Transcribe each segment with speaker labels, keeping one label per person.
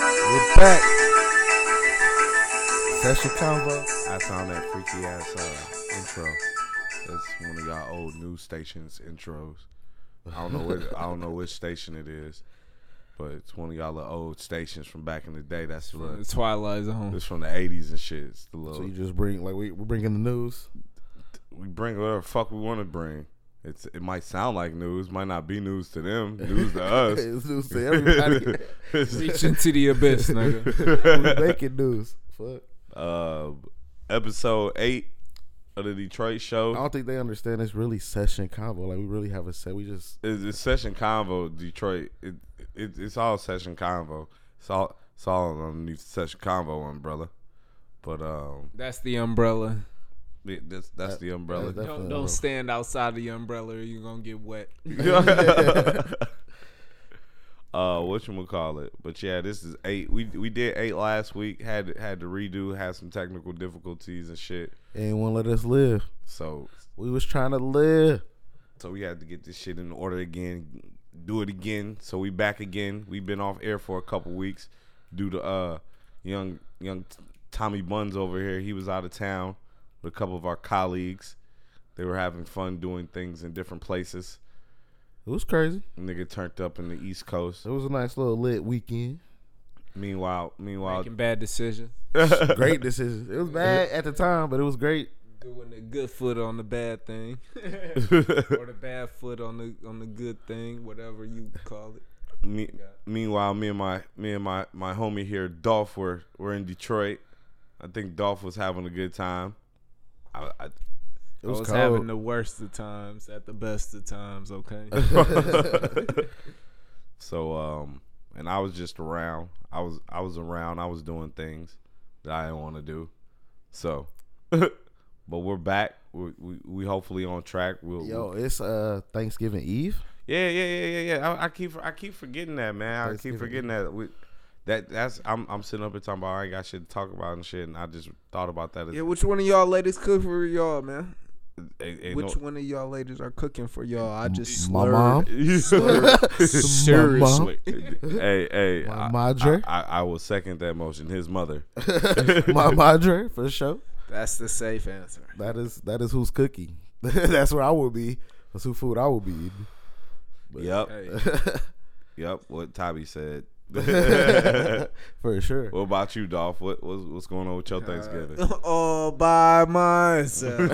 Speaker 1: back. Session Convo.
Speaker 2: I found that freaky ass uh, intro. It's one of y'all old news stations intros. I don't know which, I don't know which station it is, but it's one of y'all old stations from back in the day. That's
Speaker 3: The
Speaker 2: from
Speaker 3: Twilight Zone.
Speaker 2: it's from the eighties and shit. It's the
Speaker 1: So
Speaker 2: little
Speaker 1: you just bring like we we're bringing the news.
Speaker 2: we bring whatever fuck we want to bring. It's it might sound like news, might not be news to them, news to us.
Speaker 1: it's news to everybody.
Speaker 3: Reach into the abyss, nigga.
Speaker 1: we making news. Fuck.
Speaker 2: uh, episode eight of the Detroit
Speaker 1: I
Speaker 2: show.
Speaker 1: don't think they understand. It's really session convo. Like we really have a set. We just
Speaker 2: It's, it's session convo Detroit. It, it it's all session convo. It's all it's all underneath the session convo umbrella. But um,
Speaker 3: That's the umbrella.
Speaker 2: it, that's that's the umbrella.
Speaker 1: that's the
Speaker 3: Don't don't
Speaker 1: umbrella.
Speaker 3: stand outside the umbrella or you're gonna get wet.
Speaker 2: uh, what you call it? But yeah, this is eight. We we did eight last week. Had had to redo. Had some technical difficulties and shit.
Speaker 1: ain't want let us live.
Speaker 2: So
Speaker 1: We was trying to live.
Speaker 2: so we had to get this shit in order again. Do it again. So we back again. We've been off air for a couple weeks due to uh young young Tommy Buns over here. He was out of town with a couple of our colleagues. They were having fun doing things in different places.
Speaker 1: It was crazy.
Speaker 2: Nigga turned up in the East Coast.
Speaker 1: It was a nice little lit weekend.
Speaker 2: Meanwhile, meanwhile,
Speaker 1: Uh,
Speaker 3: Making bad decisions.
Speaker 1: Great decisions. It was bad at the time, but it was great.
Speaker 3: Doing the good foot on the bad thing. or the bad foot on the on the good thing, whatever you call it.
Speaker 2: me, meanwhile, me and my me and my my homie here, Dolph, were were in Detroit. I think Dolph was having a good time. I, I,
Speaker 1: It was,
Speaker 3: I was
Speaker 1: cold.
Speaker 3: having the worst of times at the best of times, okay?
Speaker 2: so um, and I was just around. I was I was around. I was doing things that I didn't want to do. So, but we're back. We, we we hopefully on track. We'll
Speaker 1: Yo, it's uh Thanksgiving Eve.
Speaker 2: Yeah, yeah, yeah, yeah, yeah. I, I keep I keep forgetting that, man. I keep
Speaker 1: Thanksgiving.
Speaker 2: forgetting that. We, that that's I'm I'm sitting up here talking about I ain't got shit to talk about and shit, and I just thought about that. As,
Speaker 3: yeah, which one of y'all ladies cook for y'all, man?
Speaker 2: ain't- ain't
Speaker 3: Which
Speaker 2: no-
Speaker 3: one of y'all ladies are cooking for y'all? I just
Speaker 1: My
Speaker 3: slurred.
Speaker 1: mom.
Speaker 3: Seriously.
Speaker 2: hey, hey,
Speaker 1: My
Speaker 2: I,
Speaker 1: madre.
Speaker 2: I, I, I will second that motion. His mother.
Speaker 1: My madre for sure.
Speaker 3: That's the safe answer.
Speaker 1: That is that is who's cooking. That's where I will be. That's who food I will be eating.
Speaker 2: yep,
Speaker 3: Hey,
Speaker 2: yep. What Tobby said.
Speaker 1: For sure.
Speaker 2: what about you, Dolph? What what's, what's going on with
Speaker 1: Uh,
Speaker 2: your Thanksgiving?
Speaker 3: all by myself.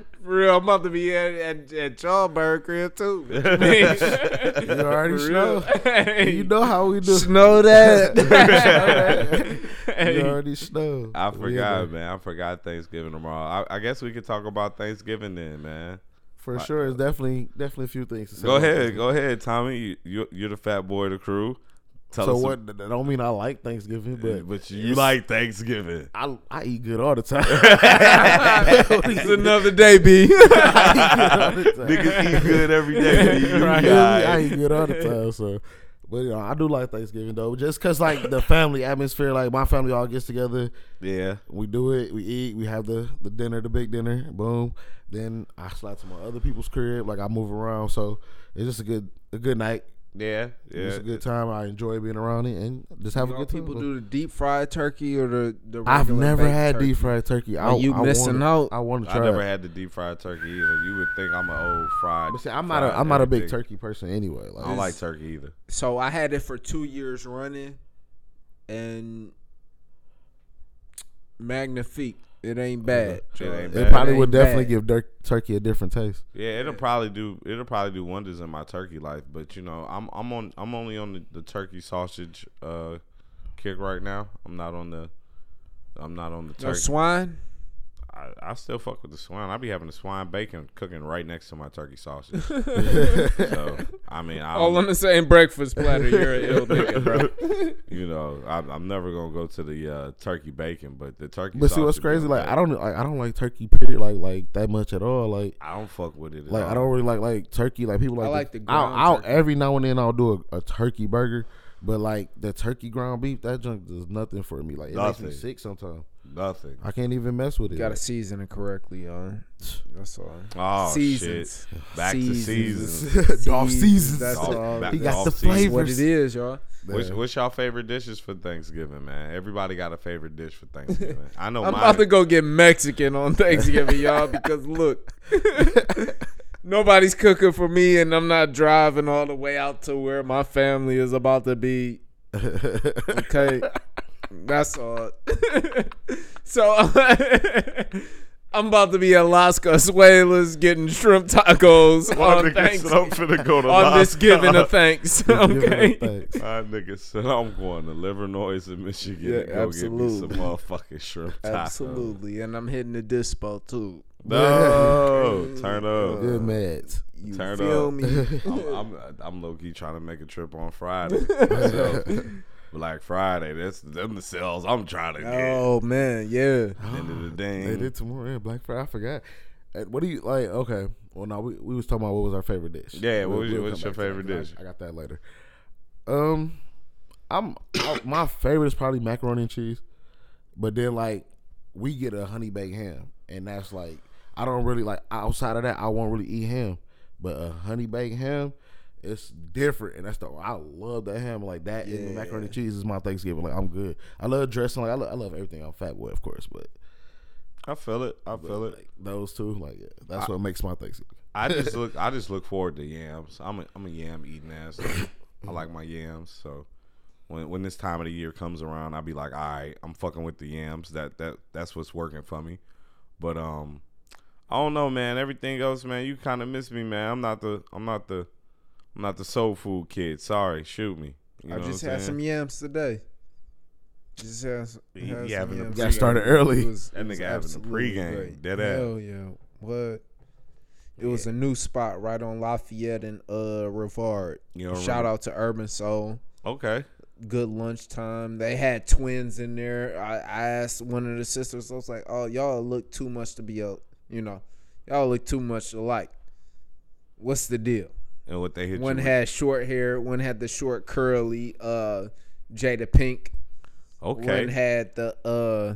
Speaker 3: For real, I'm about to be at, at, at y'all bird crib too. you
Speaker 1: You already know. You know how we do.
Speaker 3: snow that.
Speaker 1: You already know.
Speaker 2: I
Speaker 1: We
Speaker 2: forgot,
Speaker 1: in there.
Speaker 2: man. I forgot Thanksgiving tomorrow. I, I guess we could talk about Thanksgiving then, man.
Speaker 1: For sure, it's definitely definitely a few things. To say
Speaker 2: Go
Speaker 1: about
Speaker 2: ahead,
Speaker 1: Thanksgiving.
Speaker 2: go ahead, Tommy. You, you you're the fat boy of the crew. Tell
Speaker 1: So
Speaker 2: us
Speaker 1: what? That don't mean I like Thanksgiving,
Speaker 2: Some,
Speaker 1: but
Speaker 2: but you like Thanksgiving.
Speaker 1: I I eat good all the time.
Speaker 3: it's another day,
Speaker 1: I eat
Speaker 3: B.
Speaker 1: good all the time.
Speaker 2: Niggas eat good every day. You
Speaker 1: Right. I
Speaker 2: guys.
Speaker 1: eat good all the time. So, but you know, I do like Thanksgiving though, just cause like the family atmosphere. Like my family all gets together,
Speaker 2: Yeah.
Speaker 1: we do it, we eat, we have the the dinner, the big dinner, boom. Then I slide to my other people's crib. Like I move around, so it's just a good a good night.
Speaker 2: Yeah.
Speaker 1: It's
Speaker 2: Yeah.
Speaker 1: a good time. I enjoy being around it and just have a
Speaker 3: Y'all
Speaker 1: good time.
Speaker 3: people do the deep fried turkey or the the.
Speaker 1: I've
Speaker 3: regular
Speaker 1: never
Speaker 3: baked
Speaker 1: had
Speaker 3: turkey.
Speaker 1: deep fried turkey. I,
Speaker 3: Well, you
Speaker 1: I
Speaker 3: missing
Speaker 1: wanna,
Speaker 3: out.
Speaker 1: I want to
Speaker 2: I
Speaker 1: try.
Speaker 2: never
Speaker 1: it.
Speaker 2: had the deep fried turkey either. You would think I'm an old fried.
Speaker 1: But see, I'm not a
Speaker 2: fried
Speaker 1: I'm not a big
Speaker 2: everything.
Speaker 1: turkey person anyway. Like,
Speaker 2: I don't like turkey either.
Speaker 3: So I had it for two years running, and magnifique. It ain't bad.
Speaker 2: It ain't
Speaker 1: It
Speaker 2: bad.
Speaker 1: probably
Speaker 3: ain't
Speaker 1: would definitely
Speaker 3: bad.
Speaker 1: give dir- turkey a different taste.
Speaker 2: Yeah, it'll probably do. It'll probably do wonders in my turkey life. But you know, I'm I'm on I'm only on the, the turkey sausage uh, kick right now. I'm not on the I'm not on the
Speaker 3: No
Speaker 2: turkey.
Speaker 3: swine.
Speaker 2: I, I still fuck with the swine. I be having the swine bacon cooking right next to my turkey sausage. so I mean, I
Speaker 3: All on the same breakfast platter. You're an ill nigga, bro.
Speaker 2: you know, I'm, I'm never gonna go to the uh, turkey bacon, but the turkey.
Speaker 1: But see what's
Speaker 2: sausage,
Speaker 1: crazy?
Speaker 2: man,
Speaker 1: Like I don't like I don't like turkey period like like that much at all. Like
Speaker 2: I don't fuck with it. At
Speaker 1: like
Speaker 2: all.
Speaker 1: I don't really like like turkey. Like people like
Speaker 3: I like the
Speaker 1: I'll,
Speaker 3: ground
Speaker 1: I'll
Speaker 3: turkey.
Speaker 1: every now and then I'll do a, a turkey burger, but like the turkey ground beef that junk does nothing for me. Like it
Speaker 2: Nothing.
Speaker 1: makes me sick sometimes.
Speaker 2: nothing.
Speaker 1: I can't even mess with it.
Speaker 3: Got to season it correctly, y'all. That's all.
Speaker 2: Oh
Speaker 3: seasons.
Speaker 2: shit! Back to seasons.
Speaker 1: Dolph seasons.
Speaker 3: That's
Speaker 2: Dolph-
Speaker 3: all.
Speaker 2: back
Speaker 1: He
Speaker 2: to
Speaker 1: got
Speaker 2: off
Speaker 1: the
Speaker 2: season.
Speaker 1: flavor.
Speaker 3: What it is, y'all.
Speaker 2: What's,
Speaker 1: Damn.
Speaker 2: what's y'all favorite dishes for Thanksgiving, man? Everybody got a favorite dish for Thanksgiving. I know
Speaker 3: I'm
Speaker 2: mine.
Speaker 3: about to go get Mexican on Thanksgiving, y'all, because look, nobody's cooking for me, and I'm not driving all the way out to where my family is about to be. Okay, that's all. so I'm about to be at Las Casuelas getting shrimp tacos
Speaker 2: My
Speaker 3: on
Speaker 2: nigga
Speaker 3: thanks
Speaker 2: said I'm finna go to
Speaker 3: on this
Speaker 2: Lascaux.
Speaker 3: giving of thanks. Okay.
Speaker 1: Thanks.
Speaker 2: My nigga said I'm going to Livernois in Michigan.
Speaker 3: Yeah,
Speaker 2: to go
Speaker 3: absolutely.
Speaker 2: get me some motherfucking shrimp tacos.
Speaker 3: Absolutely, and I'm hitting the dispo too.
Speaker 2: No, turn up.
Speaker 1: Good meds.
Speaker 3: You
Speaker 2: Turn
Speaker 3: feel
Speaker 2: up.
Speaker 3: me?
Speaker 2: I'm, I'm I'm low key trying to make a trip on Friday. myself. Black Friday, that's them the sales I'm trying to get.
Speaker 3: Oh man, yeah.
Speaker 2: End of the
Speaker 1: They
Speaker 2: day,
Speaker 1: did tomorrow. Yeah, Black Friday. I forgot. Uh, What do you like? Okay. Well, no, we, we was talking about what was our favorite dish.
Speaker 2: Yeah, what was your-
Speaker 1: come
Speaker 2: what's your
Speaker 1: back to that,
Speaker 2: favorite
Speaker 1: 'cause I-
Speaker 2: dish?
Speaker 1: I, got that later. Um, I'm I- my favorite is probably macaroni and cheese, but then like we get a honey baked ham, and that's like I don't really like outside of that I won't really eat ham, but a honey baked ham. It's different, and that's the I love that ham like that. And the macaroni and cheese is my Thanksgiving. Like I'm good. I love dressing. Like I love, I love everything. I'm fat boy, of course, but
Speaker 2: I feel it. I feel it.
Speaker 1: like those two, like yeah, that's what makes my Thanksgiving.
Speaker 2: I just look. I just look forward to yams. I'm a, I'm a yam eating ass. I like my yams. So when when this time of the year comes around, I'll be like, all right, I'm fucking with the yams. That that that's what's working for me. But um, I don't know, man. Everything else, man, you kind of miss me, man. I'm not the I'm not the I'm not the soul food kid. Sorry, shoot me. You
Speaker 3: I
Speaker 2: know
Speaker 3: just
Speaker 2: what I'm
Speaker 3: had some
Speaker 2: saying?
Speaker 3: yams today. Just had some,
Speaker 2: He-
Speaker 3: had
Speaker 2: he
Speaker 3: some
Speaker 2: having a
Speaker 3: yams.
Speaker 2: pre-
Speaker 1: Got started early.
Speaker 3: It was-
Speaker 2: That
Speaker 3: it was
Speaker 2: nigga having a
Speaker 3: absolutely
Speaker 2: pregame,
Speaker 3: great.
Speaker 2: dead ass.
Speaker 3: Hell yeah. What? It was a new spot right on Lafayette and uh Rivard.
Speaker 2: You know,
Speaker 3: Shout out to Urban Soul.
Speaker 2: Okay.
Speaker 3: Good lunchtime. They had twins in there. I, I asked one of the sisters. I was like, "Oh, y'all look too much to be a, you know, y'all look too much alike. What's the deal?"
Speaker 2: And what they hit
Speaker 3: One
Speaker 2: you
Speaker 3: had short hair. One had the short curly uh Jada Pink.
Speaker 2: with?
Speaker 3: One
Speaker 2: Okay.
Speaker 3: had the uh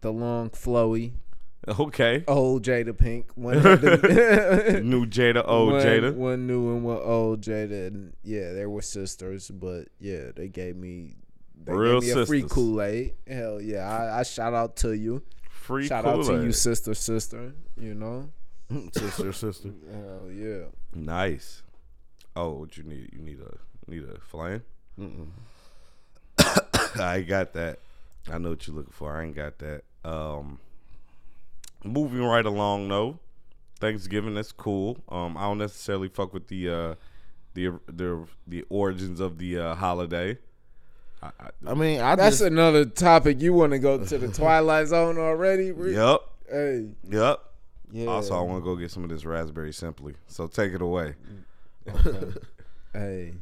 Speaker 3: the long flowy
Speaker 2: okay.
Speaker 3: old Jada Pink. One had the
Speaker 2: New Jada, old
Speaker 3: one-
Speaker 2: Jada.
Speaker 3: One new and one old Jada. And yeah, they were sisters, but yeah, they gave me they
Speaker 2: Real
Speaker 3: gave me a free
Speaker 2: sisters.
Speaker 3: Kool Aid. Hell yeah, I, I shout out to you.
Speaker 2: Free
Speaker 3: shout out to
Speaker 2: Kool-Aid.
Speaker 3: you, sister, sister. You know,
Speaker 1: sister, sister.
Speaker 3: hell yeah.
Speaker 2: Nice. Oh, what you need? You need a need a flame. I got that. I know what you're looking for. I ain't got that. Um, moving right along though. Thanksgiving, that's cool. Um, I don't necessarily fuck with the uh, the the the origins of the uh, holiday. I, I,
Speaker 1: I mean, I
Speaker 3: That's
Speaker 1: just
Speaker 3: another topic. You want to go to the Twilight Zone already? Re-
Speaker 2: yep,
Speaker 3: Hey,
Speaker 2: yep.
Speaker 3: yeah.
Speaker 2: Also, I want to go get some of this raspberry simply. So take it away.
Speaker 3: Hey.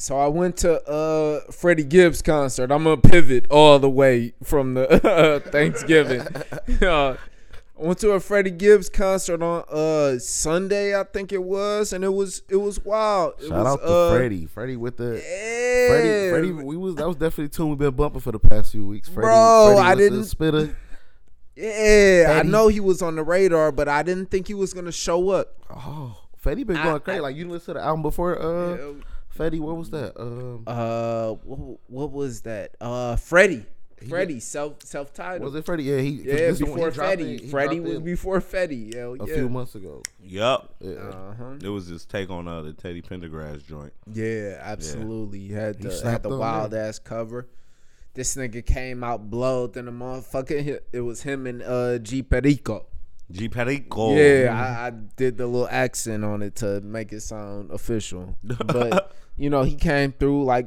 Speaker 3: So I went to uh Freddie Gibbs concert. I'm gonna pivot all the way from the uh, Thanksgiving. uh, I went to a Freddie Gibbs concert on uh Sunday, I think it was, and it was it was wild. It
Speaker 1: shout
Speaker 3: was,
Speaker 1: out to
Speaker 3: uh,
Speaker 1: Freddie. Freddie with the
Speaker 3: Yeah,
Speaker 1: Freddie. Freddie, we was that was definitely a tune we've been bumping for the past few weeks. Freddie,
Speaker 3: Bro,
Speaker 1: Freddie
Speaker 3: I
Speaker 1: with the
Speaker 3: didn't-
Speaker 1: spitter.
Speaker 3: yeah. I
Speaker 1: Freddie.
Speaker 3: know he was on the radar, but I didn't think he was gonna show up.
Speaker 1: Oh, Freddie been
Speaker 3: I-
Speaker 1: going crazy. like you didn't listen to the album before. Uh,
Speaker 3: Yeah.
Speaker 1: Freddie, what was that? Um,
Speaker 3: Uh, what, what was that? Uh, Freddie. Freddie self self titled.
Speaker 1: was it Freddie? Yeah, he 'cause
Speaker 3: Yeah,
Speaker 1: this the one
Speaker 3: before
Speaker 1: he dropped
Speaker 3: Fetty.
Speaker 1: it- he
Speaker 3: Freddie
Speaker 1: dropped
Speaker 3: was
Speaker 1: it
Speaker 3: before Fetty. Hell
Speaker 1: a
Speaker 3: yeah.
Speaker 1: few months ago.
Speaker 2: Yep.
Speaker 1: Yeah.
Speaker 3: uh-huh.
Speaker 2: It was his take on uh, the Teddy Pendergrass joint.
Speaker 3: Yeah, absolutely. Had the, had
Speaker 1: slapped
Speaker 3: the
Speaker 1: on
Speaker 3: wild ass cover. This nigga came out blowed than a motherfucker. He- It was him and uh, G Perico.
Speaker 2: G Perico.
Speaker 3: Yeah, I, I did the little accent on it to make it sound official. But you know, he came through like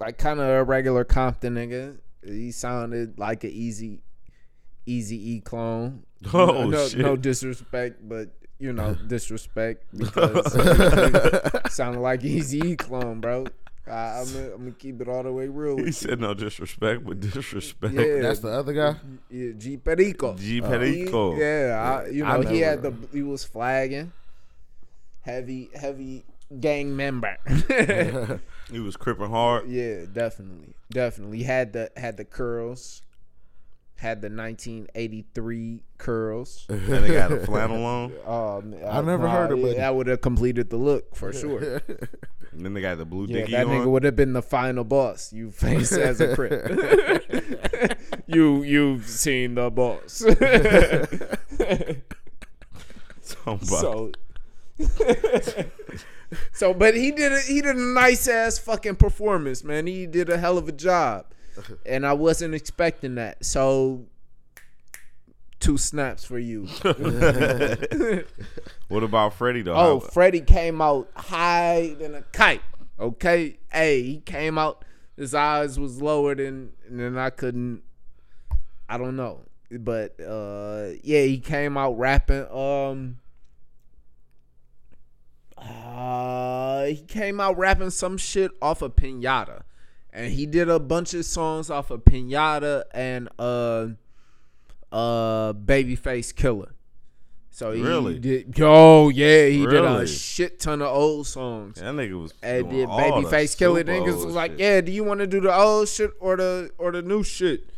Speaker 3: like kind of a regular Compton nigga. He sounded like an easy easy E clone.
Speaker 2: Oh,
Speaker 3: no, no,
Speaker 2: shit.
Speaker 3: no disrespect, but you know, disrespect because he sounded like easy E clone, bro. I, I'm gonna I'm gonna keep it all the way real.
Speaker 2: He
Speaker 3: With
Speaker 2: said no disrespect, but disrespect.
Speaker 3: you. Yeah,
Speaker 1: That's the other guy.
Speaker 3: yeah, G Perico. Uh,
Speaker 2: G
Speaker 3: He-
Speaker 2: Perico.
Speaker 3: yeah, I, you
Speaker 1: I
Speaker 3: know, he had the
Speaker 1: never-
Speaker 3: he was flagging. Heavy, heavy gang member.
Speaker 2: He was cripping hard.
Speaker 3: yeah, definitely, definitely had the had the curls, had the 1983 curls.
Speaker 2: And they got a flannel on.
Speaker 3: Um,
Speaker 1: I never heard of it.
Speaker 3: Mm-hmm. That would have completed the look for sure.
Speaker 2: Then they got the blue
Speaker 3: Yeah,
Speaker 2: dicky
Speaker 3: that nigga
Speaker 2: on.
Speaker 3: would have been the final boss you face as a crip. you you've seen the boss.
Speaker 2: Somebody.
Speaker 3: so So but he did a he did a nice ass fucking performance, man. He did a hell of a job. And I wasn't expecting that. So two snaps for you.
Speaker 2: what about Freddie though?
Speaker 3: Oh,
Speaker 2: How-
Speaker 3: Freddie came out high than a kite. Okay, hey, he came out. His eyes was lower than, and then I couldn't. I don't know, but uh, yeah, he came out rapping. Um, uh, he came out rapping some shit off of Pinata, and he did a bunch of songs off of Pinata and uh, uh, Babyface Killer. So he
Speaker 2: Really?
Speaker 3: did. Oh yeah, he did
Speaker 2: Really?
Speaker 3: a shit ton of old songs.
Speaker 2: that nigga was.
Speaker 3: And
Speaker 2: doing
Speaker 3: then
Speaker 2: all the
Speaker 3: Babyface Killer
Speaker 2: super
Speaker 3: niggas
Speaker 2: old
Speaker 3: was like,
Speaker 2: shit.
Speaker 3: "Yeah, do you want to do the old shit or the or the new shit?"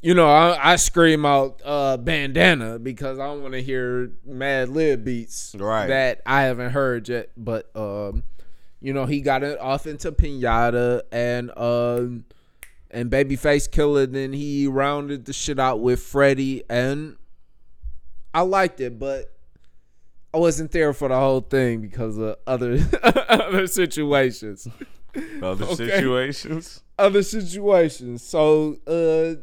Speaker 3: You know, I, I scream out uh, bandana because I want to hear Mad Lib beats
Speaker 2: Right.
Speaker 3: that I haven't heard yet. But um, you know, he got it off into Pinata and um and Babyface Killer. Then he rounded the shit out with Freddie, and I liked it, but I wasn't there for the whole thing because of other other situations,
Speaker 2: Other
Speaker 3: Okay.
Speaker 2: situations.
Speaker 3: other situations. So uh,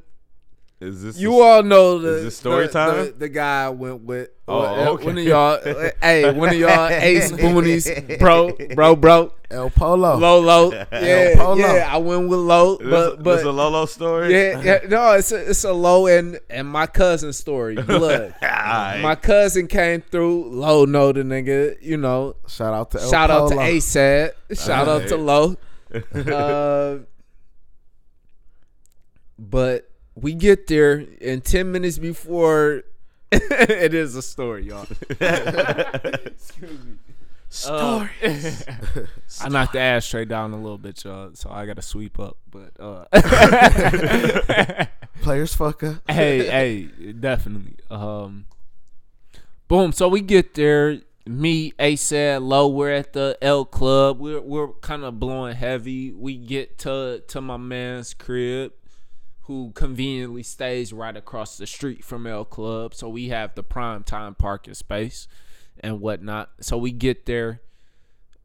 Speaker 2: Is this
Speaker 3: you
Speaker 2: the-
Speaker 3: all know the
Speaker 2: this story
Speaker 3: the,
Speaker 2: time?
Speaker 3: The, the guy went with.
Speaker 2: Oh,
Speaker 3: uh,
Speaker 2: okay.
Speaker 3: One of y'all, uh, hey, one of y'all ace boonies, bro, bro, bro,
Speaker 1: El Polo.
Speaker 3: Lolo, yeah,
Speaker 1: Polo.
Speaker 3: yeah. I went with Lo,
Speaker 2: This,
Speaker 3: but
Speaker 2: this a
Speaker 3: but
Speaker 2: Lolo story.
Speaker 3: yeah, yeah, no, it's a, it's a low and and my cousin story, blood.
Speaker 2: Aight.
Speaker 3: My cousin came through, low know the nigga, you know,
Speaker 1: Shout out to El
Speaker 3: Shout out to
Speaker 1: Polo.
Speaker 3: ASAP. Shout out to Low. Uh, but we get there, and 10 minutes before, it is a story, y'all. Story. I knocked the ashtray down a little bit, y'all, so I got to sweep up. But uh,
Speaker 1: Players fucker.
Speaker 3: hey, hey, definitely. Um, boom. So we get there. Me, ASAD, Low. We're at the L Club. We're we're kind of blowing heavy. We get to to my man's crib, who conveniently stays right across the street from L Club. So we have the prime time parking space and whatnot. So we get there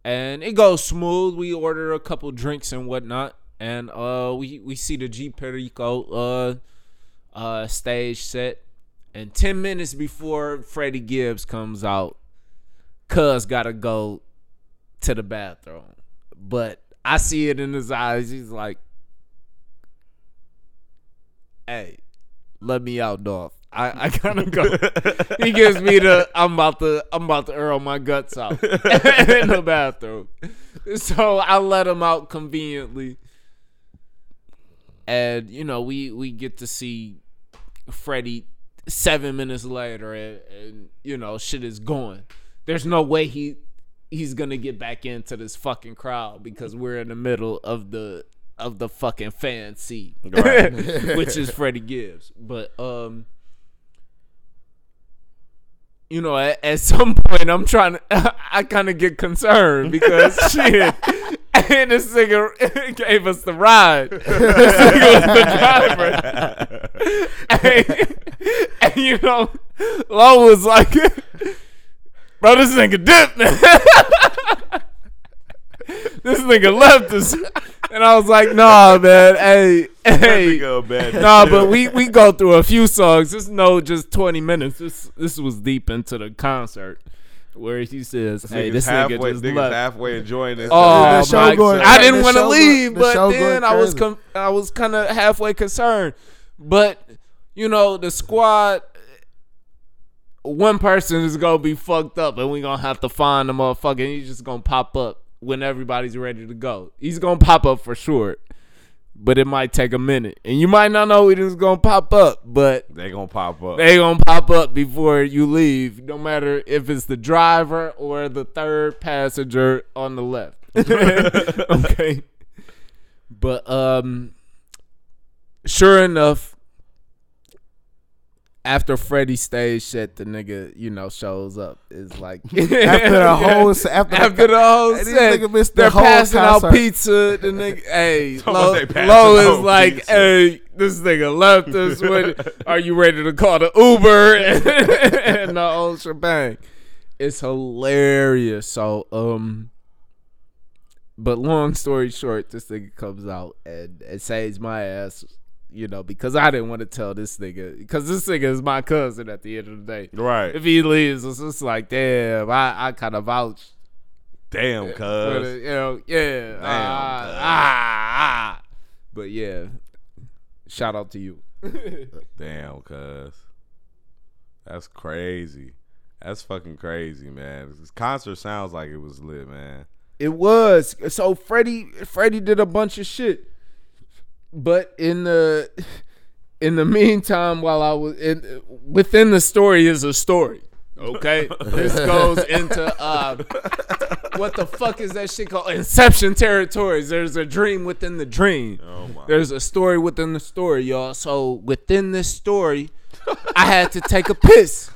Speaker 3: and it goes smooth. We order a couple drinks and whatnot, and uh, we we see the G Perico uh, uh, stage set, and ten minutes before Freddie Gibbs comes out, Cuz gotta go to the bathroom, but I see it in his eyes. He's like, "Hey, let me out, dog. I I gotta go." he gives me the I'm about to I'm about to earl my guts out in the bathroom. So I let him out conveniently. And you know, we we get to see Freddie seven minutes later and, and you know, shit is going. There's no way he he's gonna get back into this fucking crowd because we're in the middle of the of the fucking fan seat.
Speaker 2: Right.
Speaker 3: which is Freddie Gibbs. But um you know, at, at some point, I'm trying to, I kind of get concerned because shit. And this nigga gave us the ride. This nigga was the driver. And, and, you know, Lo was like, bro, this nigga dipped. this nigga left us. And I was like, nah, man. Hey, hey.
Speaker 2: Nigga a bad
Speaker 3: Nah, but we we go through a few songs. It's no just twenty minutes. This this was deep into the concert where he says, "Hey,
Speaker 2: Niggas
Speaker 3: this
Speaker 2: halfway,
Speaker 3: nigga just
Speaker 2: niggas
Speaker 3: left."
Speaker 2: halfway enjoying this.
Speaker 3: Oh
Speaker 1: The show
Speaker 3: my
Speaker 1: going-
Speaker 3: God. I didn't
Speaker 1: the
Speaker 3: want to
Speaker 1: show
Speaker 3: leave,
Speaker 1: going- the
Speaker 3: but
Speaker 1: show
Speaker 3: then
Speaker 1: going
Speaker 3: I was
Speaker 1: crazy.
Speaker 3: com- I was kind of halfway concerned. But you know, the squad, one person is gonna be fucked up, and we gonna have to find the motherfucker. And he's just gonna pop up when everybody's ready to go. He's gonna pop up for sure. But it might take a minute, and you might not know it is gonna pop up. But
Speaker 2: they gonna pop up.
Speaker 3: they gonna pop up before you leave, no matter if it's the driver or the third passenger on the left. okay. But um sure enough, after Freddie stage shit, the nigga you know shows up is like
Speaker 1: After the whole se- after the-
Speaker 3: after the whole
Speaker 1: These
Speaker 3: set,
Speaker 1: nigga missed the
Speaker 3: they're
Speaker 1: whole
Speaker 3: passing out
Speaker 1: concert.
Speaker 3: pizza. The nigga, hey,
Speaker 2: Talking about
Speaker 3: Lo,
Speaker 2: they passing
Speaker 3: Lo is
Speaker 2: out
Speaker 3: like,
Speaker 2: pizza.
Speaker 3: hey, this nigga left us. With, are you ready to call the Uber and the whole shebang? It's hilarious. So, um, but long story short, this nigga comes out and, and saves my ass. You know, because I didn't want to tell this nigga, because this nigga is my cousin at the end of the day.
Speaker 2: Right.
Speaker 3: If he leaves, it's just like, damn, I, I kind of vouched
Speaker 2: Damn,
Speaker 3: but,
Speaker 2: cuz.
Speaker 3: uh, you know, yeah. ah,
Speaker 2: cuz.
Speaker 3: ah, ah. But yeah, shout out to you.
Speaker 2: Damn, cuz. That's crazy. That's fucking crazy, man. This concert sounds like it was lit, man.
Speaker 3: It was so Freddie. Freddie did a bunch of shit, but in the in the meantime, while I was in, within the story is a story. Okay, this goes into uh, what the fuck is that shit called? Inception territories. There's a dream within the dream.
Speaker 2: Oh my.
Speaker 3: There's a story within the story, y'all. So within this story, I had to take a piss.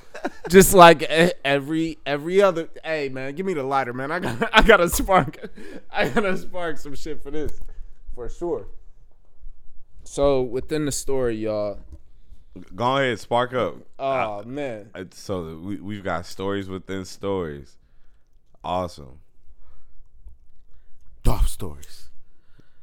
Speaker 3: Just like e- every every other, hey man, give me the lighter, man. I got I gotta spark, I gotta spark some shit for this, for sure. So within the story, y'all.
Speaker 2: Go ahead, spark up.
Speaker 3: Oh man,
Speaker 2: Uh, So we we've got stories within stories. Awesome.
Speaker 1: Dolph stories.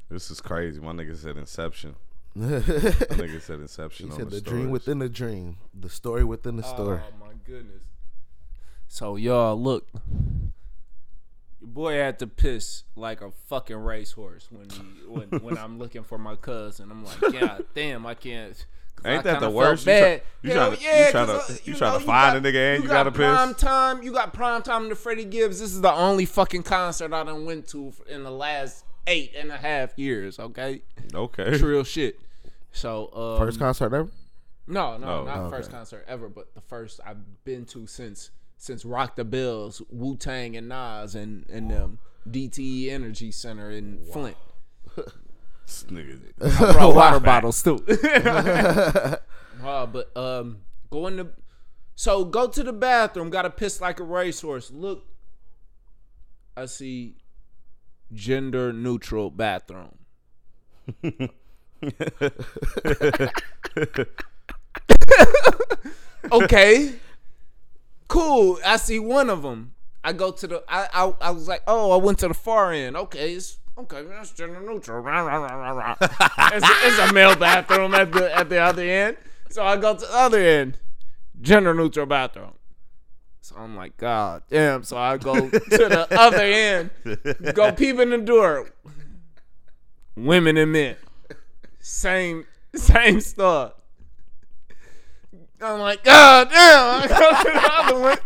Speaker 2: This is crazy. My nigga said Inception.
Speaker 1: he
Speaker 2: My nigga said Inception. on
Speaker 1: said the
Speaker 2: the
Speaker 1: dream
Speaker 2: stories.
Speaker 1: within the dream, the story within the story.
Speaker 3: Oh my goodness. So y'all look. Your boy had to piss like a fucking racehorse when he, when when I'm looking for my cuz and I'm like, God damn, I can't. 'cause I
Speaker 2: Ain't that the
Speaker 3: kinda felt
Speaker 2: worst? You try-
Speaker 3: Bad.
Speaker 2: you
Speaker 3: Hell
Speaker 2: tryna- you
Speaker 3: yeah,
Speaker 2: tryna-
Speaker 3: 'cause, uh,
Speaker 2: you tryna
Speaker 3: know,
Speaker 2: find
Speaker 3: got-
Speaker 2: a nigga and you gotta piss?
Speaker 3: Prime time, you got prime time to Freddie Gibbs. This is the only fucking concert I done went to f- in the last eight and a half years. Okay,
Speaker 2: Okay.
Speaker 3: it's real shit. So um,
Speaker 1: First concert ever.
Speaker 3: no, no,
Speaker 2: Oh,
Speaker 3: not
Speaker 1: okay.
Speaker 3: first concert ever, but the first I've been to since since Rock the Bells, Wu Tang and Nas and and um, DTE Energy Center in Flint.
Speaker 2: This nigga.
Speaker 3: I brought water bottles too. Wow, but um, going to so go to the bathroom. Got to piss like a racehorse. Look, I see gender neutral bathroom. okay, cool. I see one of them. I go to the. I, I I was like, oh, I went to the far end. Okay, it's okay. That's gender neutral. Rah, rah, rah, rah, rah. it's, it's a male bathroom at the at the other end. So I go to the other end, gender neutral bathroom. So I'm like, God damn. So I go to the other end, go peep in the door. Women and men, same same stuff. I'm like, God damn! I go to the other one.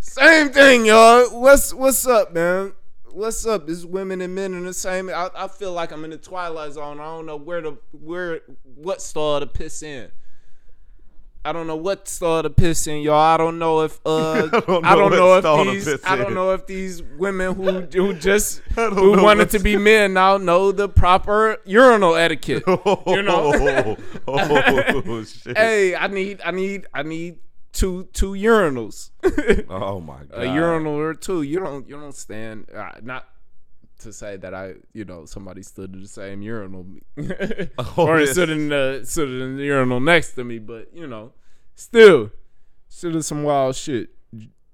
Speaker 3: Same thing, y'all. What's what's up, man? What's up? It's women and men in the same. I, I feel like I'm in the twilight zone. I don't know where to where what stall to piss in. I don't know what stall to piss in, y'all. I don't know if uh I don't know,
Speaker 2: what stall
Speaker 3: if
Speaker 2: to
Speaker 3: these
Speaker 2: piss
Speaker 3: I don't
Speaker 2: in.
Speaker 3: know if these women who who just
Speaker 2: I don't
Speaker 3: who
Speaker 2: know
Speaker 3: wanted
Speaker 2: what
Speaker 3: to be men now know the proper urinal etiquette.
Speaker 2: you
Speaker 3: know?
Speaker 2: oh, shit.
Speaker 3: hey, I need, I need, I need two two urinals,
Speaker 2: Oh my god.
Speaker 1: Uh,
Speaker 3: a urinal or two. You don't, you don't stand. Uh, not to say that I, you know, somebody stood in the same urinal or uh,
Speaker 2: yeah.
Speaker 3: stood in the stood in the urinal next to me, but you know, still, still is some wild shit.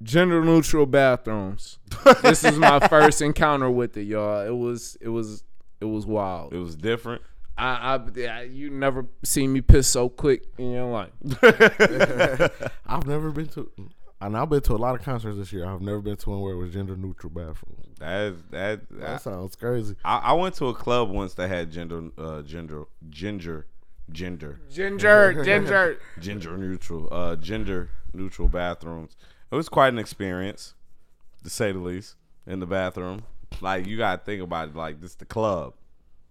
Speaker 3: Gender neutral bathrooms. this is my first encounter with it, y'all. It was, it was, it was wild.
Speaker 2: It was different.
Speaker 3: I, I, I you never seen me piss so quick in your life.
Speaker 1: I've never been to, and I've been to a lot of concerts this year. I've never been to one where it was gender neutral bathrooms.
Speaker 2: That that,
Speaker 1: That
Speaker 2: that
Speaker 1: sounds crazy.
Speaker 2: I, I went to a club once that had gender uh gender ginger gender
Speaker 3: Ginger, ginger.
Speaker 2: gender neutral uh gender neutral bathrooms. It was quite an experience, to say the least, in the bathroom. Like you gotta think about it, like this the club.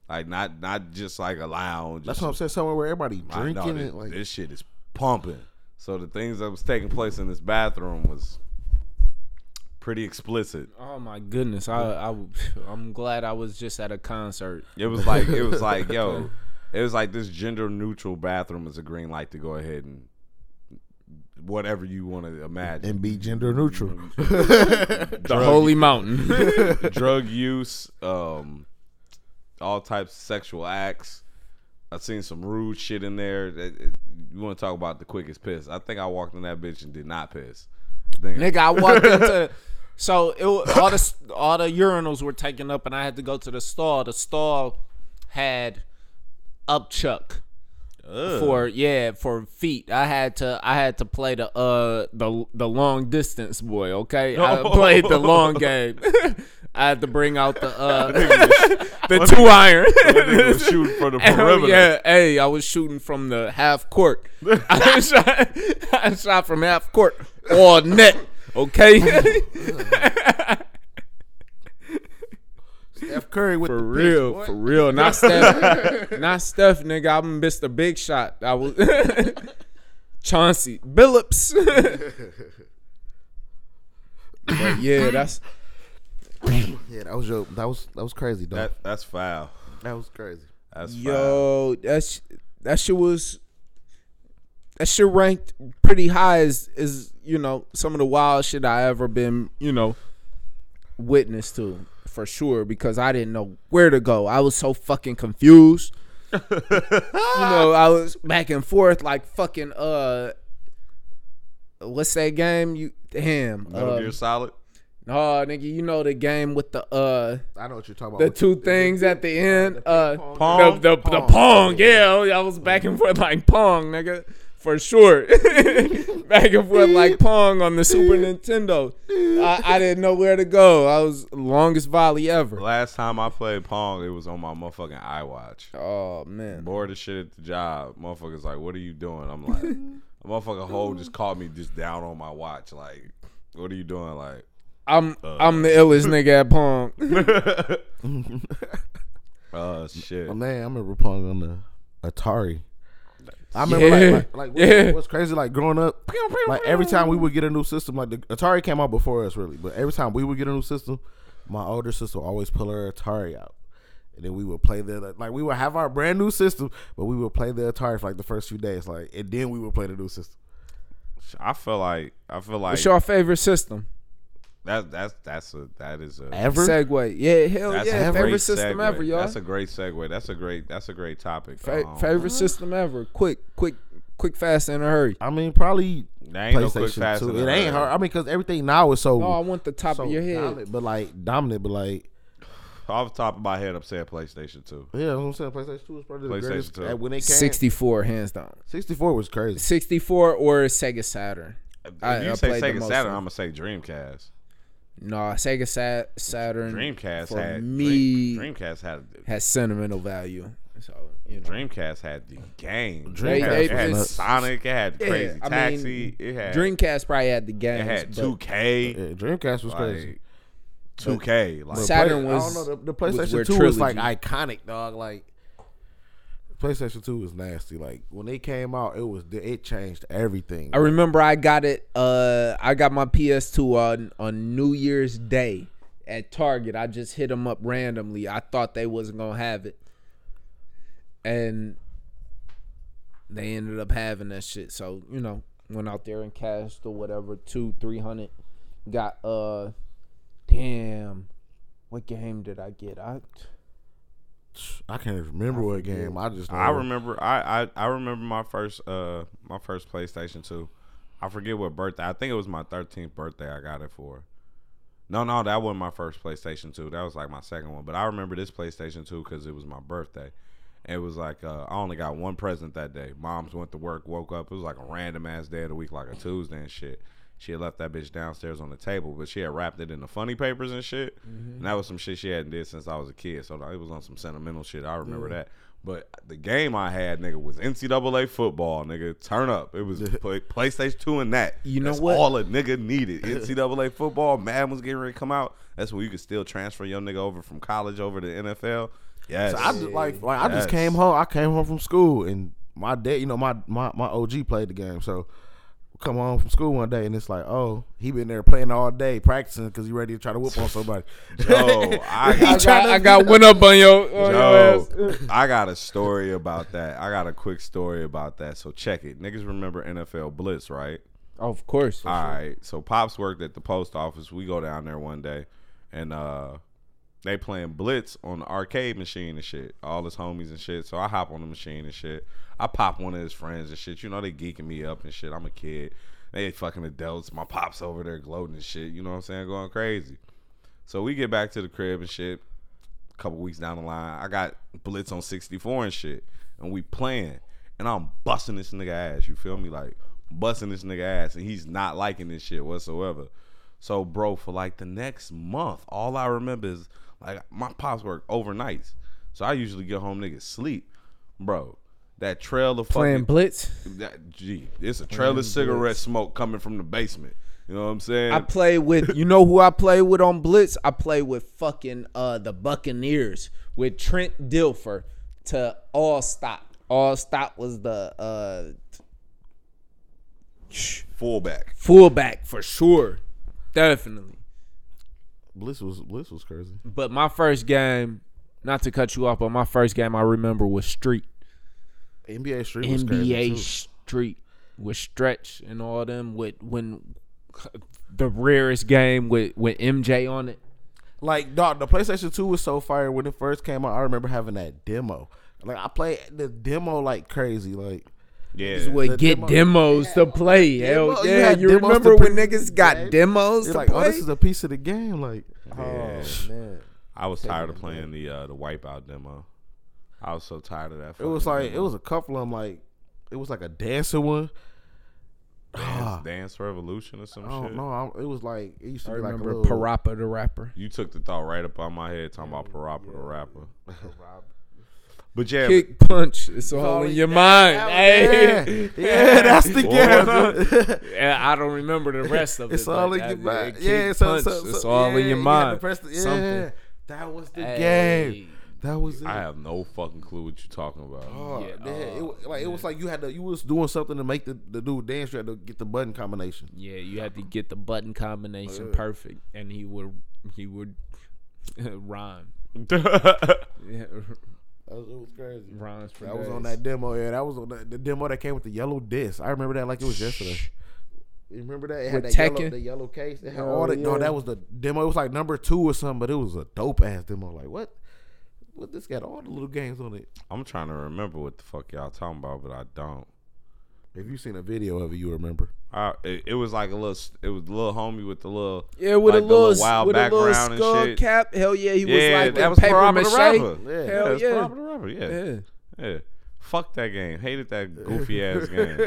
Speaker 2: Like not not just like a lounge.
Speaker 1: That's what I'm saying. Somewhere where everybody
Speaker 2: I know,
Speaker 1: drinking
Speaker 2: this,
Speaker 1: it, like
Speaker 2: this shit is pumping. So the things that was taking place in this bathroom was pretty explicit.
Speaker 3: Oh my goodness! I, I I'm glad I was just at a concert.
Speaker 2: It was like it was like yo, it was like this gender neutral bathroom is a green light to go ahead and whatever you want to imagine.
Speaker 1: and be gender neutral.
Speaker 3: The holy mountain.
Speaker 2: drug use, um, all types of sexual acts. I've seen some rude shit in there. That, it- you want to talk about the quickest piss? I think I walked in that bitch and did not piss. I think-
Speaker 3: Nigga, I walked into. So it wa- all the s- all the urinals were taken up, and I had to go to the stall. The stall had upchuck for yeah for feet. I had to I had to play the uh the the long distance boy. Okay,
Speaker 2: Oh.
Speaker 3: I played the long game. I had to bring out the uh the two iron.
Speaker 2: That nigga was shooting from the perimeter.
Speaker 3: Yeah, hey, I was shooting from the half court. I shot, I shot from half court all net. Okay,
Speaker 1: Steph Curry with
Speaker 3: for
Speaker 1: the
Speaker 3: real, for real. Not Steph, not Steph, nigga. I missed a big shot. I was Chauncey Billups. but yeah, that's
Speaker 1: Yeah, that was your, that was that was crazy, dog. That,
Speaker 2: That, that's foul.
Speaker 1: was crazy.
Speaker 2: That's foul.
Speaker 3: yo. That's that shit was. That shit ranked pretty high as is you know some of the wild shit I ever been you know witness to for sure because I didn't know where to go. I was so fucking confused. you know, I was back and forth like fucking uh what's that game you damn
Speaker 2: Metal
Speaker 3: um,
Speaker 2: Gear Solid.
Speaker 3: nah, nigga you know the game with the uh
Speaker 1: I know what you're talking about.
Speaker 3: the
Speaker 1: What
Speaker 3: two
Speaker 1: you-
Speaker 3: things at the end uh
Speaker 2: Pong?
Speaker 3: the the pong, the pong. yeah I was back and forth like pong nigga for sure back and forth like pong on the Super Nintendo I, I didn't know where to go I was longest volley ever
Speaker 2: Last time I played Pong, it was on my motherfucking iWatch.
Speaker 3: oh man
Speaker 2: Bored as shit at the job. Motherfuckers like, what are you doing? I'm like, a motherfucker hole just called me just down on my watch. Like, what are you doing? Like,
Speaker 3: I'm I'm the illest nigga at pong
Speaker 2: oh shit.
Speaker 1: Oh, man, I remember playing on the Atari. I remember
Speaker 3: Yeah.
Speaker 1: like, like, like what-
Speaker 3: Yeah.
Speaker 1: what's crazy like growing up, like every time we would get a new system, like the Atari came out before us really, but every time we would get a new system, my older sister would always pull her Atari out. And then we would play the like we would have our brand new system, but we would play the Atari for like the first few days, like and then we would play the new system.
Speaker 2: I feel like I feel like
Speaker 3: What's your favorite system?
Speaker 2: that that's that's a that is a
Speaker 1: Ever?
Speaker 3: Segway. Yeah, hell
Speaker 2: that's
Speaker 3: yeah.
Speaker 2: a
Speaker 3: Favorite
Speaker 2: great
Speaker 3: system
Speaker 2: segue.
Speaker 3: ever, y'all.
Speaker 2: That's a great segue. That's a great that's a great topic.
Speaker 3: Fa-
Speaker 2: Um,
Speaker 3: favorite system ever. Quick, quick, quick, fast, and a hurry.
Speaker 1: I mean, probably
Speaker 2: There ain't no quick
Speaker 1: PlayStation
Speaker 2: fast.
Speaker 1: 2.
Speaker 2: in
Speaker 1: It
Speaker 2: the
Speaker 1: ain't
Speaker 2: hood.
Speaker 1: hard. I mean, because everything now is so
Speaker 3: No, I want the Oh, top
Speaker 1: so
Speaker 3: of your head.
Speaker 1: dominant, but like dominant, but like
Speaker 2: Off the top of my head, I'm saying PlayStation Two.
Speaker 1: yeah, that's what I'm saying PlayStation Two was probably the
Speaker 2: PlayStation
Speaker 1: greatest.
Speaker 2: 2.
Speaker 1: uh, When it came,
Speaker 3: 64, hands down.
Speaker 1: 64 was crazy.
Speaker 3: 64 or Sega Saturn.
Speaker 2: If
Speaker 3: I-
Speaker 2: you
Speaker 3: I
Speaker 2: say
Speaker 3: played the
Speaker 2: Sega
Speaker 3: most
Speaker 2: Saturn,
Speaker 3: of-
Speaker 2: I'm gonna say Dreamcast.
Speaker 3: No, Sega Sat- Saturn.
Speaker 2: Dreamcast
Speaker 3: Mm, for
Speaker 2: had
Speaker 3: me
Speaker 2: Dream, Dreamcast had
Speaker 3: has sentimental value. So you know,
Speaker 2: Dreamcast had the game. Dreamcast
Speaker 1: They-
Speaker 2: it
Speaker 1: they
Speaker 2: had
Speaker 1: just-
Speaker 2: Sonic. It had
Speaker 3: Yeah,
Speaker 2: Crazy
Speaker 3: I mean,
Speaker 2: Taxi. it had
Speaker 3: Dreamcast probably had the
Speaker 2: It
Speaker 3: games.
Speaker 2: had
Speaker 3: but
Speaker 2: Two
Speaker 1: Yeah,
Speaker 2: K.
Speaker 1: Dreamcast was crazy.
Speaker 2: Like Two K. Like
Speaker 3: Sa- Saturn
Speaker 1: Play-
Speaker 3: was-
Speaker 1: I don't know. The, the
Speaker 3: was
Speaker 1: PlayStation
Speaker 3: where
Speaker 1: Two was like
Speaker 3: trilogy-
Speaker 1: iconic, dog. Like PlayStation Two was nasty. Like when they came out, it was it changed everything.
Speaker 3: I remember I got it. Uh, I got my PS2 on on New Year's Day at Target. I just hit them up randomly. I thought they wasn't gonna have it, and they ended up having that shit. So you know, went out there and cashed or whatever, two three hundred. Got uh, damn, what game did I get? I
Speaker 1: I can't even remember what game. I just know
Speaker 2: I remember. I, I I remember my first uh my first PlayStation Two. I forget what birthday. I think it was my 13th birthday. I got it for. No, no, that wasn't my first PlayStation Two. That was like my second one. But I remember this PlayStation Two because it was my birthday. It was like uh, I only got one present that day. Mom's went to work, woke up. It was like a random ass day of the week, like a Tuesday and shit. She had left that bitch downstairs on the table, but she had wrapped it in the funny papers and shit.
Speaker 3: Mm-hmm.
Speaker 2: And that was some shit she hadn't did since I was a kid. So like, it was on some sentimental shit. I remember that. But the game I had, nigga, was NCAA football, nigga. Turn up. It was play, PlayStation 2 and that.
Speaker 3: You know
Speaker 2: That's
Speaker 3: what?
Speaker 2: all a nigga needed. NCAA football, Madden was getting ready to come out. That's when you could still transfer your nigga over from college over to NFL. Yes.
Speaker 1: So I just like like I just
Speaker 2: Yes.
Speaker 1: came home. I came home from school and my dad, you know, my my my OG played the game. So come home from school one day and it's like, oh, he been there playing all day practicing because he ready to try to whoop on somebody.
Speaker 2: Yo, I
Speaker 3: I
Speaker 2: got,
Speaker 3: got, I got one up on your, on your ass.
Speaker 2: yo, I got a story about that. I got a quick story about that. So check it. Niggas remember NFL Blitz, right?
Speaker 3: of course.
Speaker 2: All right. So Pops worked at the post office. We go down there one day and uh they playing Blitz on the arcade machine and shit. All his homies and shit. So I hop on the machine and shit. I pop one of his friends and shit. You know they geeking me up and shit. I'm a kid. They fucking adults. My pops over there gloating and shit. You know what I'm saying? Going crazy. So we get back to the crib and shit. A couple weeks down the line, I got Blitz on 64 and shit, and we playing, and I'm busting this nigga ass. You feel me? Like busting this nigga ass, and he's not liking this shit whatsoever. So, bro, for like the next month, all I remember is like my pops work overnights, so I usually get home niggas sleep, bro. That trail of
Speaker 3: Playing
Speaker 2: fucking
Speaker 3: blitz.
Speaker 2: that, gee, it's a trail of cigarette smoke coming from the basement. You know what I'm saying?
Speaker 3: I play with you know who I play with on Blitz? I play with fucking uh the Buccaneers with Trent Dilfer to All Stop. All Stop was the uh
Speaker 2: Fullback.
Speaker 3: fullback for sure. Definitely.
Speaker 1: Bliss was Bliss was crazy.
Speaker 3: But my first game, not to cut you off, but my first game I remember was Street.
Speaker 1: NBA Street was crazy
Speaker 3: NBA
Speaker 1: too.
Speaker 3: Street with Stretch and all them with when the rarest game with with MJ on it.
Speaker 1: Like dog, the PlayStation Two was so fire when it first came out. I remember having that demo. Like I played the demo like crazy. Like
Speaker 2: Yeah.
Speaker 3: Would
Speaker 1: The
Speaker 3: get
Speaker 1: demo-
Speaker 3: demos to play. Hell
Speaker 1: Demo- you
Speaker 3: yeah!
Speaker 1: had
Speaker 3: You,
Speaker 1: demos
Speaker 3: remember
Speaker 1: to
Speaker 3: when
Speaker 1: play.
Speaker 3: niggas got
Speaker 1: Yeah.
Speaker 3: demos
Speaker 1: it's
Speaker 3: to
Speaker 1: like,
Speaker 3: play?
Speaker 1: oh, this is a piece of the game. Like oh,
Speaker 2: Yeah.
Speaker 1: man,
Speaker 2: I was tired of playing the uh, the wipeout demo. I was so tired of that. uh,
Speaker 1: it was like it was a couple of them. Like it was like a dancing one.
Speaker 2: Dance, Dance Revolution or some
Speaker 1: Ah. I don't
Speaker 2: shit.
Speaker 1: know. I- It was like it used to
Speaker 3: I
Speaker 1: be like a
Speaker 3: remember
Speaker 1: little.
Speaker 3: Parappa the rapper.
Speaker 2: You took the thought right up on my head talking about Parappa the rapper. But yeah,
Speaker 3: Kick punch. It's all in your mind.
Speaker 1: yeah,
Speaker 3: Hey,
Speaker 1: yeah, that's the
Speaker 2: Boy,
Speaker 1: game.
Speaker 3: Yeah, I don't remember the rest of it.
Speaker 1: It's all in
Speaker 3: like
Speaker 1: your
Speaker 3: that.
Speaker 1: mind.
Speaker 3: Kick
Speaker 1: Yeah, so,
Speaker 3: punch.
Speaker 1: so, so,
Speaker 3: it's all in
Speaker 1: yeah,
Speaker 3: your
Speaker 1: you had to
Speaker 3: mind.
Speaker 1: press the- yeah,
Speaker 3: Something.
Speaker 1: that was the
Speaker 3: Hey.
Speaker 1: game. That was it.
Speaker 2: I have no fucking clue what you're talking about.
Speaker 1: Oh,
Speaker 3: Yeah,
Speaker 1: man.
Speaker 3: oh,
Speaker 1: it, wa- like it was like you had to you was doing something to make the, the dude dance. You had to get the button combination.
Speaker 3: Yeah, you had to get the button combination
Speaker 1: Uh.
Speaker 3: perfect, and he would he would rhyme.
Speaker 1: Ah.
Speaker 3: Yeah,
Speaker 1: That was, it was crazy.
Speaker 3: rhymes for
Speaker 1: That was
Speaker 3: days.
Speaker 1: on that demo. Yeah, that was on that, the demo that came with the yellow disc. I remember that like it was yesterday. You remember that? It had
Speaker 3: With
Speaker 1: that yellow,
Speaker 3: Tekken?
Speaker 1: the yellow case. It had
Speaker 3: Hell
Speaker 1: all that. No,
Speaker 3: yeah.
Speaker 1: that was the demo. It was like number two or something, but it was a dope ass demo. Like what? What this got all the little games on it.
Speaker 2: I'm trying to remember what the fuck y'all talking about, but I don't.
Speaker 1: If you seen a video of it, you remember.
Speaker 2: I, it, it was like a little, s- it was a little homie with the little,
Speaker 3: Yeah, with
Speaker 2: like
Speaker 3: a
Speaker 2: the
Speaker 3: little,
Speaker 2: wild
Speaker 3: with a little
Speaker 2: background
Speaker 3: skull
Speaker 2: and shit.
Speaker 3: cap. Hell yeah, he was
Speaker 2: yeah,
Speaker 3: like
Speaker 2: that
Speaker 3: the
Speaker 2: was
Speaker 3: paper
Speaker 2: Parappa the
Speaker 3: mache.
Speaker 2: Rapper.
Speaker 1: Yeah.
Speaker 3: Hell
Speaker 2: that's
Speaker 3: yeah.
Speaker 2: Parappa the Rapper. Yeah.
Speaker 3: Yeah,
Speaker 2: Yeah. Fuck that game. Hated that goofy ass game.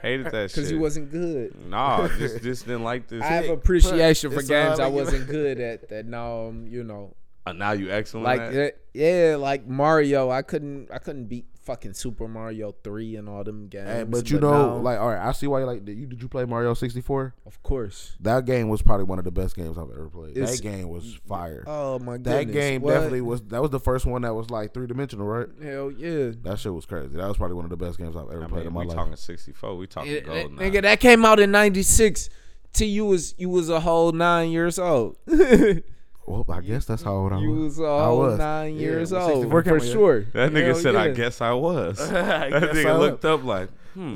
Speaker 2: Hated that shit.
Speaker 3: because he wasn't good.
Speaker 2: Nah, just just didn't like this.
Speaker 3: I have appreciation for
Speaker 1: It's
Speaker 3: games
Speaker 1: all
Speaker 3: I
Speaker 1: in your-
Speaker 3: wasn't good at. That now, um, you know,
Speaker 2: Uh, now you excellent.
Speaker 3: like
Speaker 2: at?
Speaker 3: that- yeah, like Mario. I couldn't, I couldn't beat fucking Super Mario three and all them games.
Speaker 1: Hey, but you know,
Speaker 3: now,
Speaker 1: like, all right, I see why you like. Did you did you play Mario sixty four?
Speaker 3: of course.
Speaker 1: That game was probably one of the best games I've ever played.
Speaker 3: It's-
Speaker 1: That game was fire.
Speaker 3: Oh my god,
Speaker 1: that game definitely was. That was the first one that was like three dimensional, right?
Speaker 3: Hell yeah.
Speaker 1: That shit was crazy. That was probably one of the best games I've ever
Speaker 2: I
Speaker 1: played
Speaker 2: mean,
Speaker 1: in my
Speaker 2: we
Speaker 1: life.
Speaker 2: talking 64. We talking
Speaker 3: It-
Speaker 2: gold
Speaker 3: that-
Speaker 2: now.
Speaker 3: nigga, that came out in '96. T, you was you was a whole nine years old. you
Speaker 1: Well, I guess that's how old I was.
Speaker 3: was a
Speaker 1: Uh-huh. I
Speaker 3: whole
Speaker 1: was.
Speaker 3: nine
Speaker 1: Yeah,
Speaker 3: years
Speaker 1: when
Speaker 3: old
Speaker 1: 64 came
Speaker 3: for
Speaker 1: out, yeah.
Speaker 3: sure.
Speaker 2: That nigga
Speaker 3: Hell
Speaker 2: said, "I
Speaker 3: yeah.
Speaker 2: guess I was." that
Speaker 1: guess
Speaker 2: nigga
Speaker 1: I
Speaker 2: looked up like, "Hmm."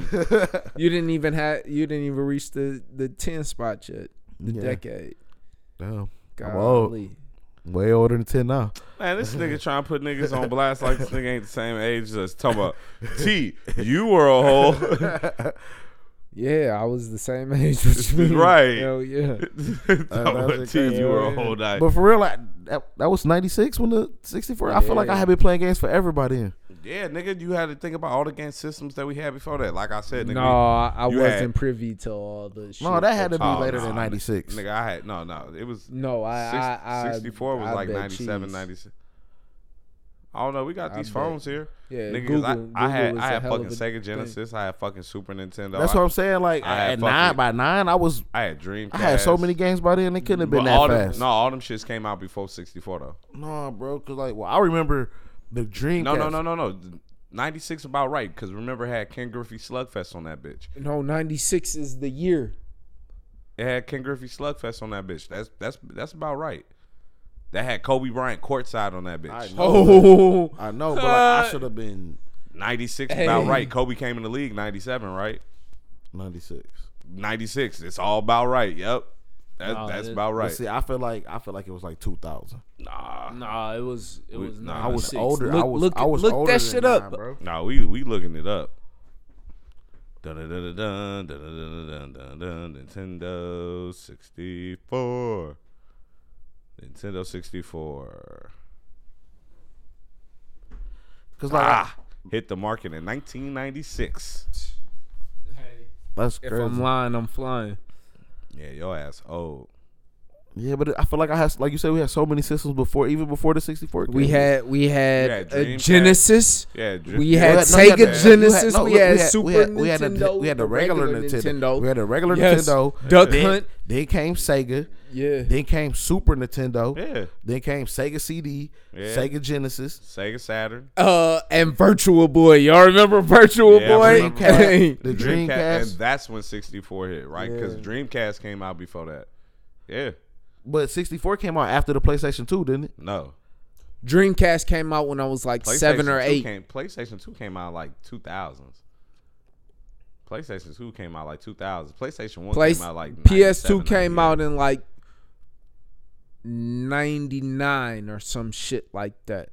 Speaker 3: You didn't even have you didn't even reach the the ten spot yet. The
Speaker 1: Yeah.
Speaker 3: decade.
Speaker 1: Damn, I'm old.
Speaker 3: Golly.
Speaker 1: way older than ten now.
Speaker 2: Man, this nigga trying to put niggas on blast like this nigga ain't the same age as us. Talking about T, you were a hole.
Speaker 3: Yeah, I was the same age with you.
Speaker 2: Right.
Speaker 3: Hell yeah.
Speaker 2: Talking about T,
Speaker 1: crazy.
Speaker 2: you were a whole night.
Speaker 1: But for real, like that, that was ninety six when the sixty four. I feel like
Speaker 3: Yeah.
Speaker 1: I have been playing games forever by then.
Speaker 2: Yeah, nigga, you had to think about all the game systems that we had before that. Like I said, nigga,
Speaker 3: No, I I
Speaker 2: you
Speaker 3: wasn't
Speaker 2: had-
Speaker 3: privy to all the shit.
Speaker 1: No, that had to be
Speaker 2: Oh,
Speaker 1: later
Speaker 2: nah,
Speaker 1: than ninety six.
Speaker 2: nigga, I had no, no, it was
Speaker 3: No, I,
Speaker 2: Six-
Speaker 3: I, I
Speaker 2: 64 was
Speaker 3: I
Speaker 2: like
Speaker 3: bet
Speaker 2: 97,
Speaker 3: cheese.
Speaker 2: 96. I don't know. We got
Speaker 3: I
Speaker 2: these
Speaker 3: bet.
Speaker 2: phones here.
Speaker 3: Yeah,
Speaker 2: Niggas,
Speaker 3: Google-
Speaker 2: I, I
Speaker 3: Google
Speaker 2: had
Speaker 3: is
Speaker 2: I
Speaker 3: a
Speaker 2: had
Speaker 3: hell of
Speaker 2: fucking
Speaker 3: a
Speaker 2: Sega
Speaker 3: thing.
Speaker 2: Genesis. I had fucking Super Nintendo.
Speaker 1: That's
Speaker 2: I,
Speaker 1: what I'm saying. Like
Speaker 2: I had
Speaker 1: at
Speaker 2: fucking-
Speaker 1: nine by nine, I was.
Speaker 2: I had Dreamcast.
Speaker 1: I had so many games by then. They couldn't have been
Speaker 2: But all
Speaker 1: that
Speaker 2: them-
Speaker 1: fast.
Speaker 2: no, all them shits came out before 64 though.
Speaker 1: No, bro, because like, well, I remember the Dreamcast.
Speaker 2: No, no, no, no, no. 96 about right because remember it had Ken Griffey Slugfest on that bitch.
Speaker 3: No, 96 is the year.
Speaker 2: It had Ken Griffey Slugfest on that bitch. That's that's that's about right. That had Kobe Bryant courtside on that
Speaker 1: I
Speaker 2: bitch.
Speaker 1: know.
Speaker 3: Oh.
Speaker 1: I know, but
Speaker 2: Uh,
Speaker 1: like, I should have been
Speaker 2: 96 about
Speaker 3: Hey.
Speaker 2: right. Kobe came in the league 97, right?
Speaker 1: ninety six.
Speaker 2: 96. It's all about right. Yep. That,
Speaker 4: No,
Speaker 2: that's
Speaker 4: it-
Speaker 2: about
Speaker 1: But
Speaker 2: right.
Speaker 1: see, I feel like I feel like it was like two thousand.
Speaker 2: Nah.
Speaker 4: Nah, it was it was
Speaker 2: nah,
Speaker 4: not.
Speaker 2: I was
Speaker 1: older. I was-
Speaker 4: look,
Speaker 1: I was
Speaker 4: look
Speaker 1: older
Speaker 4: that
Speaker 1: than
Speaker 4: shit
Speaker 1: nine,
Speaker 4: up.
Speaker 1: bro.
Speaker 2: Nah, we we looking it up. Dun dun dun dun dun dun dun dun dun dun Nintendo 64. Nintendo 64.
Speaker 1: Cause like
Speaker 2: Ah, hit the market in 1996.
Speaker 1: that's
Speaker 3: If
Speaker 1: crazy.
Speaker 3: I'm lying, I'm flying.
Speaker 2: Yeah, your ass old.
Speaker 1: yeah, but I feel like I had like you said we had so many systems before, even before the sixty four.
Speaker 3: We had we had
Speaker 2: Yeah,
Speaker 3: a
Speaker 2: Dreamcast.
Speaker 3: Genesis.
Speaker 2: Yeah, dri-
Speaker 3: We had Sega Genesis. we, had Super
Speaker 1: we had,
Speaker 3: Nintendo.
Speaker 1: we had, the, we had the regular Nintendo. We had the regular
Speaker 3: Yes.
Speaker 1: Nintendo.
Speaker 3: Duck
Speaker 1: then,
Speaker 3: Hunt.
Speaker 1: Then came Sega.
Speaker 3: Yeah.
Speaker 1: Then came Super Nintendo.
Speaker 2: Yeah.
Speaker 1: Then came Sega CD.
Speaker 2: Yeah.
Speaker 1: Sega Genesis.
Speaker 2: Sega Saturn.
Speaker 3: Uh, and Virtual Boy. Y'all remember Virtual
Speaker 2: Yeah, I
Speaker 3: Boy?
Speaker 2: remember
Speaker 3: Hey.
Speaker 1: The
Speaker 2: Dreamcast.
Speaker 1: Dreamcast.
Speaker 2: And that's when 64 hit, right? Because Dreamcast came out before that. Yeah.
Speaker 1: But 64 came out after the PlayStation 2, didn't it?
Speaker 2: No.
Speaker 3: Dreamcast came out when I was like seven or
Speaker 2: PlayStation 2
Speaker 3: eight.
Speaker 2: Came, PlayStation 2 came out like 2000s. PlayStation 2 came out like 2000s. PlayStation 1
Speaker 3: Place,
Speaker 2: came out like
Speaker 3: PS2
Speaker 2: 97,
Speaker 3: came
Speaker 2: 98.
Speaker 3: out in like 99 or some shit like that.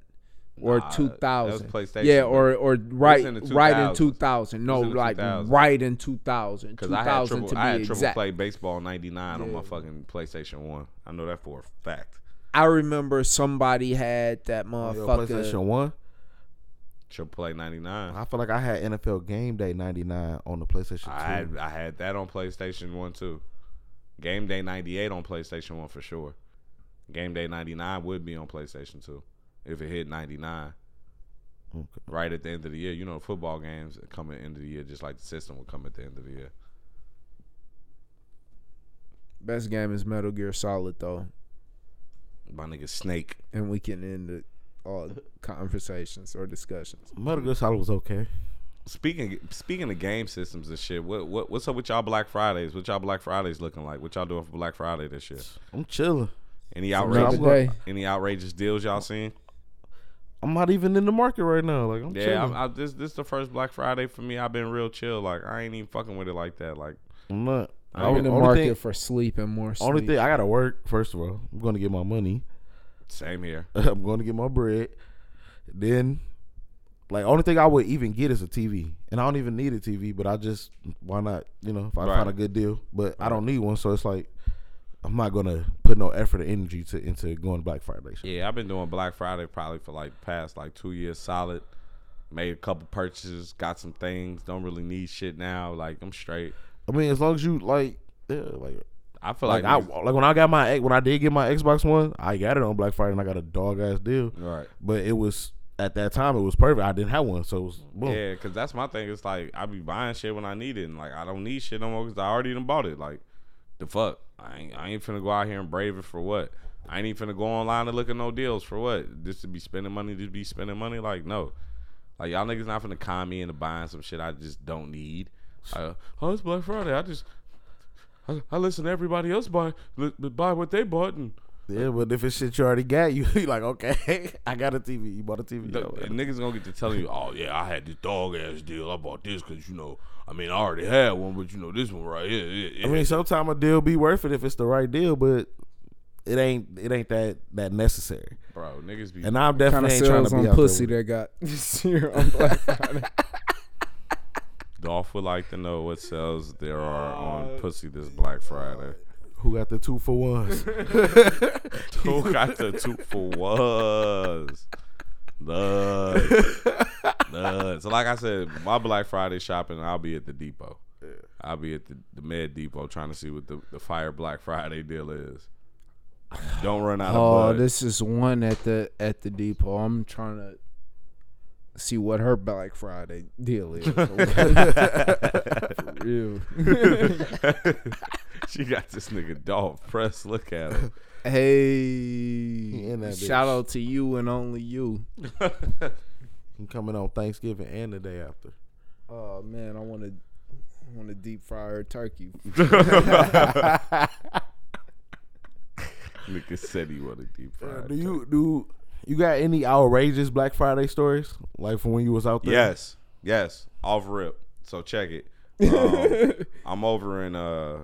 Speaker 3: Or
Speaker 2: Nah, that was
Speaker 3: 2000.
Speaker 2: PlayStation,
Speaker 3: Yeah,
Speaker 2: bro.
Speaker 3: or or right
Speaker 2: in the
Speaker 3: right in
Speaker 2: 2000s.
Speaker 3: 2000. No,
Speaker 2: in the
Speaker 3: like
Speaker 2: 2000s.
Speaker 3: right in 2000.
Speaker 2: Because I had
Speaker 3: 2000
Speaker 2: triple,
Speaker 3: to be
Speaker 2: I had triple
Speaker 3: exact.
Speaker 2: play baseball 99 on my fucking PlayStation 1. I know that for a fact.
Speaker 3: I remember somebody had that
Speaker 1: Yo,
Speaker 3: motherfucker.
Speaker 1: PlayStation 1.
Speaker 2: Triple play 99.
Speaker 1: I feel like I had NFL Game Day 99 on the PlayStation 2.
Speaker 2: I had, I had that on PlayStation 1 too. Game Day 98 on PlayStation 1 for sure. Game Day 99 would be on PlayStation 2 if it hit 99.
Speaker 1: Okay.
Speaker 2: Right at the end of the year. You know, football games come at the end of the year just like the system will come at the end of the year.
Speaker 3: Best game is Metal Gear Solid though,
Speaker 2: My nigga Snake.
Speaker 3: and we can end it, all conversations or discussions.
Speaker 1: Metal Gear Solid was okay.
Speaker 2: Speaking speaking of game systems and shit, what, what what's up with y'all Black Fridays? What y'all Black Fridays looking like? What y'all doing for Black Friday this year?
Speaker 1: I'm chilling.
Speaker 2: Any
Speaker 3: Another
Speaker 2: outrageous
Speaker 3: day.
Speaker 2: any outrageous deals y'all seen?
Speaker 1: I'm not even in the market right now. Like I'm
Speaker 2: Yeah,
Speaker 1: chilling.
Speaker 2: I'm, I, this this the first Black Friday for me. I've been real chill. Like I ain't even fucking with it like that. Like
Speaker 1: I'm not. I
Speaker 3: I'm
Speaker 1: was-
Speaker 3: in the
Speaker 1: only
Speaker 3: market
Speaker 1: thing-
Speaker 3: for sleep and more sleep.
Speaker 1: Only thing I gotta work first of all. I'm gonna get my money.
Speaker 2: same here.
Speaker 1: I'm gonna get my bread. Then, like, only thing I would even get is a TV, and I don't even need a TV. But I just why not? You know, if I
Speaker 2: Right.
Speaker 1: find a good deal, but I don't need one, so it's like I'm not gonna put no effort or energy to into going Black Friday. shit.
Speaker 2: Yeah, I've been doing Black Friday probably for like past like two years solid. Made a couple purchases, got some things. Don't really need shit now. Like I'm straight.
Speaker 1: I mean, as long as you like, yeah, like,
Speaker 2: I feel like,
Speaker 1: like I like when I got my when I did get my Xbox One, I got it on Black Friday, and I got a dog ass deal.
Speaker 2: right.
Speaker 1: But it was at that time it was perfect. I didn't have one, so it was boom.
Speaker 2: Yeah, cause that's my thing. It's like I be buying shit when I need it, and like I don't need shit no more because I already done bought it. Like the fuck, I ain't I ain't finna go out here and brave it for what? I ain't even finna go online and look at no deals for what? Just to be spending money, just be spending money. Like no, like y'all niggas not finna con me into buying some shit I just don't need. Uh, oh, it's Black Friday. I just I, I listen to everybody else buy li- buy what they bought and
Speaker 1: Yeah, but if it's shit you already got, you you like okay, I got a TV. You bought a TV.
Speaker 2: The, and niggas gonna get to telling you, oh yeah, I had this dog ass deal. I bought this because you know, I mean, I already had one, but you know, this one right here. It, it,
Speaker 1: I mean, sometimes a deal be worth it if it's the right deal, but it ain't it ain't that that necessary.
Speaker 2: bro, niggas be.
Speaker 1: And I'm
Speaker 3: kind of
Speaker 1: definitely ain't trying
Speaker 3: sales
Speaker 1: to be
Speaker 3: on
Speaker 1: out
Speaker 3: pussy
Speaker 1: There with-
Speaker 3: they got this year on Black Friday.
Speaker 2: Dolph would like to know what sales there are on pussy this Black Friday.
Speaker 1: who got the two for ones?
Speaker 2: Who got the two for was? Nuts. Nuts. So like I said, my Black Friday shopping, I'll be at the depot. I'll be at the, the Med Depot trying to see what the, the Fire Black Friday deal is. Don't run out of
Speaker 3: oh,
Speaker 2: bud.
Speaker 3: this is one at the at the depot. I'm trying to see what her Black Friday deal is. For real.
Speaker 2: she got this nigga dog press. Look at him.
Speaker 3: Hey,
Speaker 1: in that
Speaker 3: shout
Speaker 1: bitch.
Speaker 3: out to you and only you.
Speaker 1: I'm coming on Thanksgiving and the day after.
Speaker 3: Oh man, I want to want to deep fry her turkey.
Speaker 2: Nigga said he wanted deep fried.
Speaker 1: do you do you got any outrageous Black Friday stories like from when you was out there?
Speaker 2: Yes, yes, off rip. So check it. Um, I'm over in uh,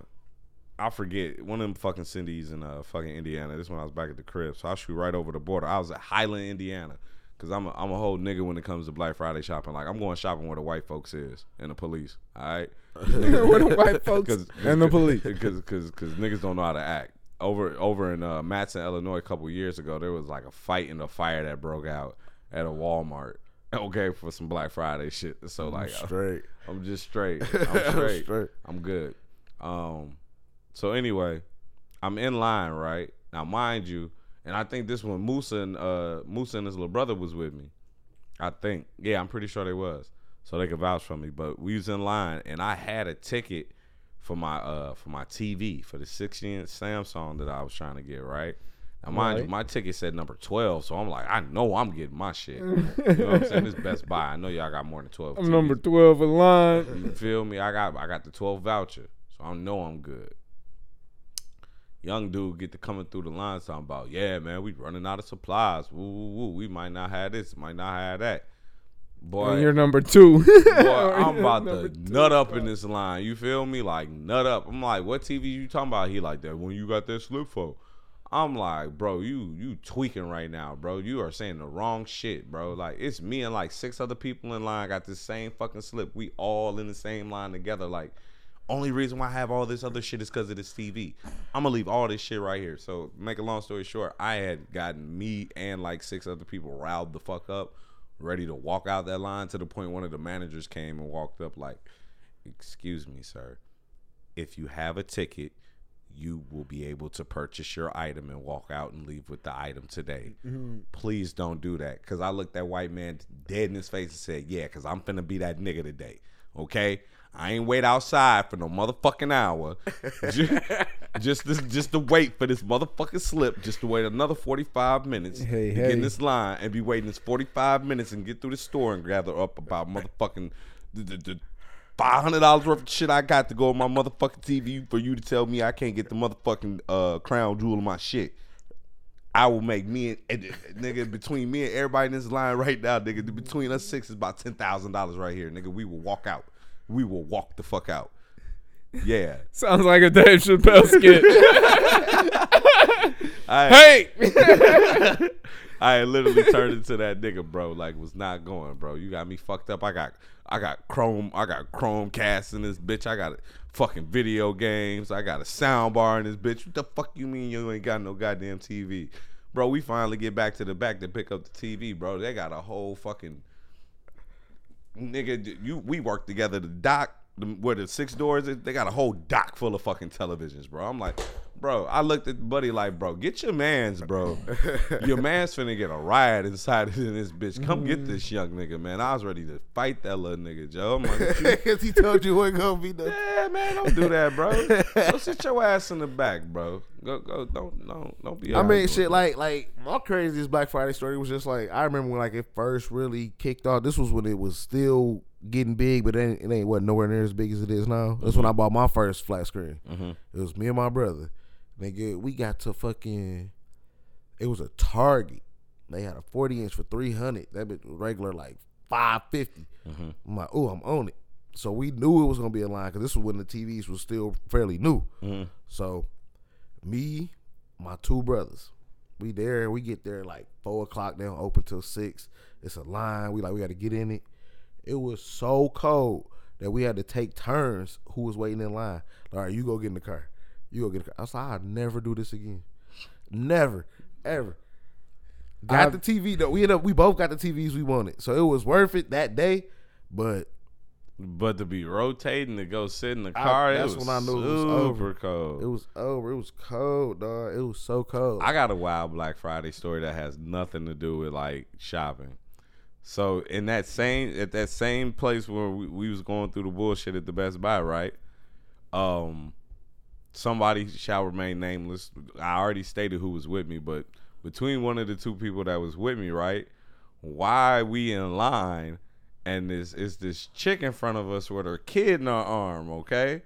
Speaker 2: I forget one of them fucking cities in uh fucking Indiana. This when I was back at the crib, so I shoot right over the border. I was at Highland, Indiana, cause I'm a, I'm a whole nigga when it comes to Black Friday shopping. Like I'm going shopping where the white folks is and the police. All right,
Speaker 3: Where the white folks
Speaker 2: cause,
Speaker 3: and the police.
Speaker 2: because because because niggas don't know how to act. Over over in uh, Matson, Illinois, a couple years ago, there was like a fight and a fire that broke out at a Walmart. Okay, for some Black Friday shit. So like, uh,
Speaker 1: Straight.
Speaker 2: I'm just straight. I'm straight.
Speaker 1: Straight.
Speaker 2: I'm good. Um, so anyway, I'm in line, right? Now, mind you, and I think this one Musa and uh Musa and his little brother was with me. I think. Yeah, I'm pretty sure they was. So they could vouch for me. But we was in line and I had a ticket for my uh for my TV for the 16 inch Samsung that I was trying to get, right? Now mind you,
Speaker 3: Right.
Speaker 2: my ticket said number 12, so I'm like, I know I'm getting my shit. you know what I'm saying? This Best Buy. I know y'all got more than 12.
Speaker 3: I'm
Speaker 2: TVs.
Speaker 3: number twelve in line.
Speaker 2: You feel me? I got I got the 12 voucher, so I know I'm good. Young dude get to coming through the line talking about, yeah, man, we running out of supplies. Woo, woo, woo. We might not have this, might not have that. Boy,
Speaker 3: And you're number two.
Speaker 2: boy, I'm about to nut up in this line. You feel me? Like nut up. I'm like, what TV you talking about? He like that when you got that slip for. I'm like, bro, you you tweaking right now, bro. You are saying the wrong shit, bro. Like it's me and like six other people in line got the same fucking slip. We all in the same line together. Like, only reason why I have all this other shit is because of this TV. I'm gonna leave all this shit right here. So make a long story short, I had gotten me and like six other people riled the fuck up ready to walk out that line to the point one of the managers came and walked up like, "Excuse me, sir. If you have a ticket, you will be able to purchase your item and walk out and leave with the item today.
Speaker 3: Mm-hmm.
Speaker 2: Please don't do that." Cuz I looked that white man dead in his face and said, "Yeah, cuz I'm finna be that nigga today." Okay? I ain't wait outside for no motherfucking hour. just just to, just to wait for this motherfucking slip, just to wait another 45 minutes
Speaker 3: Hey,
Speaker 2: to get in
Speaker 3: hey.
Speaker 2: this this line and be waiting this 45 minutes and get through the store and gather up about motherfucking the, the, the $500 worth of shit I got to go on my motherfucking TV for you to tell me I can't get the motherfucking uh, crown jewel of my shit. I will make me and, and- nigga between me and everybody in this line right now, nigga. the- Between us six is about ten thousand dollars right here, nigga. We will walk out. We will walk the fuck out. Yeah.
Speaker 3: Sounds like a Dave Chappelle skit.
Speaker 2: I,
Speaker 3: hey,
Speaker 2: I had literally turned into that nigga, bro. Like was not going, bro. You got me fucked up. I got I got Chrome, I got Chromecast in this bitch. I got fucking video games. I got a sound bar in this bitch. What the fuck you mean you ain't got no goddamn TV? Bro, we finally get back to the back to pick up the TV, bro. They got a whole fucking nigga, d- you we work together. The dock, the, where the six doors, is, they got a whole dock full of fucking televisions, bro. I'm like, bro, I looked at buddy like, bro, get your man's, bro. your man's finna get a riot inside of this bitch. Come
Speaker 1: Mm.
Speaker 2: get this young nigga, man. I was ready to fight that little nigga, Joe. I'm like, "What you
Speaker 1: Because he told you it gonna be the
Speaker 2: yeah, man, don't do that, bro. Go sit your ass in the back, bro. Go, go, don't, don't, don't be.
Speaker 1: I mean,
Speaker 2: arguing.
Speaker 1: shit, like, like my craziest Black Friday story was just like I remember when like it first really kicked off. This was when it was still getting big, but it ain't, it ain't what nowhere near as big as it is now. That's when I bought my first flat screen. It was me and my brother. Nigga, we got to fucking. It was a Target. They had a forty inch for three hundred. That bitch was regular like five I'm like, oh, I'm on it. So we knew it was gonna be a line because this was when the TVs was still fairly new. So me, my two brothers. We there, we get there like four o'clock, they don't open till six. It's a line. We like we gotta get in it. It was so cold that we had to take turns who was waiting in line. All right, you go get in the car. You go get in the car. I said, I'll never do this again. Never. Ever. Got
Speaker 3: I've-
Speaker 1: the TV though. We ended up we both got the TVs we wanted. So it was worth it that day. But
Speaker 2: but to be rotating to go sit in the car,
Speaker 1: that's
Speaker 2: it was
Speaker 1: when I knew it was
Speaker 2: super
Speaker 1: over.
Speaker 2: cold.
Speaker 1: it was over. It was cold, dog. It was so cold.
Speaker 2: I got a wild Black Friday story that has nothing to do with like shopping. So in that same at that same place where we, we was going through the bullshit at the Best Buy, right? Um, somebody shall remain nameless. I already stated who was with me, but between one of the two people that was with me, right? Why we in line? And this is this chick in front of us with her kid in her arm, okay?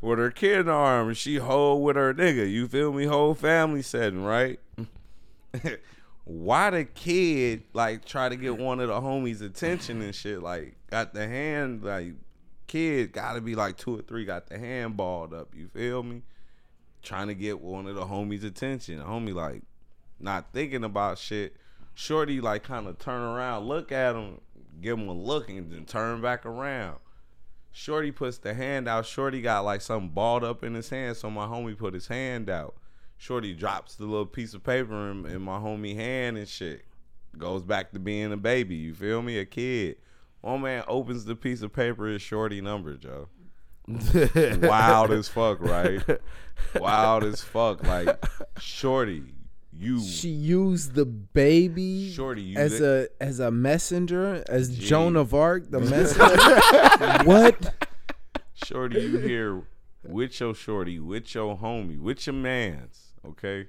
Speaker 2: with her kid in her arm and she hold with her nigga. You feel me? Whole family setting, right? Why the kid like try to get one of the homies' attention and shit? Like got the hand like kid gotta be like two or three, got the hand balled up. You feel me? Trying to get one of the homies' attention. The homie like not thinking about shit. Shorty like kind of turn around, look at him, give him a look, and then turn back around. Shorty puts the hand out. Shorty got like something balled up in his hand, so my homie put his hand out. Shorty drops the little piece of paper in, in my homie hand and shit. Goes back to being a baby. You feel me? A kid. One man opens the piece of paper. It's Shorty number, Joe. Wild as fuck, right? Wild as fuck. Like Shorty, you
Speaker 3: She used the baby
Speaker 2: Shorty, you
Speaker 3: as
Speaker 2: li-
Speaker 3: a as a messenger, as Joan of Arc, the messenger. what?
Speaker 2: Shorty, you here with your shorty, with your homie, with your mans, okay?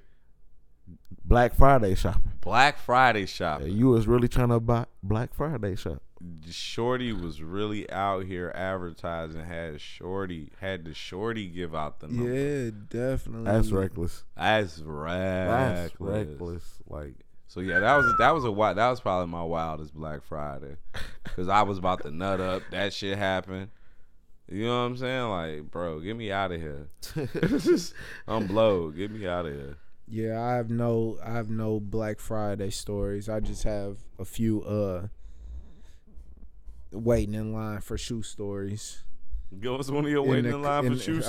Speaker 1: Black Friday shopping.
Speaker 2: Black Friday shop.
Speaker 1: You was really trying to buy Black Friday shop.
Speaker 2: Shorty was really out here advertising. Had Shorty had the Shorty give out the number.
Speaker 3: Yeah, definitely.
Speaker 1: That's reckless.
Speaker 2: That's reckless.
Speaker 1: That's reckless. Like
Speaker 2: So yeah, that was that was a wild. That was probably my wildest Black Friday, because I was about to nut up. That shit happened. You know what I'm saying? Like, bro, get me out of here. I'm blowed. Get me out of here.
Speaker 3: Yeah, I have no I have no Black Friday stories. I just have a few uh waiting in line for shoe stories.
Speaker 2: Give us one of your waiting in
Speaker 3: the-
Speaker 2: line
Speaker 3: in-
Speaker 2: for shoe
Speaker 3: Uh,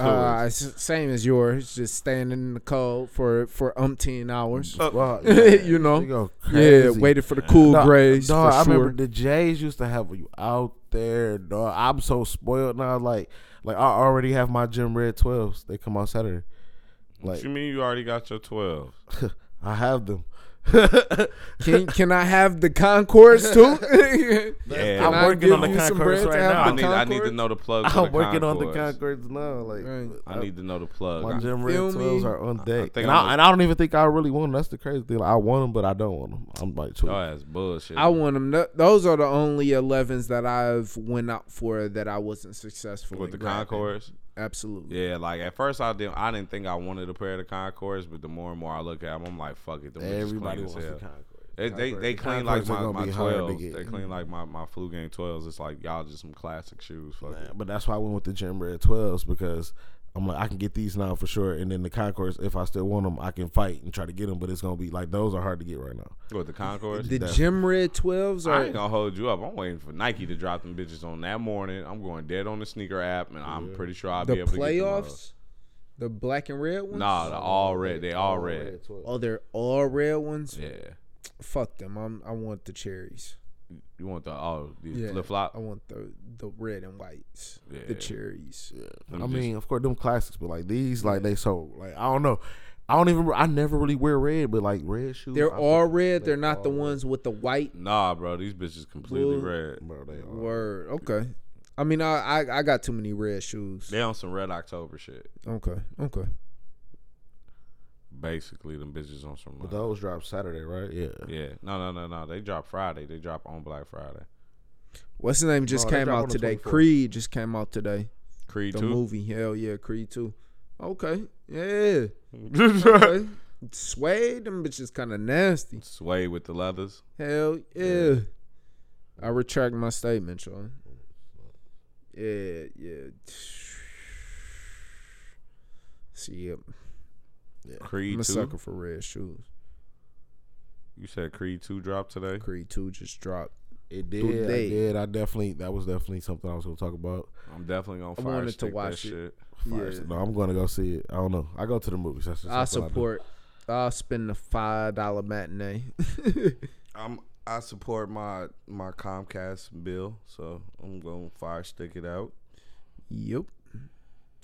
Speaker 2: stores.
Speaker 3: it's the same as yours, just standing in the cold for for umpteen hours.
Speaker 2: Uh,
Speaker 1: fuck,
Speaker 3: You know.
Speaker 1: she go
Speaker 3: yeah,
Speaker 1: crazy.
Speaker 3: waited for the cool
Speaker 1: Dog-
Speaker 3: grays
Speaker 1: dog,
Speaker 3: for
Speaker 1: I
Speaker 3: sure.
Speaker 1: remember the Jays used to have you out there, dog. I'm so spoiled now. Like, like I already have my gym red twelves. They come out Saturday.
Speaker 2: what
Speaker 1: Like
Speaker 2: you mean you already got your twelve?
Speaker 1: I have them.
Speaker 3: can can I have the Concourse too?
Speaker 2: Yeah,
Speaker 1: I'm
Speaker 3: I
Speaker 1: working
Speaker 3: give
Speaker 1: on the
Speaker 3: you some
Speaker 1: Concourse
Speaker 3: bread to
Speaker 1: right
Speaker 3: have
Speaker 2: I
Speaker 1: now.
Speaker 3: the
Speaker 2: need, I need to
Speaker 3: Concord?
Speaker 2: know the plug. for
Speaker 1: I'm working on the
Speaker 2: Concords.
Speaker 1: Concords now. Like
Speaker 3: Right.
Speaker 2: I need to know the
Speaker 1: my
Speaker 2: plug.
Speaker 1: gym red
Speaker 3: Feel me?
Speaker 1: twelves are on deck,
Speaker 2: think
Speaker 1: and
Speaker 2: I'm
Speaker 1: I,
Speaker 2: a-
Speaker 1: and I don't even think I really want them. That's the crazy thing. Like, I want them, but I don't want them. I'm like,
Speaker 2: Your
Speaker 1: chill.
Speaker 2: ass bullshit.
Speaker 3: I want them. th- Those are the only 11s that I've went out for that I wasn't successful
Speaker 2: with
Speaker 3: in
Speaker 2: the
Speaker 3: grabbing.
Speaker 2: Concourse.
Speaker 3: Absolutely.
Speaker 2: Yeah, like at first I didn't. I didn't think I wanted a pair of the Concords, but the more and more I look at them, I'm like, fuck it. them bitches clean
Speaker 1: Everybody
Speaker 2: as
Speaker 1: wants the
Speaker 2: hell.
Speaker 1: Concords.
Speaker 2: They, they, they
Speaker 1: The
Speaker 2: clean like
Speaker 1: Concords
Speaker 2: my,
Speaker 1: are gonna
Speaker 2: my
Speaker 1: be hard to
Speaker 2: 12s.
Speaker 1: get.
Speaker 2: They clean like my, my flu game 12s. It's like, y'all just some classic shoes. Fuck
Speaker 1: Nah,
Speaker 2: it.
Speaker 1: But that's why I went with the gym red twelves because I'm like I can get these now for sure, and then the Concords, if I still want them, I can fight and try to get them. But it's gonna be like those are hard to get right now.
Speaker 2: With the Concords?
Speaker 3: The Jim Red 12s
Speaker 2: I ain't
Speaker 3: are.
Speaker 2: gonna hold you up. I'm waiting for Nike to drop them bitches on that morning. I'm going dead on the sneaker app, and I'm pretty sure I'll
Speaker 3: The
Speaker 2: be able to
Speaker 3: playoffs? The black and red
Speaker 2: get
Speaker 3: ones?
Speaker 2: them. Nah, the all red. They all red.
Speaker 3: Oh, they're all red ones?
Speaker 2: Yeah.
Speaker 3: Fuck them. I'm, I want the cherries.
Speaker 2: You want the oh, all the
Speaker 3: Yeah.
Speaker 2: flip flop?
Speaker 3: I want the, the red and whites.
Speaker 2: Yeah.
Speaker 3: The cherries.
Speaker 1: I mean, of course, them classics, but like these, like they so like I don't know. I don't even. I never really wear red, but like red shoes.
Speaker 3: They're
Speaker 1: I-
Speaker 3: all red. They're not the ones with the white
Speaker 2: Nah, bro, these bitches completely
Speaker 3: Blue.
Speaker 2: red.
Speaker 1: Bro, they are.
Speaker 3: word. Okay. I mean, I, I I got too many red shoes.
Speaker 2: They on some red October shit.
Speaker 3: Okay. Okay.
Speaker 2: Basically, them bitches on some.
Speaker 1: But
Speaker 2: like-
Speaker 1: those drop Saturday, right? Yeah.
Speaker 2: yeah, no, no, no, no. They drop Friday. They drop on Black Friday.
Speaker 3: What's the name? Just
Speaker 1: No, they
Speaker 3: came
Speaker 1: drop on
Speaker 3: out
Speaker 1: the
Speaker 3: today.
Speaker 1: 24th.
Speaker 3: Creed just came out today.
Speaker 2: Creed
Speaker 3: The
Speaker 2: too.
Speaker 3: movie. Hell yeah, Creed two. Okay. Yeah.
Speaker 2: Sway
Speaker 3: Okay. Sway. Them bitches kind of nasty.
Speaker 2: with the leathers.
Speaker 3: Hell yeah. I retract my statement, Sean. Yeah. Yeah. See, I'm
Speaker 2: Creed
Speaker 3: a
Speaker 2: two.
Speaker 3: sucker for red shoes.
Speaker 2: You said Creed two dropped today.
Speaker 3: Creed two just dropped.
Speaker 1: It did.
Speaker 3: Dude,
Speaker 1: I
Speaker 3: they-
Speaker 1: did. I definitely. That was definitely something I was gonna talk about.
Speaker 2: I'm definitely gonna
Speaker 3: I
Speaker 2: fire
Speaker 3: wanted to
Speaker 2: stick that
Speaker 3: watch it.
Speaker 2: shit.
Speaker 1: Fire- No, I'm gonna go see it. I don't know. I go to the movies. That's just
Speaker 3: I
Speaker 1: something do.
Speaker 3: support. I'll spend the five dollar matinee.
Speaker 2: I'm. I support my my Comcast bill, so I'm gonna fire stick it out.
Speaker 3: yep.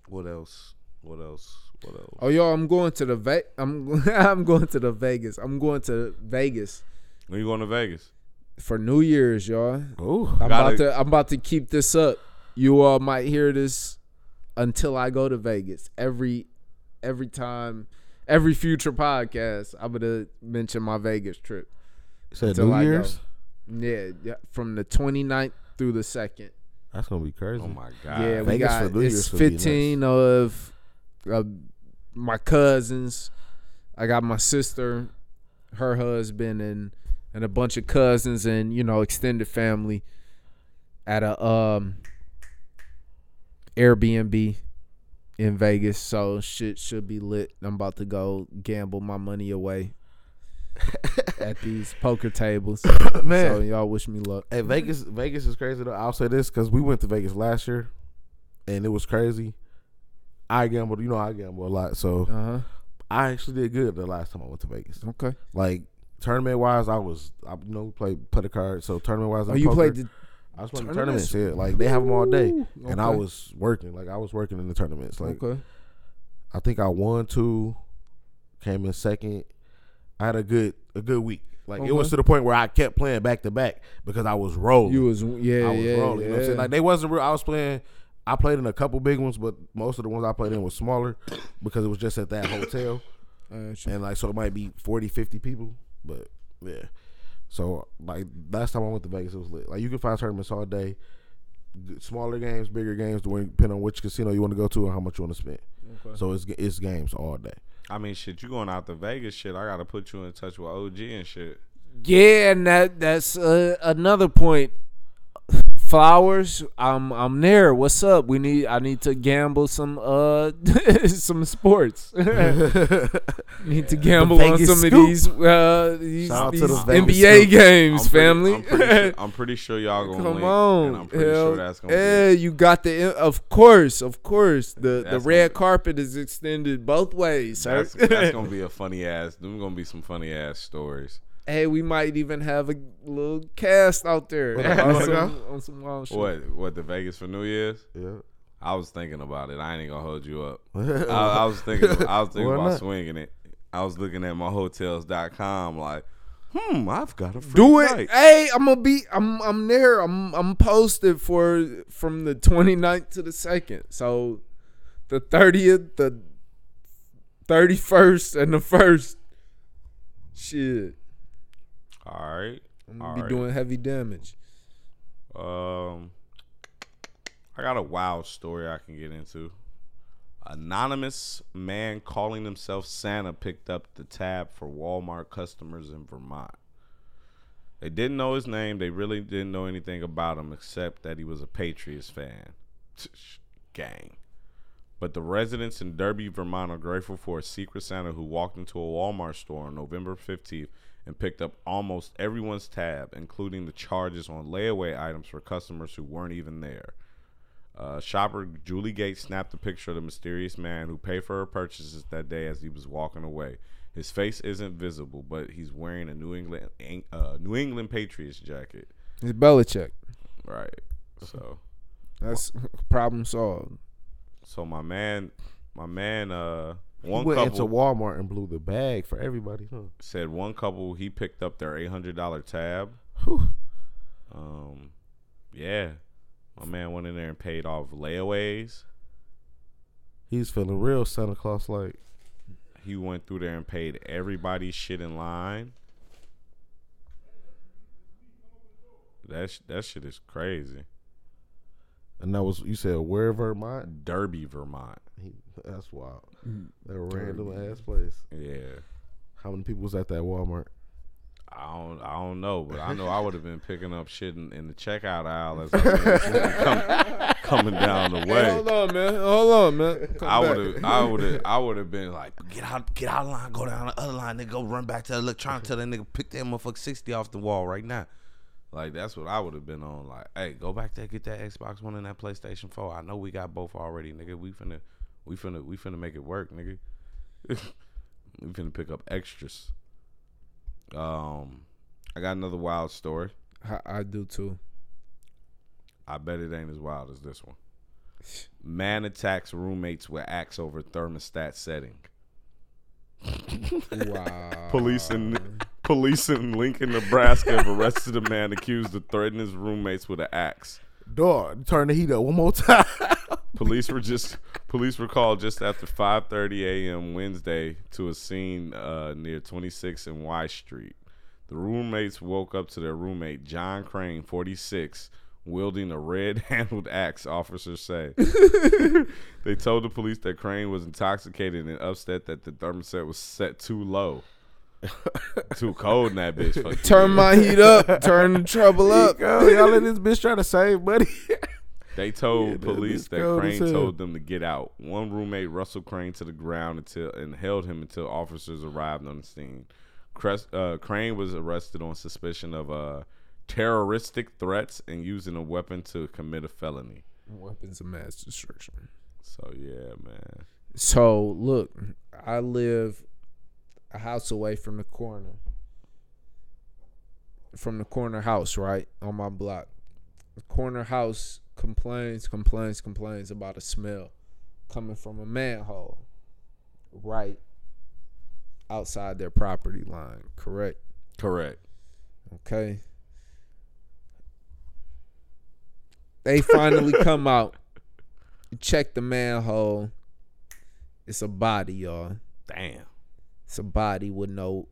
Speaker 2: What else? What else? What else?
Speaker 3: Oh yo, I'm going to the Ve- I'm I'm going to the Vegas. I'm going to Vegas
Speaker 2: When you going to Vegas?
Speaker 3: for New Year's, y'all.
Speaker 1: Ooh.
Speaker 3: I'm
Speaker 2: Gotta-
Speaker 3: about to I'm about to keep this up. You all might hear this until I go to Vegas. Every every time, every future podcast, I'm gonna mention my Vegas trip.
Speaker 1: Said
Speaker 3: Till
Speaker 1: New
Speaker 3: I go.
Speaker 1: Year's.
Speaker 3: Yeah, yeah, from the 29th through the second.
Speaker 1: That's gonna be crazy.
Speaker 2: Oh my god!
Speaker 3: Yeah, we
Speaker 1: Uh, Vegas for
Speaker 3: got
Speaker 1: New
Speaker 3: it's
Speaker 1: Year's would be nice.
Speaker 3: 15 of uh, my cousins. I got my sister, her husband, and and a bunch of cousins and you know extended family at a um Airbnb in Vegas, so shit should be lit. I'm about to go gamble my money away at these poker tables.
Speaker 1: Man.
Speaker 3: So y'all wish me luck.
Speaker 1: Hey, Vegas, Vegas is crazy though. I'll say this because we went to Vegas last year, and it was crazy. I gambled, you know, I gamble a lot, so
Speaker 3: Uh huh.
Speaker 1: I actually did good the last time I went to Vegas.
Speaker 3: Okay.
Speaker 1: Like tournament wise, I was, I you know, we played put a card. So tournament wise,
Speaker 3: Oh, you played the
Speaker 1: I was playing
Speaker 3: tournaments?
Speaker 1: tournaments. Yeah, like they have them all day,
Speaker 3: Ooh,
Speaker 1: and I
Speaker 3: okay.
Speaker 1: was working. Like I was working in the tournaments. Like
Speaker 3: okay.
Speaker 1: I think I won two, came in second. I had a good a good week. Like it was
Speaker 3: Okay.
Speaker 1: to the point where I kept playing back to back because I was rolling.
Speaker 3: You was yeah
Speaker 1: I was
Speaker 3: yeah
Speaker 1: rolling. You know what I'm saying?
Speaker 3: yeah.
Speaker 1: Like they wasn't real. I was playing. I played in a couple big ones, but most of the ones I played in was smaller because it was just at that hotel,
Speaker 3: Uh, shit.
Speaker 1: and like so it might be 40, 50 people, but yeah. So like last time I went to Vegas, it was lit. Like you can find tournaments all day, G- smaller games, bigger games, depending on which casino you want to go to and how much you want to spend.
Speaker 3: Okay.
Speaker 1: So it's g- it's games all day.
Speaker 2: I mean, shit, you going out to Vegas, shit. I gotta put you in touch with OG and shit.
Speaker 3: Yeah, and that that's uh, another point. Flowers, I'm I'm there. What's up? We need I need to gamble some uh some sports. need to gamble
Speaker 1: The
Speaker 3: on
Speaker 1: Vegas
Speaker 3: some of
Speaker 1: scoop.
Speaker 3: these uh these,
Speaker 1: Shout out to the
Speaker 3: these
Speaker 1: Vegas
Speaker 3: NBA
Speaker 1: scoop.
Speaker 3: games,
Speaker 2: I'm pretty-
Speaker 3: family.
Speaker 2: I'm pretty, sure, I'm pretty sure y'all gonna
Speaker 3: Come
Speaker 2: link,
Speaker 3: on,
Speaker 2: and I'm pretty
Speaker 3: hell
Speaker 2: sure that's gonna
Speaker 3: yeah, you got the of course, of course. The the
Speaker 2: That's
Speaker 3: red
Speaker 2: gonna be-
Speaker 3: carpet is extended both ways.
Speaker 2: be.
Speaker 3: Sir.
Speaker 2: That's, that's gonna be a funny ass. Them gonna be some funny ass stories.
Speaker 3: hey, we might even have a little cast out there
Speaker 1: What, you
Speaker 3: on,
Speaker 1: wanna
Speaker 3: some, on some wild shit.
Speaker 2: What? What the Vegas for New Year's?
Speaker 1: Yeah.
Speaker 2: I was thinking about it. I ain't gonna hold you up. I, I was thinking. I was thinking
Speaker 1: Why
Speaker 2: about
Speaker 1: not?
Speaker 2: swinging it. I was looking at my hotels.com like, hmm, I've got a free
Speaker 3: Do it.
Speaker 2: night.
Speaker 3: Hey, I'm gonna be I'm I'm there. I'm I'm posted for from the 29th to the 2nd. So the 30th, the 31st and the 1st. Shit.
Speaker 2: All right.
Speaker 3: I'm
Speaker 2: All
Speaker 3: gonna be
Speaker 2: right.
Speaker 3: doing heavy damage.
Speaker 2: Um, I got a wild story I can get into. Anonymous man calling himself Santa picked up the tab for Walmart customers in Vermont. They didn't know his name. They really didn't know anything about him except that he was a Patriots fan. Gang. But the residents in Derby, Vermont are grateful for a secret Santa who walked into a Walmart store on November 15th and picked up almost everyone's tab, including the charges on layaway items for customers who weren't even there. Uh, shopper Julie Gates snapped a picture of the mysterious man who paid for her purchases that day as he was walking away. His face isn't visible, but he's wearing a New England Eng- uh, New England Patriots jacket.
Speaker 3: It's Belichick.
Speaker 2: Right. So,
Speaker 3: That's problem solved.
Speaker 2: so my man, my man, uh,
Speaker 1: He
Speaker 2: one
Speaker 1: went
Speaker 2: couple
Speaker 1: into Walmart and blew the bag for everybody. Huh?
Speaker 2: said one couple he picked up their eight hundred dollar tab.
Speaker 1: Whew.
Speaker 2: Um, yeah, my man went in there and paid off layaways.
Speaker 1: He's feeling real Santa Claus like.
Speaker 2: He went through there and paid everybody's shit in line. That sh- that shit is crazy.
Speaker 1: And that was you said where Vermont?
Speaker 2: Derby, Vermont.
Speaker 1: He, that's wild.
Speaker 3: Mm.
Speaker 1: That random ass place.
Speaker 2: Yeah,
Speaker 1: How many people was at that Walmart?
Speaker 2: I don't I don't know, but I know I would have been picking up shit in, in the checkout aisle as I come, coming down the way.
Speaker 3: Hold on, man. Hold on, man.
Speaker 2: I would have, I would have, I would have been like, get out, get out of line, go down the other line, nigga, go run back to the electronic, tell that nigga pick that motherfucker sixty off the wall right now. Like that's what I would have been on. Like, hey, go back there, get that Xbox One and that PlayStation Four. I know we got both already, nigga. We finna, we finna, we finna make it work, nigga. we finna pick up extras. Um, I got another wild story.
Speaker 3: I, I do too.
Speaker 2: I bet it ain't as wild as this one. Man attacks roommates with axe over thermostat setting.
Speaker 3: Wow.
Speaker 2: Police in police in Lincoln, Nebraska have arrested a man accused of threatening his roommates with an axe.
Speaker 1: Dog, turn the heat up one more time.
Speaker 2: Police were just police were called just after 5:30 a.m. Wednesday to a scene uh, near 26 and Y Street. The roommates woke up to their roommate John Crane, 46, wielding a red-handled axe. Officers say they told the police that Crane was intoxicated and upset that the thermostat was set too low, too cold in that bitch. Fuck
Speaker 3: Turn my heat up. Turn the trouble up.
Speaker 1: Girl, y'all in this bitch trying to save money.
Speaker 2: They told
Speaker 1: Yeah, that
Speaker 2: police
Speaker 1: bitch
Speaker 2: that
Speaker 1: cold as
Speaker 2: Crane
Speaker 1: hell.
Speaker 2: told them to get out. One roommate wrestled Crane to the ground until and held him until officers arrived on the scene. Crest, uh, Crane was arrested on suspicion of uh, terroristic threats and using a weapon to commit a felony.
Speaker 3: Weapons of mass destruction.
Speaker 2: So yeah, man.
Speaker 3: So look, I live a house away from the corner, from the corner house, right on my block. The corner house complains, complains, complains about a smell coming from a manhole, right outside their property line. Correct.
Speaker 2: Correct.
Speaker 3: Okay. They finally come out. Check the manhole. It's a body, y'all.
Speaker 2: Damn.
Speaker 3: It's a body with no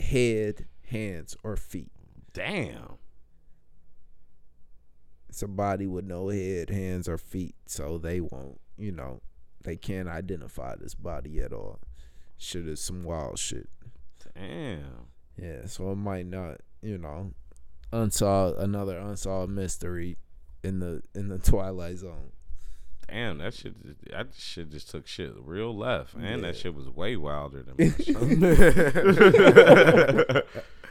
Speaker 3: head, hands, or feet.
Speaker 2: Damn.
Speaker 3: It's a body with no head, hands, or feet. So they won't, you know, they can't identify this body at all. Shit is some wild shit.
Speaker 2: Damn.
Speaker 3: Yeah, so it might not, you know, unsolved another unsolved mystery in the in the Twilight Zone.
Speaker 2: Damn, that shit. just- That shit just took shit real left, and that
Speaker 3: Yeah.
Speaker 2: shit was way wilder than my shit.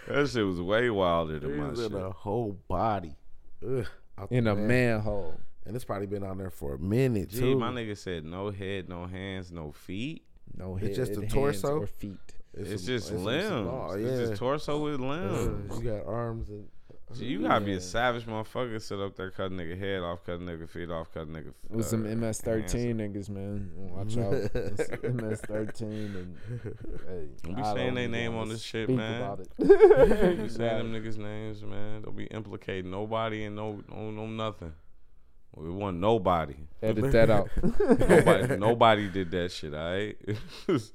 Speaker 2: that shit was way wilder than my
Speaker 1: Freezing
Speaker 2: shit.
Speaker 1: the whole body. Ugh, out
Speaker 3: In
Speaker 1: the
Speaker 3: a
Speaker 1: man-
Speaker 3: manhole.
Speaker 1: and it's probably been on there for a minute
Speaker 2: Gee,
Speaker 1: too.
Speaker 2: my nigga said no head, no hands, no feet.
Speaker 3: No head,
Speaker 1: It's just a
Speaker 3: hands,
Speaker 1: torso?
Speaker 3: or feet.
Speaker 2: It's,
Speaker 1: some-
Speaker 2: just
Speaker 1: some- some
Speaker 2: limbs.
Speaker 1: ball,
Speaker 2: It's
Speaker 1: yeah.
Speaker 2: just torso with limbs.
Speaker 1: Ugh, You got arms and
Speaker 2: Gee, you gotta be a savage motherfucker. Sit up there cutting nigga head off, cutting nigga feet off, cutting nigga.
Speaker 3: With some
Speaker 2: uh, hands.
Speaker 3: MS-13 niggas, man. Watch out. It's MS-13 and hey,
Speaker 2: Don't be
Speaker 3: I
Speaker 2: saying
Speaker 3: don't
Speaker 2: they
Speaker 3: even
Speaker 2: name
Speaker 3: wanna
Speaker 2: on this shit,
Speaker 3: speak
Speaker 2: man.
Speaker 3: about it.
Speaker 2: Don't be saying them niggas names, man. Don't be implicating nobody and no, no, no nothing. We want nobody.
Speaker 3: Edit that out.
Speaker 2: Nobody, nobody did that shit. All right.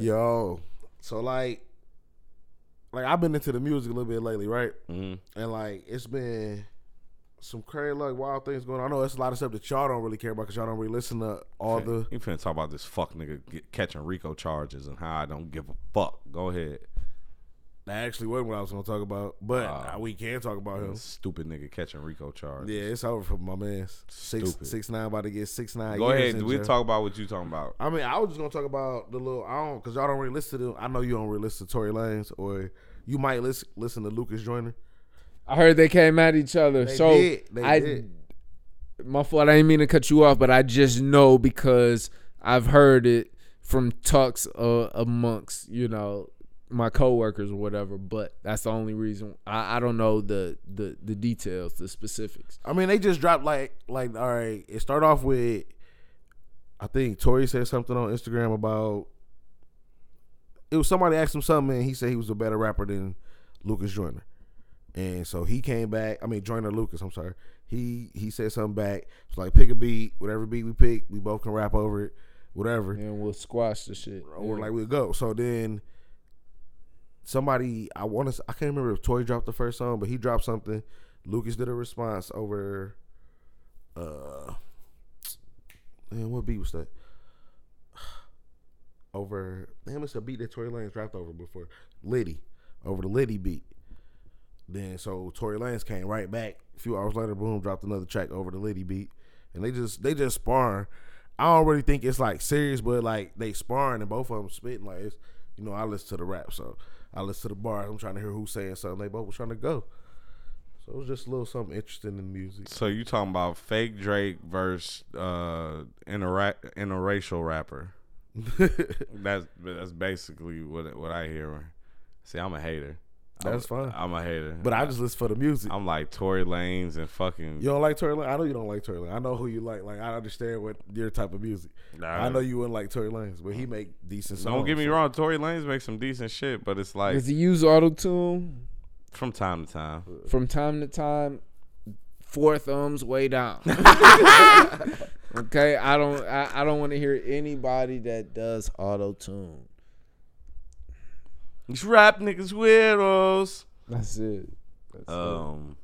Speaker 1: yo. So like, like I've been into the music a little bit lately, right?
Speaker 2: mm,
Speaker 1: And like it's been some crazy like wild things going on. I know it's a lot of stuff that y'all don't really care about because y'all don't really listen to all the
Speaker 2: you finna talk about this fuck nigga get, catching Rico charges and how I don't give a fuck. Go ahead.
Speaker 1: That actually wasn't what I was gonna talk about, but
Speaker 2: Wow.
Speaker 1: uh, we can talk about him.
Speaker 2: Stupid nigga catching Rico charges.
Speaker 1: Yeah, it's over for my man. Six
Speaker 2: Stupid.
Speaker 1: six nine about to get six nine.
Speaker 2: Go
Speaker 1: years
Speaker 2: ahead.
Speaker 1: in
Speaker 2: We'll
Speaker 1: jail.
Speaker 2: talk about what you talking about.
Speaker 1: I mean, I was just gonna talk about the little I don't because y'all don't really listen to. I know you don't really listen to Tory Lanez or you might listen listen to Lucas Joyner.
Speaker 3: I heard they came at each other.
Speaker 1: They
Speaker 3: so
Speaker 1: did. They
Speaker 3: I,
Speaker 1: did.
Speaker 3: my fault. I didn't mean to cut you off, but I just know because I've heard it from talks uh, amongst you know my coworkers or whatever. But that's the only reason. I, I don't know the, the the details, the specifics.
Speaker 1: I mean, they just dropped like like all right. It started off with I think Tory said something on Instagram about it was somebody asked him something and he said he was a better rapper than Lucas Joyner. And so he came back. I mean Joyner Lucas, I'm sorry. He he said something back. It's like pick a beat, whatever beat we pick, we both can rap over it, whatever.
Speaker 3: And we'll squash the shit.
Speaker 1: or
Speaker 3: Yeah.
Speaker 1: like we'll go. So then somebody I want to I can't remember if Toy dropped the first song, but he dropped something. Lucas did a response over uh man, what beat was that? Over damn it's a beat that Tory Lanez dropped over before. Liddy. Over the Liddy beat. Then so Tory Lanez came right back. A few hours later, boom, dropped another track over the Liddy beat. And they just they just sparring. I don't really think it's like serious, but like they sparring and both of them spitting like it's you know, I listen to the rap, so I listen to the bars. I'm trying to hear who's saying something. They both were trying to go. So it was just a little something interesting in the music.
Speaker 2: So you talking about fake Drake versus uh, intera- interracial rapper? That's that's basically what what I hear. See, I'm a hater.
Speaker 1: That's
Speaker 2: I'm,
Speaker 1: fine.
Speaker 2: I'm a hater.
Speaker 1: But I just listen for the music.
Speaker 2: I'm like Tory Lanez and fucking.
Speaker 1: You don't like Tory Lane? I know you don't like Tory Lane. I know who you like. Like I understand what your type of music.
Speaker 2: Nah.
Speaker 1: I know you wouldn't like Tory Lanez, but he make decent songs.
Speaker 2: Don't get me
Speaker 1: so-
Speaker 2: wrong. Tory Lanez makes some decent shit, but it's like
Speaker 3: Does he use auto tune
Speaker 2: from time to time.
Speaker 3: from time to time? Four thumbs way down. okay, I don't. I, I don't want to hear anybody that does auto tune.
Speaker 2: These rap niggas weirdos.
Speaker 3: That's it. That's
Speaker 2: Um,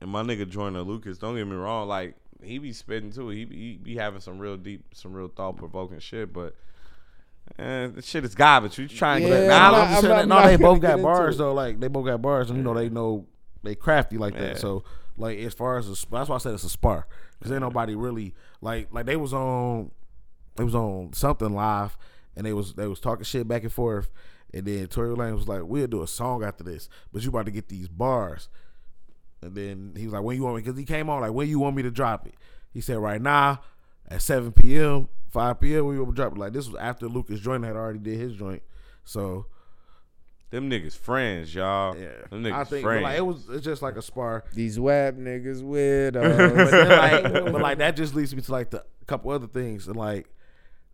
Speaker 2: and my nigga Joyner Lucas, don't get me wrong, like he be spitting too. He be, he be having some real deep, some real thought provoking shit, but. And the shit is garbage. You trying to
Speaker 3: Yeah,
Speaker 2: get
Speaker 3: I'm not-
Speaker 2: knowledge?
Speaker 1: I'm just
Speaker 3: I'm
Speaker 1: saying
Speaker 3: not-
Speaker 1: that-
Speaker 3: I'm
Speaker 1: no, they
Speaker 3: not
Speaker 1: both
Speaker 3: gonna
Speaker 1: got
Speaker 3: get
Speaker 1: bars
Speaker 3: into
Speaker 1: though. Like they both got bars, and you know they know they crafty like
Speaker 2: Yeah.
Speaker 1: that. So Like as far as a, sp- that's why I said it's a spar because ain't nobody really like like they was on it was on something live and they was they was talking shit back and forth and then Tory Lane was like we'll do a song after this but you about to get these bars and then he was like when you want me because he came on like when you want me to drop it he said right now at 7 p.m 5 p.m we will drop it like this was after Lucas joint had already did his joint so
Speaker 2: Them niggas friends, y'all.
Speaker 1: yeah
Speaker 2: Them niggas
Speaker 1: I think but,
Speaker 2: friends.
Speaker 1: like it was it's just like a spar
Speaker 3: These web niggas uh,
Speaker 1: but,
Speaker 3: weirdos.
Speaker 1: then, like, but like that just leads me to like the couple other things and like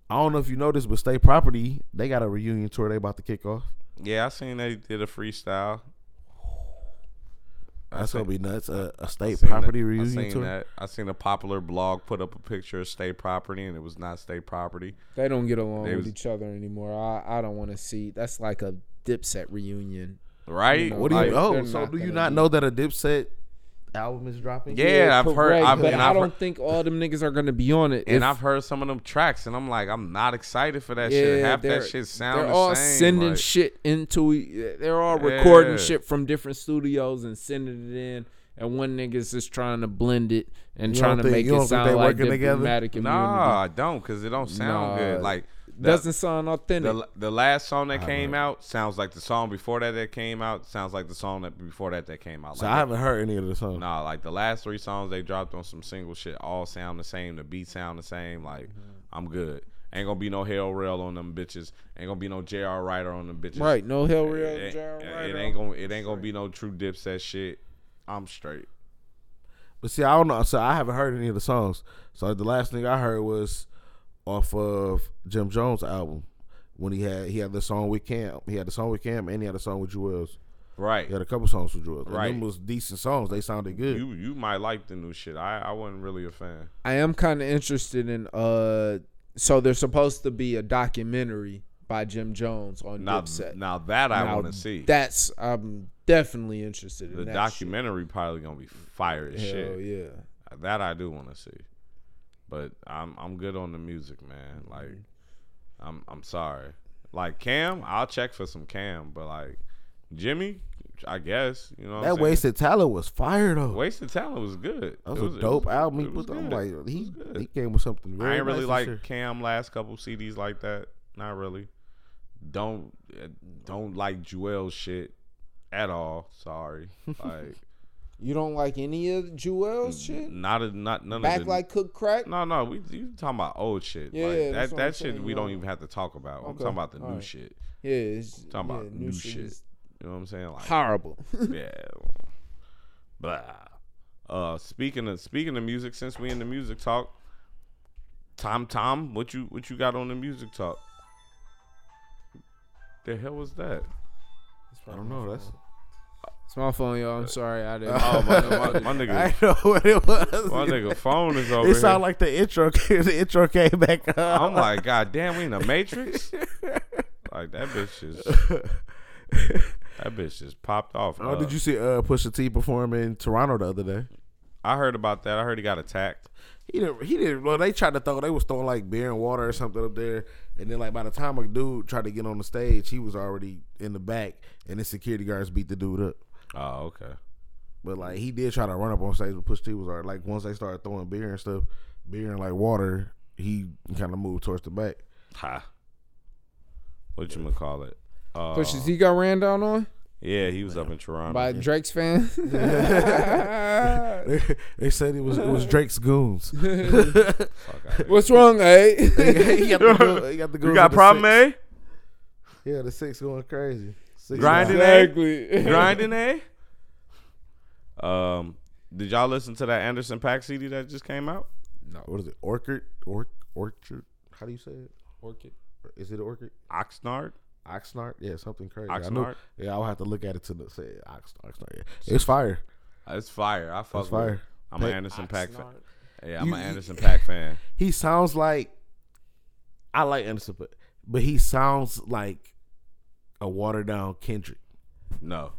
Speaker 1: I don't know if you noticed, but State Property they got a reunion tour they about to kick off.
Speaker 2: yeah, I seen they did a freestyle.
Speaker 1: That's gonna be nuts. A, a State
Speaker 2: Seen that-
Speaker 1: Property
Speaker 2: I
Speaker 1: reunion
Speaker 2: seen
Speaker 1: tour.
Speaker 2: that. I seen a popular blog put up a picture of state property, and it was not state property.
Speaker 3: they don't get along
Speaker 2: They
Speaker 3: with
Speaker 2: was-
Speaker 3: each other anymore. I, I don't want to see. That's like a Dipset reunion.
Speaker 2: Right?
Speaker 3: You know,
Speaker 1: What do you?
Speaker 2: Like,
Speaker 1: oh,
Speaker 3: they're
Speaker 1: so
Speaker 3: not
Speaker 1: do you
Speaker 3: gonna
Speaker 1: not
Speaker 3: do-
Speaker 1: know that a Dipset album is dropping?
Speaker 2: Yeah, I've heard- I've-
Speaker 3: but
Speaker 2: and
Speaker 3: I
Speaker 2: I've
Speaker 3: don't
Speaker 2: heard-
Speaker 3: think all them niggas are gonna be on it.
Speaker 2: And
Speaker 3: If-
Speaker 2: I've heard some of them tracks, and I'm like, I'm not excited for that shit.
Speaker 3: Yeah,
Speaker 2: Half
Speaker 3: they're-
Speaker 2: that shit sound
Speaker 3: They're
Speaker 2: the
Speaker 3: all
Speaker 2: same,
Speaker 3: sending
Speaker 2: like-
Speaker 3: shit into. e- They're all recording
Speaker 2: Yeah.
Speaker 3: shit from different studios and sending it in. And one nigga's just trying to blend it and
Speaker 1: You don't
Speaker 3: trying to
Speaker 1: think-
Speaker 3: make
Speaker 1: you don't
Speaker 3: it
Speaker 1: think
Speaker 3: sound
Speaker 1: they
Speaker 3: like
Speaker 1: working together?
Speaker 3: diplomatic immunity.
Speaker 2: Nah, I don't, cause it don't sound
Speaker 3: Nah.
Speaker 2: good. Like the,
Speaker 3: doesn't sound authentic.
Speaker 2: the the last song that came out sounds like the song before that that came out sounds like the song that before that that came out.
Speaker 1: So
Speaker 2: Like,
Speaker 1: I haven't heard any of the songs.
Speaker 2: Nah, like the last three songs they dropped on some single shit all sound the same. The beat sound the same. Like
Speaker 3: Mm-hmm.
Speaker 2: I'm good. Ain't gonna be no Hell Rail on them bitches. Ain't gonna be no J.R. Ryder on them bitches.
Speaker 3: right? No hell
Speaker 2: It,
Speaker 3: real.
Speaker 2: it-
Speaker 3: Gerald
Speaker 2: it
Speaker 3: Ryder.
Speaker 2: ain't gonna it ain't gonna be no true dipset shit. I'm straight.
Speaker 1: But see, I don't know. So I haven't heard any of the songs. So the last thing I heard was off of Jim Jones' album when he had he had the song with Cam. He had the song with Cam, and he had a song with Jewels.
Speaker 2: Right.
Speaker 1: He had a couple songs with Jewels.
Speaker 2: Right.
Speaker 1: And them was decent songs. They sounded good.
Speaker 2: You you might like the new shit. I, I wasn't really a fan.
Speaker 3: I am kind of interested in. uh So there's supposed to be a documentary by Jim Jones on
Speaker 2: Now,
Speaker 3: Dipset.
Speaker 2: now that I
Speaker 3: Now,
Speaker 2: want to see.
Speaker 3: That's I'm definitely interested in
Speaker 2: the
Speaker 3: that
Speaker 2: documentary probably gonna be fire as
Speaker 3: Shit.
Speaker 2: shit.
Speaker 3: Hell yeah.
Speaker 2: That I do want to see. But I'm I'm good on the music, man. Like I'm I'm sorry. Like Cam, I'll check for some Cam, but like Jimmy, I guess you know what I'm
Speaker 1: that
Speaker 2: saying?
Speaker 1: wasted talent was fire though.
Speaker 2: Wasted Talent was good.
Speaker 1: that
Speaker 2: It
Speaker 1: was, a
Speaker 2: it
Speaker 1: dope
Speaker 2: was-
Speaker 1: album. He
Speaker 2: it was
Speaker 1: put, I'm
Speaker 2: good.
Speaker 1: like he
Speaker 2: good.
Speaker 1: he came with something.
Speaker 2: I ain't really
Speaker 1: nice
Speaker 2: like
Speaker 1: this year.
Speaker 2: Cam last couple CDs like that. Not really. Don't uh, don't like Jewel's shit at all. Sorry. Like
Speaker 3: You don't like any of Jewel's shit?
Speaker 2: not a, not none
Speaker 3: Back
Speaker 2: of the
Speaker 3: like Cook Crack?
Speaker 2: No, no, we you talking about old shit.
Speaker 3: Yeah,
Speaker 2: like,
Speaker 3: yeah, that's
Speaker 2: that
Speaker 3: what I'm
Speaker 2: that shit
Speaker 3: saying,
Speaker 2: we
Speaker 3: yeah.
Speaker 2: don't even have to talk about. I'm
Speaker 3: Okay,
Speaker 2: talking about the new
Speaker 3: alright.
Speaker 2: shit.
Speaker 3: Yeah, it's
Speaker 2: Talking
Speaker 3: yeah,
Speaker 2: about new shit.
Speaker 3: is
Speaker 2: You know what I'm saying? Like
Speaker 3: Horrible.
Speaker 2: yeah. Blah. Uh speaking of speaking of music, since we in the music talk, Tom Tom, what you what you got on the music talk? The hell was that?
Speaker 1: I don't know. That's
Speaker 3: it's my phone, y'all. I'm sorry. I didn't.
Speaker 2: Oh my, my, my
Speaker 1: I
Speaker 2: nigga
Speaker 1: know what it was.
Speaker 2: my nigga phone is over
Speaker 1: it
Speaker 2: here.
Speaker 1: sounded like the intro. the intro came back up.
Speaker 2: I'm like, God damn, we in the Matrix. like that bitch is that bitch just popped off.
Speaker 1: Oh,
Speaker 2: Uh,
Speaker 1: did you see uh, Pusha T perform in Toronto the other day?
Speaker 2: I heard about that. I heard he got attacked.
Speaker 1: He didn't. He didn't. Well, they tried to throw. They was throwing like beer and water or something up there, and then like by the time a dude tried to get on the stage, he was already in the back, and the security guards beat the dude up.
Speaker 2: Oh, okay.
Speaker 1: But like he did try to run up on stage, but Pusha T was already like once they started throwing beer and stuff, beer and like water, he kind of moved towards the back.
Speaker 2: Ha. What you gonna call it? Uh,
Speaker 3: Pusha T got ran down on
Speaker 2: Yeah, he was up in Toronto.
Speaker 3: by Drake's fan.
Speaker 1: they, they said it was it was Drake's goons.
Speaker 2: Fuck outta here.
Speaker 3: What's wrong, eh?
Speaker 1: he got the, goon- he got the goons
Speaker 2: You got
Speaker 1: with the
Speaker 2: problem,
Speaker 1: six.
Speaker 2: eh?
Speaker 1: Yeah, the six going crazy. Six
Speaker 2: Grinding
Speaker 1: nine.
Speaker 2: eh?
Speaker 3: exactly.
Speaker 2: Grinding, eh? Um, did y'all listen to that Anderson Pack CD that just came out?
Speaker 1: What is it? Orchard? Orc orchard? How do you say it?
Speaker 3: Orchid.
Speaker 1: Is it orchid?
Speaker 2: Oxnard.
Speaker 1: Oxnard? Yeah, something crazy. I know-
Speaker 2: Oxnard.
Speaker 1: Yeah, I'll have to look at it to the- say ox, oxnard. Yeah, it's fire.
Speaker 2: It's fire. I fuck
Speaker 1: It's
Speaker 2: with it.
Speaker 1: fire.
Speaker 2: I'm an
Speaker 1: Hey,
Speaker 2: Anderson Pack fan. Yeah,
Speaker 1: You-
Speaker 2: I'm an
Speaker 1: you-
Speaker 2: Anderson Pack fan.
Speaker 1: He sounds like I like Anderson, but but he sounds like a watered down Kendrick.
Speaker 2: No,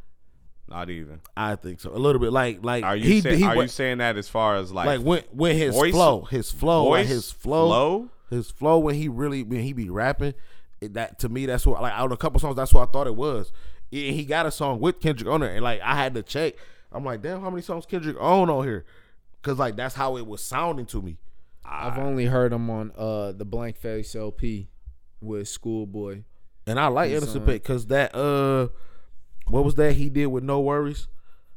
Speaker 2: not even.
Speaker 1: I think so. A little bit like like
Speaker 2: Are you
Speaker 1: he,
Speaker 2: say-
Speaker 1: he
Speaker 2: are
Speaker 1: wa-
Speaker 2: you saying that as far as like,
Speaker 1: like when when his
Speaker 2: voice-
Speaker 1: flow, his flow, like
Speaker 2: voice,
Speaker 1: his flow,
Speaker 2: flow?
Speaker 1: his flow when he really when he be rapping it, that to me that's what like out of a couple songs that's what I thought it was. Yeah, he got a song with Kendrick on there, and like I had to check. I'm like, damn, how many songs Kendrick own on here? Cause like that's how it was sounding to me.
Speaker 3: I've only heard him on uh the Blank Face LP with Schoolboy.
Speaker 1: And I like
Speaker 3: His
Speaker 1: Innocent
Speaker 3: song.
Speaker 1: Pick because that uh, what was that he did with No Worries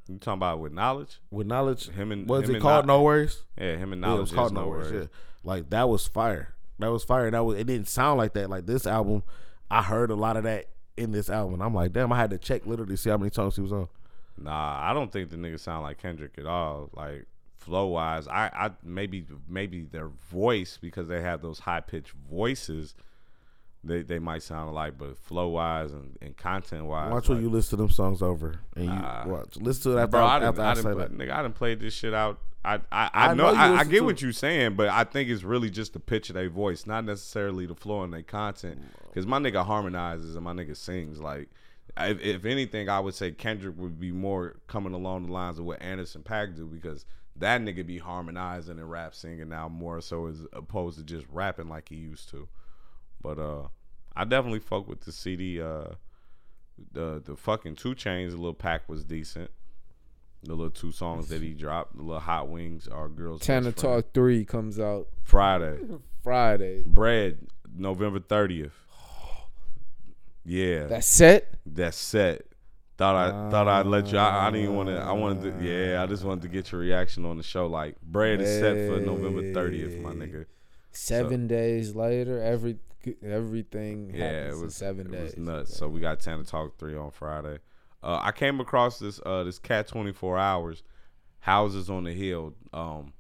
Speaker 2: You talking about with knowledge?
Speaker 1: with Knowledge?
Speaker 2: Him and
Speaker 1: was
Speaker 2: him
Speaker 1: it
Speaker 2: and
Speaker 1: called
Speaker 2: Knowl-
Speaker 1: No Worries?
Speaker 2: Yeah, him and
Speaker 1: Yeah,
Speaker 2: knowledge
Speaker 1: it was called
Speaker 2: is
Speaker 1: No
Speaker 2: no
Speaker 1: Worries.
Speaker 2: word.
Speaker 1: yeah. Like that was fire. That was fire. That was. It didn't sound like that. Like this album, I heard a lot of that in this album. I'm like, damn, I had to check literally to see how many songs he was on.
Speaker 2: Nah, I don't think the nigga sound like Kendrick at all. Like flow wise, I, I maybe maybe their voice because they have those high pitched voices. They, they might sound alike, but flow wise and, and content wise,
Speaker 1: Watch when you listen to them songs over and you
Speaker 2: Nah.
Speaker 1: watch. Listen to it after
Speaker 2: bro,
Speaker 1: Ah. I,
Speaker 2: I done,
Speaker 1: after I,
Speaker 2: I,
Speaker 1: say
Speaker 2: done play,
Speaker 1: that.
Speaker 2: nigga, I done played this shit out. I I,
Speaker 1: I
Speaker 2: I know,
Speaker 1: know you
Speaker 2: I, I
Speaker 1: listen
Speaker 2: get
Speaker 1: to
Speaker 2: what you're saying, but I think it's really just the pitch of their voice, not necessarily the flow and their content. Because my nigga harmonizes and my nigga sings. Like, if, if anything, I would say Kendrick would be more coming along the lines of what Anderson Pack do because that nigga be harmonizing and rap singing now more so as opposed to just rapping like he used to. But uh, I definitely fuck with the CD. Uh, the the fucking two chains little pack was decent. The little two songs that he dropped, the little hot wings are girls.
Speaker 3: Tanner
Speaker 2: Best Friend.
Speaker 3: Talk Three comes out
Speaker 2: Friday,
Speaker 3: Friday.
Speaker 2: bread, November thirtieth. Yeah, that's,
Speaker 3: That's it.
Speaker 2: set. Thought I thought I'd let you. I, I didn't want to. I wanted to. Yeah, I just wanted to get your reaction on the show. Like bread is set for November thirtieth, my nigga.
Speaker 3: Seven days later, every everything
Speaker 2: Yeah,
Speaker 3: happens
Speaker 2: it
Speaker 3: in
Speaker 2: was
Speaker 3: seven
Speaker 2: It
Speaker 3: days.
Speaker 2: was nuts. So we got Tana Talk three on Friday. Uh, I came across this uh, this cat twenty four hours houses on the hill. Um,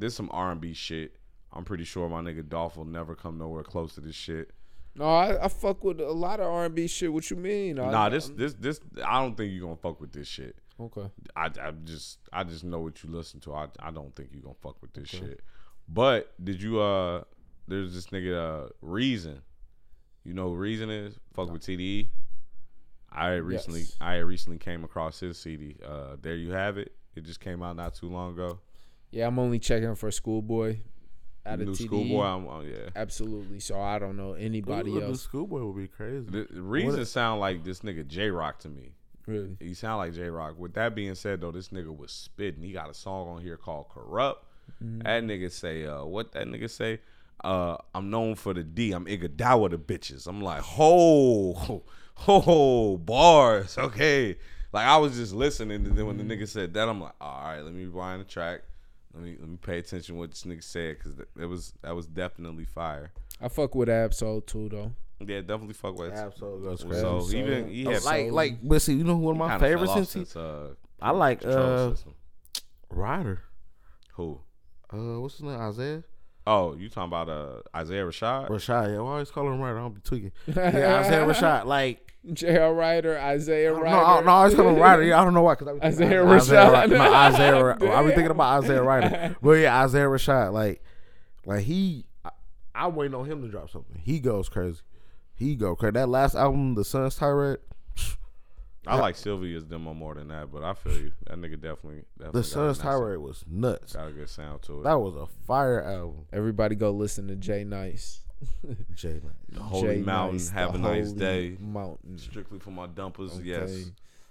Speaker 2: this some R and B shit. I'm pretty sure my nigga Dolph will never come nowhere close to this shit.
Speaker 3: No, I, I fuck with a lot of R and B shit. What you mean? I-
Speaker 2: Nah, this this this I don't think you gonna fuck with this shit.
Speaker 3: okay.
Speaker 2: I, I just I just know what you listen to. I, I don't think you gonna fuck with this shit. But did you uh there's this nigga uh Reason. You know who Reason is? Fuck with TDE. I had recently
Speaker 3: Yes.
Speaker 2: I had recently came across his CD. Uh there you have it. It just came out not too long ago.
Speaker 3: Yeah, I'm only checking for Schoolboy. Out of E?
Speaker 2: New
Speaker 3: TDE.
Speaker 2: schoolboy, I'm oh yeah.
Speaker 3: Absolutely. So I don't know anybody
Speaker 1: Ooh, the
Speaker 3: else
Speaker 1: schoolboy would be crazy.
Speaker 2: The, Reason sound like this nigga J Rock to me.
Speaker 3: really.
Speaker 2: He sound like J Rock. With that being said, though, this nigga was spitting. He got a song on here called "Corrupt." That nigga say, uh, "What that nigga say?" Uh, I'm known for the D. I'm Igadawa the bitches. I'm like, ho, ho, bars. Okay, like I was just listening, and then when the nigga said that, I'm like, all right, let me rewind the track. Let me let me pay attention to what this nigga said because that was that was definitely fire.
Speaker 3: I fuck with Absol too though.
Speaker 2: Yeah, definitely fuck with that.
Speaker 1: Absolutely goes crazy.
Speaker 2: So
Speaker 3: Absol.
Speaker 2: even he had
Speaker 1: like
Speaker 3: so-
Speaker 1: like, but see, you know who one of my
Speaker 2: kinda fell
Speaker 1: favorites
Speaker 2: off
Speaker 1: since he,
Speaker 2: since, uh,
Speaker 1: I like
Speaker 2: Control
Speaker 1: uh
Speaker 2: System.
Speaker 1: Ryder.
Speaker 2: Who?
Speaker 1: Uh, what's his name? Isaiah.
Speaker 2: Oh, you talking about uh Isaiah Rashad?
Speaker 1: Rashad. Yeah, I always call him Ryder. I don't be tweaking. Yeah, Isaiah Rashad. Like
Speaker 3: J.R. Ryder, Isaiah
Speaker 1: No, I,
Speaker 3: Ryder.
Speaker 1: no, I was calling him Ryder. Yeah, I don't know why. Cause I was
Speaker 3: Isaiah Rashad.
Speaker 1: Ry- No, Isaiah. Ry- I was
Speaker 3: Damn.
Speaker 1: thinking about Isaiah Ryder. But yeah, Isaiah Rashad. Like, like he, I, I'm waiting on him to drop something. He goes crazy. He go crazy. That last album, The Sun's Tirade.
Speaker 2: I like Sylvia's demo more than that, but I feel you. That nigga definitely, definitely
Speaker 1: The Sun's
Speaker 2: got, a nice-
Speaker 1: Tirade was nuts.
Speaker 2: got a good sound to it.
Speaker 1: That was a fire album.
Speaker 3: Everybody go listen to Jay Nice.
Speaker 1: Jay,
Speaker 2: the Holy
Speaker 3: Jay
Speaker 2: Mountain,
Speaker 3: Nice,
Speaker 2: have
Speaker 3: the
Speaker 2: a nice
Speaker 3: Holy
Speaker 2: day.
Speaker 3: Mountain.
Speaker 2: Strictly for my dumpers,
Speaker 3: Okay.
Speaker 2: yes.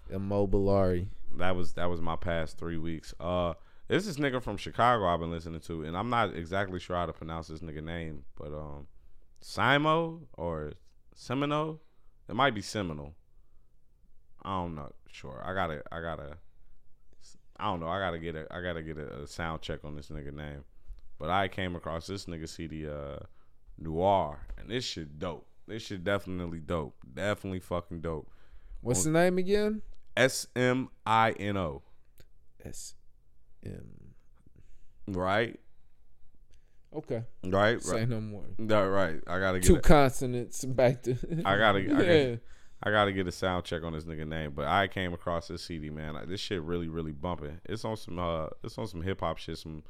Speaker 3: Immobilari.
Speaker 2: That was that was my past three weeks. Uh there's this nigga from Chicago I've been listening to, and I'm not exactly sure how to pronounce this nigga name, but um Simo or Semino? It might be Seminole. I don't know. Sure. I gotta I gotta I don't know. I gotta get a I gotta get a, a sound check on this nigga name. But I came across this nigga CD uh Noir and this shit dope. This shit definitely dope. Definitely fucking dope.
Speaker 3: What's the name again?
Speaker 2: S M I N O.
Speaker 3: S M.
Speaker 2: Right?
Speaker 3: Okay.
Speaker 2: Right?
Speaker 3: Say
Speaker 2: Right.
Speaker 3: no more.
Speaker 2: Right, right. I gotta get
Speaker 3: Two
Speaker 2: a,
Speaker 3: consonants back to.
Speaker 2: I gotta I
Speaker 3: yeah.
Speaker 2: gotta, I gotta get a sound check on this nigga name. But I came across this CD, man. Like, this shit really, really bumping. It's on some uh it's on some hip hop shit, some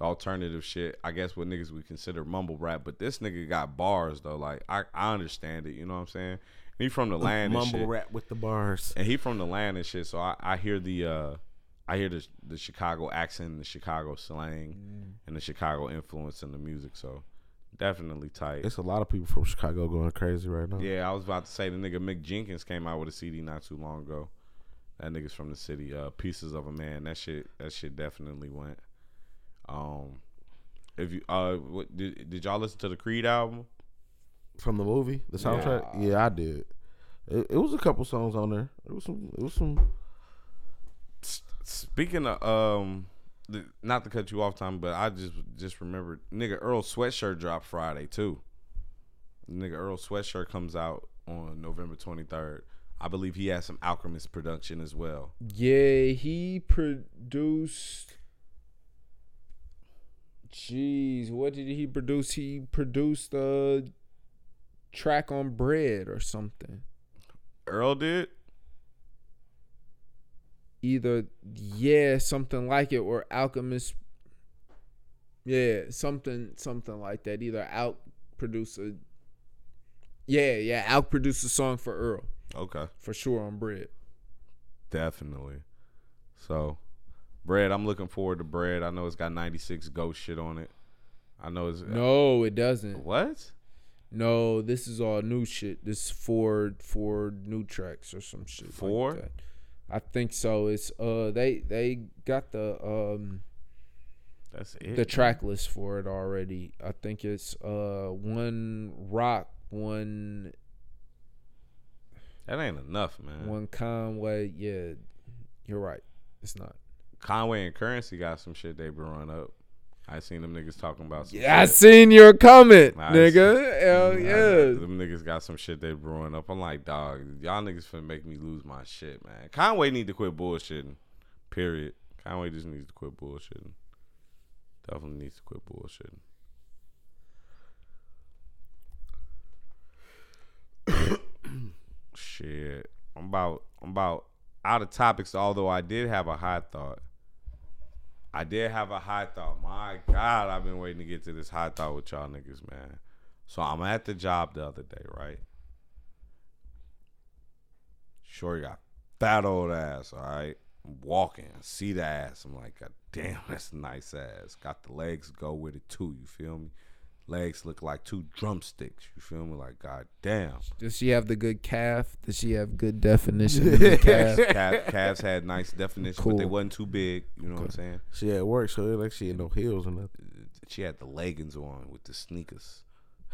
Speaker 2: alternative shit. I guess what niggas would consider mumble rap, but this nigga got bars though. Like I, I understand it, you know what I'm saying? He from the land and
Speaker 1: mumble
Speaker 2: shit.
Speaker 1: rap with the bars.
Speaker 2: and he from the land and shit. So I, I hear the uh, I hear the the Chicago accent, the Chicago slang,
Speaker 1: Mm.
Speaker 2: and the Chicago influence in the music. So definitely tight.
Speaker 1: It's a lot of people from Chicago going crazy right now.
Speaker 2: yeah, I was about to say the nigga Mick Jenkins came out with a CD not too long ago, That nigga's from the city. Uh, Pieces of a Man. That shit. That shit definitely went. Um, if you uh, what, did did y'all listen to the Creed album?
Speaker 1: from the movie, the soundtrack. Yeah, I did. It, it was a couple songs on there. It was some. It was some.
Speaker 2: S- Speaking of um, the, not to cut you off, time, but I just just remembered, nigga, Earl sweatshirt dropped Friday too. Nigga, Earl sweatshirt comes out on November twenty third. I believe he has some Alchemist production as well.
Speaker 3: Yeah, he produced. Jeez, what did he produce? He produced a track on bread or something.
Speaker 2: Earl did.
Speaker 3: Either yeah, something like it, or Alchemist. Yeah, something something like that. Either out produce a. Yeah, yeah, out produced a song for Earl
Speaker 2: Okay,
Speaker 3: for sure on bread.
Speaker 2: definitely. So, bread. I'm looking forward to bread. I know it's got ninety six ghost shit on it. I know it's
Speaker 3: No, it doesn't.
Speaker 2: what.
Speaker 3: No, this is all new shit. This is four four new tracks or some shit. like
Speaker 2: Four?
Speaker 3: that. I think so. It's uh they they got the um
Speaker 2: That's it.
Speaker 3: the track list for it already. I think it's uh one rock, one
Speaker 2: that ain't enough, man.
Speaker 3: one Conway. Yeah, you're right. It's not.
Speaker 2: Conway and Currency got some shit they been run up. I seen them niggas talking about. Some
Speaker 3: I
Speaker 2: shit.
Speaker 3: seen your comment,
Speaker 2: Nah, I
Speaker 3: nigga. Hell
Speaker 2: I-
Speaker 3: yeah.
Speaker 2: them niggas got some shit they brewing up. I'm like, dog, y'all niggas finna make me lose my shit, man. Conway need to quit bullshitting. Period. Conway just needs to quit bullshitting. Definitely needs to quit bullshitting. shit, I'm about I'm about out of topics. Although I did have a hot thought. I did have a hot thought. My God, I've been waiting to get to this hot thought with y'all niggas, man. So I'm at the job the other day, right? Sure got fat old ass, all right? I'm walking, I see the ass. I'm like, God damn, that's a nice ass. Got the legs to go with it too, you feel me? Legs look like two drumsticks, you feel me? Like, God damn.
Speaker 3: Does she have the good calf? Does she have good definition of the calf?
Speaker 2: Calf, calves had nice definition, but they
Speaker 3: Cool.
Speaker 2: wasn't too big, you know what I'm saying?
Speaker 1: She at work, so it like she had no heels or nothing.
Speaker 2: She had the leggings on with the sneakers.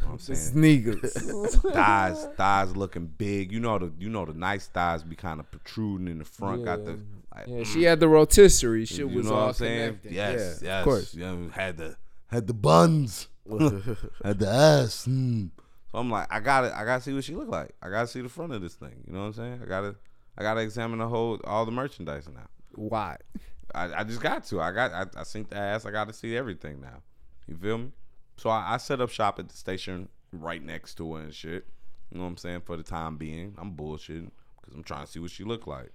Speaker 2: You know what I'm
Speaker 3: The
Speaker 2: saying?
Speaker 3: sneakers.
Speaker 2: thighs, thighs looking big. You know the you know the nice thighs be kind of protruding in the front. Got the like,
Speaker 3: Yeah, she had the rotisserie. Shit
Speaker 2: you
Speaker 3: was
Speaker 2: know
Speaker 3: all
Speaker 2: what I'm saying?
Speaker 3: connected.
Speaker 2: Yes,
Speaker 3: yeah,
Speaker 2: yes.
Speaker 3: of course.
Speaker 2: Yeah, had the had the buns, had the ass. mm. So I'm like, I gotta, I gotta see what she look like. I gotta see the front of this thing. You know what I'm saying? I gotta, I gotta examine the whole all the merchandise now.
Speaker 3: Why?
Speaker 2: I, I just got to. I got. I, I seen the ass. I got to see everything now. You feel me? So I, I set up shop at the station right next to her and shit. You know what I'm saying? For the time being, I'm bullshitting because I'm trying to see what she look like.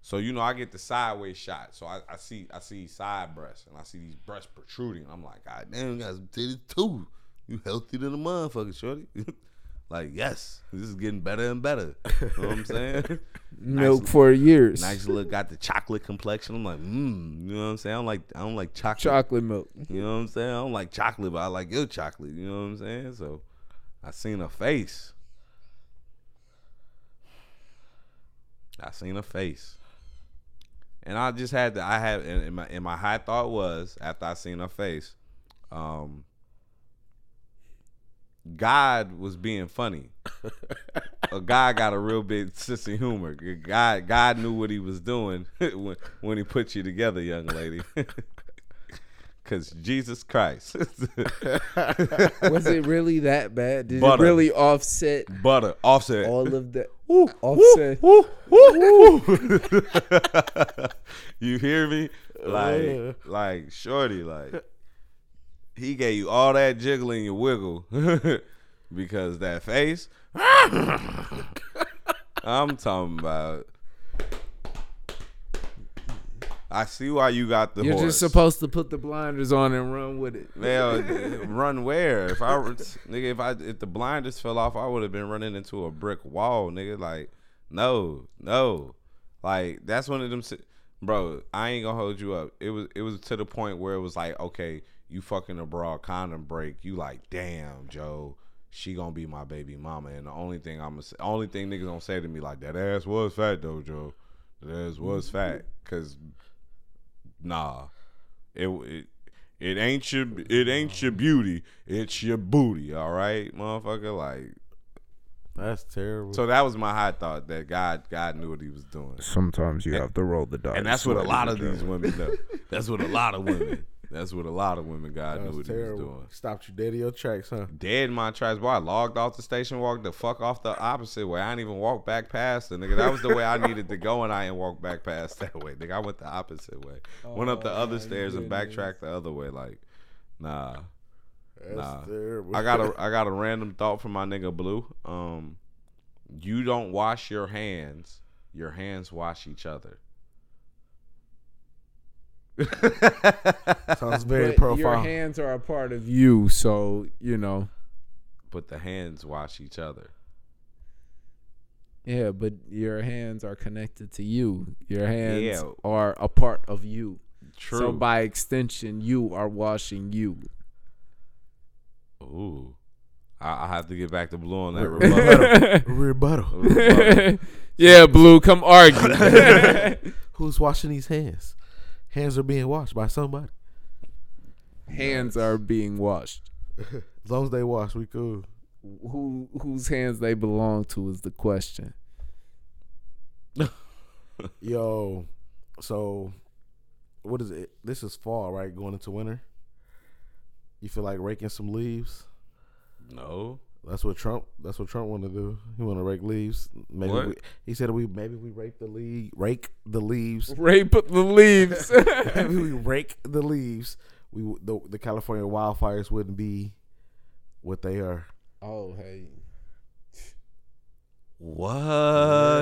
Speaker 2: So you know, I get the sideways shot. So I, I see, I see side breasts and I see these breasts protruding. I'm like, God damn, you got some titties too. You healthy than a motherfucker, shorty. like, yes, this is getting better and better. You know what I'm saying?
Speaker 3: Milk for years.
Speaker 2: Nice look, got the chocolate complexion. I'm like, mmm. You know what I'm saying? I don't like, I don't like chocolate.
Speaker 3: Chocolate milk.
Speaker 2: You know what I'm saying? I don't like chocolate, but I like your chocolate. You know what I'm saying? So, I seen a face. I seen a face, and I just had to. I had, and, and my and my high thought was after I seen her face, um, God was being funny. a guy got a real big sense of humor. God, God knew what he was doing when when he put you together, young lady. Cause Jesus Christ,
Speaker 3: Was it really that bad? Did
Speaker 2: Butter.
Speaker 3: it really offset
Speaker 2: butter offset.
Speaker 3: all of the
Speaker 2: Woo,
Speaker 3: Offset.
Speaker 2: woo, woo, woo, woo. you hear me?
Speaker 1: Uh.
Speaker 2: Like, like shorty, like he gave you all that jiggle and your wiggle because that face. I'm talking about. I see why you got the
Speaker 3: You're
Speaker 2: horse.
Speaker 3: just supposed to put the blinders on and run with it.
Speaker 2: Man, run where? If I were- nigga, if I if the blinders fell off, I would have been running into a brick wall, nigga. Like, no, no, like that's one of them. si- Bro, I ain't gonna hold you up. It was it was to the point where it was like, okay, you fucking a broad condom break. You like, damn, Joe, she gonna be my baby mama, and the only thing I'm gonna say, only thing niggas gonna say to me like that ass was fat though, Joe. That was fat, cause nah, it it it ain't your it ain't your beauty, it's your booty. All right, motherfucker. Like
Speaker 1: That's terrible.
Speaker 2: so, that was my high thought that God God knew what He was doing,
Speaker 4: Sometimes you have to roll the dice.
Speaker 2: and that's what a
Speaker 4: ladies
Speaker 2: lot
Speaker 4: and
Speaker 2: of these
Speaker 4: gentlemen.
Speaker 2: women know. That's what a lot of women. That's what a lot of women. God knew
Speaker 1: That's
Speaker 2: what He was
Speaker 1: terrible.
Speaker 2: doing.
Speaker 1: Stopped you dead in your tracks, huh?
Speaker 2: dead in my tracks. Boy, I logged off the station, walked the fuck off the opposite way. I didn't even walk back past the nigga. That was the way I needed to go, and I didn't walk back past that way. Nigga, I went the opposite way. went up the
Speaker 3: Oh,
Speaker 2: other
Speaker 3: my
Speaker 2: stairs and
Speaker 3: goodness.
Speaker 2: backtracked the other way. Like, nah.
Speaker 1: That's
Speaker 2: Nah.
Speaker 1: terrible.
Speaker 2: I got a I got a random thought from my nigga Blue. Um, you don't wash your hands. Your hands wash each other.
Speaker 1: sounds very
Speaker 3: But Your
Speaker 1: profound.
Speaker 3: hands are a part of you, so you know.
Speaker 2: but the hands wash each other.
Speaker 3: Yeah, but your hands are connected to you. Your hands
Speaker 2: Yeah.
Speaker 3: are a part of you.
Speaker 2: True.
Speaker 3: So by extension, you are washing you.
Speaker 2: Ooh. I, I have to get back to blue on that
Speaker 1: Re- rebuttal.
Speaker 2: Oh.
Speaker 1: rebuttal.
Speaker 2: rebuttal.
Speaker 3: yeah, blue, come argue.
Speaker 1: Who's washing these hands? Hands are being washed by somebody.
Speaker 3: hands are being washed.
Speaker 1: As long as they wash, we cool.
Speaker 3: Who whose hands they belong to is the question.
Speaker 1: Yo, so what is it? This is fall, right? Going into winter. You feel like raking some leaves?
Speaker 2: No.
Speaker 1: That's what Trump. That's what Trump want to do. He want to rake leaves. Maybe
Speaker 2: What?
Speaker 1: we, he said we maybe we rake the leaves. Rake the leaves.
Speaker 3: Rape the leaves.
Speaker 1: maybe we rake the leaves. We w- the, the California wildfires wouldn't be what they are.
Speaker 3: oh hey.
Speaker 2: What?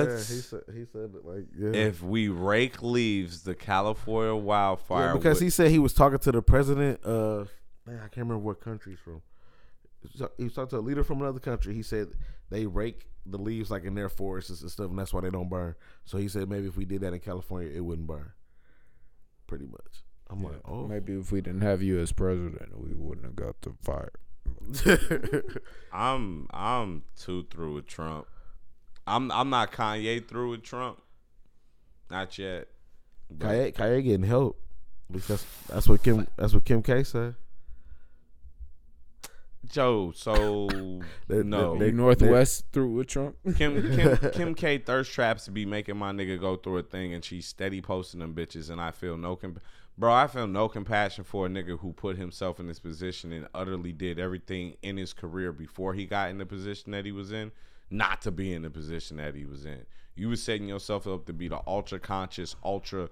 Speaker 1: Yeah, he said he said it like yeah.
Speaker 2: if we rake leaves, the California wildfire.
Speaker 1: Yeah, because
Speaker 2: would-
Speaker 1: he said he was talking to the president of man, I can't remember what country he's from. So- He was talking to a leader from another country. He said they rake the leaves like in their forests and stuff, and that's why they don't burn. So he said maybe if we did that in California, it wouldn't burn. Pretty much. I'm like, oh,
Speaker 3: Maybe if we didn't have you as president, we wouldn't have got the fire.
Speaker 2: I'm I'm too through with Trump. I'm I'm not Kanye through with Trump. Not yet.
Speaker 1: Kanye, Kanye getting help. Because that's what Kim. That's what Kim K said.
Speaker 2: Joe, so
Speaker 1: They-
Speaker 2: no.
Speaker 1: they-
Speaker 3: Northwest through with Trump.
Speaker 2: Kim Kim Kim K thirst traps be making my nigga go through a thing, and she's steady posting them bitches, and I feel no comp- bro. I feel no compassion for a nigga who put himself in this position and utterly did everything in his career before he got in the position that he was in, not to be in the position that he was in. You was setting yourself up to be the ultra conscious, ultra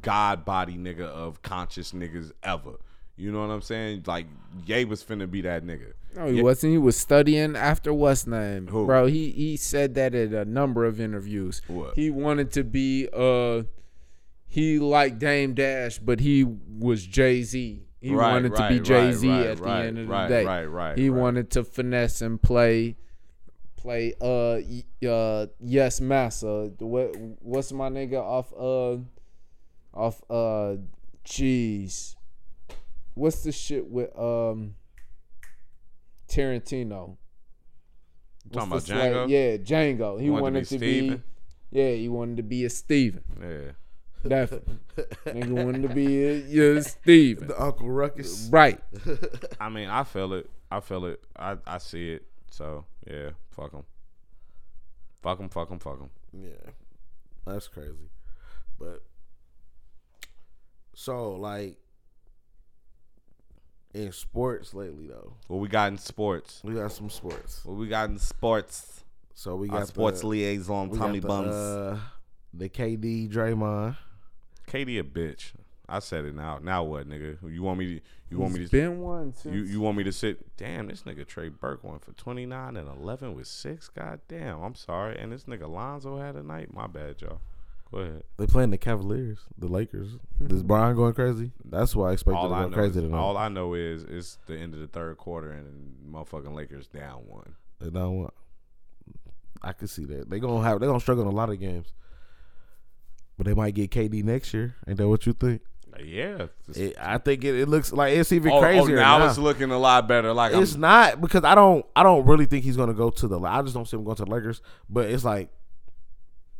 Speaker 2: god body nigga of conscious niggas ever. You know what I'm saying? Like Ye was finna be that nigga.
Speaker 3: No, he wasn't. He was studying after what's name,
Speaker 2: Who?
Speaker 3: bro. He he said that at a number of interviews.
Speaker 2: What?
Speaker 3: He wanted to be uh, he liked Dame Dash, but he was Jay Z. He
Speaker 2: Right,
Speaker 3: wanted
Speaker 2: right,
Speaker 3: to be
Speaker 2: right,
Speaker 3: Jay Z
Speaker 2: right,
Speaker 3: at
Speaker 2: right,
Speaker 3: the end of
Speaker 2: right,
Speaker 3: the day.
Speaker 2: right, right,
Speaker 3: He
Speaker 2: right.
Speaker 3: wanted to finesse and play, play uh y- uh yes massa. What what's my nigga off uh off uh jeez what's the shit with um Tarantino?
Speaker 2: Talking about
Speaker 3: What's the
Speaker 2: Django?
Speaker 3: slang? Yeah, Django. He
Speaker 2: Wanted
Speaker 3: wanted,
Speaker 2: to
Speaker 3: to
Speaker 2: be
Speaker 3: be,
Speaker 2: Steven?
Speaker 3: Yeah, he wanted to be a Steven.
Speaker 2: Yeah.
Speaker 3: Definitely. Nigga wanted to be a, yeah, a Steven.
Speaker 1: The Uncle Ruckus.
Speaker 3: Right.
Speaker 2: I mean, I feel it. I feel it. I, I see it. So yeah, fuck them. Fuck them. Fuck them. Fuck them.
Speaker 1: Yeah, that's crazy. But so like in sports lately though,
Speaker 2: What we got in sports?
Speaker 1: we got some sports.
Speaker 2: What we got in sports?
Speaker 1: So we
Speaker 2: Our
Speaker 1: got
Speaker 2: sports
Speaker 1: the, uh,
Speaker 2: liaison,
Speaker 1: we
Speaker 2: Tommy
Speaker 1: got the,
Speaker 2: Bums.
Speaker 1: uh, the KD Draymond.
Speaker 2: Katie a bitch. I said it now. Now what, nigga? You want me to? You want me
Speaker 3: He's
Speaker 2: to?
Speaker 3: been one since
Speaker 2: You you want me to sit? Damn, this nigga Trey Burke went for twenty nine and eleven with six. God damn, I'm sorry. And this nigga Lonzo had a night. My bad, y'all. Go ahead.
Speaker 1: They playing the Cavaliers, the Lakers. Is Brian going crazy? That's why I expect
Speaker 2: all
Speaker 1: him
Speaker 2: I
Speaker 1: to go
Speaker 2: know
Speaker 1: crazy
Speaker 2: is,
Speaker 1: tonight.
Speaker 2: all I know is it's the end of the third quarter and motherfucking Lakers down one.
Speaker 1: They don't want. I can see that they gonna have they gonna struggle in a lot of games, but they might get KD next year. Ain't that what you think?
Speaker 2: Uh, Yeah. It's-
Speaker 1: It, I think it, it looks like it's even
Speaker 2: oh, oh,
Speaker 1: crazier
Speaker 2: now,
Speaker 1: now.
Speaker 2: it's looking a lot better. Like
Speaker 1: It's
Speaker 2: I'm,
Speaker 1: not because I don't I don't really think he's gonna go to the. I just don't see him going to the Lakers. But it's like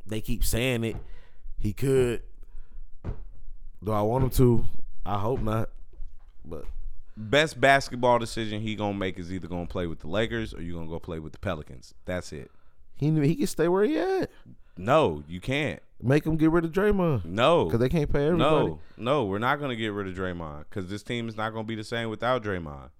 Speaker 1: they keep saying it, He could. Do I want him to? I hope not. But
Speaker 2: Best basketball decision he gonna make is either gonna play with the Lakers or you gonna go play with the Pelicans. That's it.
Speaker 1: he he can stay where he at.
Speaker 2: No, you can't.
Speaker 1: Make him get rid of Draymond
Speaker 2: No,
Speaker 1: because they can't pay everybody.
Speaker 2: no, no. We're not gonna get rid of Draymond because this team is not gonna be the same without Draymond.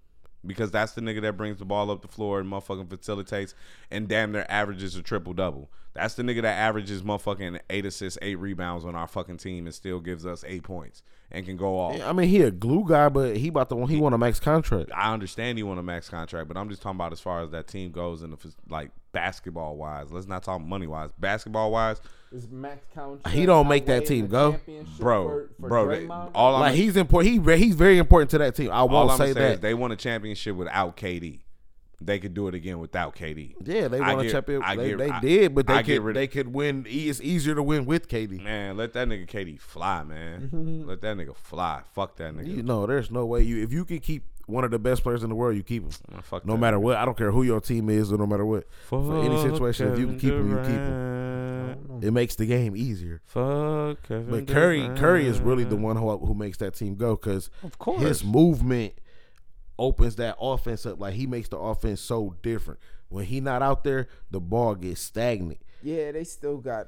Speaker 2: Because that's the nigga that brings the ball up the floor and motherfucking facilitates and damn their averages a triple double. That's the nigga that averages motherfucking eight assists, eight rebounds on our fucking team and still gives us eight points and can go off.
Speaker 1: I mean, he a glue guy, but he about the one he want a max contract.
Speaker 2: I understand he want a max contract, but I'm just talking about as far as that team goes and if it's like basketball wise. Let's not talk money wise. Basketball wise,
Speaker 3: Is Max Count?
Speaker 1: He don't make that team go.
Speaker 2: bro, bro. they- all I'm
Speaker 1: Like he's important. He re- he's very important to that team. I
Speaker 2: all
Speaker 1: won't
Speaker 2: I'm
Speaker 1: say
Speaker 2: saying is
Speaker 1: that.
Speaker 2: they won a championship without KD. They could do it again without KD.
Speaker 1: yeah, they
Speaker 2: I
Speaker 1: won a
Speaker 2: get-
Speaker 1: championship.
Speaker 2: I
Speaker 1: They,
Speaker 2: get-
Speaker 1: they
Speaker 2: I-
Speaker 1: did, but they
Speaker 2: I get
Speaker 1: could
Speaker 2: rid of-
Speaker 1: they could win. e- It's easier to win with KD.
Speaker 2: Man, let that nigga KD fly, man. let that nigga fly. Fuck that nigga.
Speaker 1: You know, there's no way you if you can keep one of the best players in the world, you keep him.
Speaker 2: Man, fuck
Speaker 1: No
Speaker 2: that
Speaker 1: matter what, I don't care who your team is, or no matter what, for any situation, if you can keep him, you keep him. It makes the game easier.
Speaker 2: Fuck Kevin
Speaker 1: But Curry, Curry is really the one who who makes that team go because
Speaker 2: Of course.
Speaker 1: his movement opens that offense up. Like he makes the offense so different. When he not out there, the ball gets stagnant.
Speaker 3: Yeah, they still got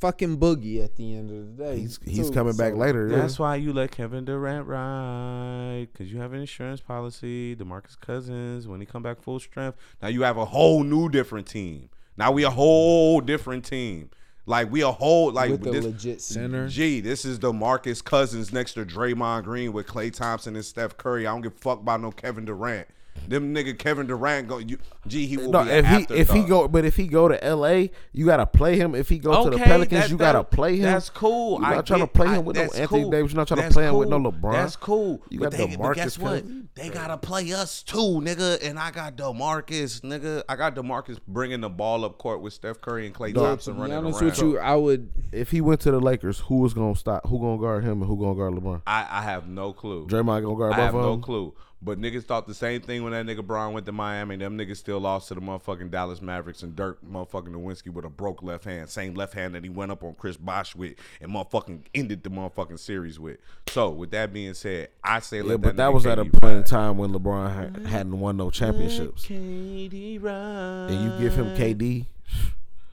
Speaker 3: fucking Boogie at the end of the day.
Speaker 1: He's he's
Speaker 3: too,
Speaker 1: coming back
Speaker 3: so-
Speaker 1: later. yeah.
Speaker 2: That's why you let Kevin Durant ride, cause you have an insurance policy. DeMarcus Cousins, when he come back full strength, now you have a whole new different team. Now we a whole different team. Like we a whole like
Speaker 3: with a
Speaker 2: this,
Speaker 3: legit center.
Speaker 2: Gee, this is the Marcus Cousins next to Draymond Green with Klay Thompson and Steph Curry. I don't give a fuck about no Kevin Durant. Them nigga Kevin Durant go. You, gee, he will
Speaker 1: No,
Speaker 2: be
Speaker 1: if
Speaker 2: an
Speaker 1: he if he
Speaker 2: afterthought.
Speaker 1: go, but if he go to L.A., you gotta play him. If he go to the
Speaker 2: Okay,
Speaker 1: Pelicans,
Speaker 2: that-
Speaker 1: you gotta
Speaker 2: that-
Speaker 1: play him.
Speaker 2: That's cool.
Speaker 1: You're not
Speaker 2: I
Speaker 1: trying to
Speaker 2: get-
Speaker 1: play him
Speaker 2: I-
Speaker 1: with no
Speaker 2: that's
Speaker 1: Anthony
Speaker 2: cool.
Speaker 1: Davis. You're not trying to
Speaker 2: That's
Speaker 1: play him with no
Speaker 2: cool.
Speaker 1: LeBron.
Speaker 2: That's cool.
Speaker 1: You
Speaker 2: but,
Speaker 1: got
Speaker 2: they,
Speaker 1: DeMarcus
Speaker 2: but guess what?
Speaker 1: Cousins.
Speaker 2: They gotta play us too, nigga. And I got Demarcus, nigga. I got Demarcus bringing the ball up court with Steph Curry and Klay
Speaker 3: Yeah,
Speaker 2: Thompson
Speaker 3: to be
Speaker 2: running
Speaker 3: honest
Speaker 2: around.
Speaker 3: with you, I would.
Speaker 1: If he went to the Lakers, who was gonna stop? Who gonna guard him and who gonna guard LeBron?
Speaker 2: I, I have no clue.
Speaker 1: Draymond gonna guard
Speaker 2: I have
Speaker 1: both of
Speaker 2: no
Speaker 1: them.
Speaker 2: clue. But niggas thought the same thing when that nigga Braun went to Miami. Them niggas still lost to the motherfucking Dallas Mavericks and Dirk motherfucking Nowinski with a broke left hand. Same left hand that he went up on Chris Bosh with and motherfucking ended the motherfucking series with. So with that being said, I say let
Speaker 1: yeah, but that
Speaker 2: nigga
Speaker 1: was at a
Speaker 2: KD
Speaker 1: point in
Speaker 2: ride.
Speaker 1: time when
Speaker 2: Mm-hmm.
Speaker 1: LeBron ha- hadn't won no championships,
Speaker 2: KD ride.
Speaker 1: and you give him
Speaker 2: Mm-hmm.
Speaker 1: KD.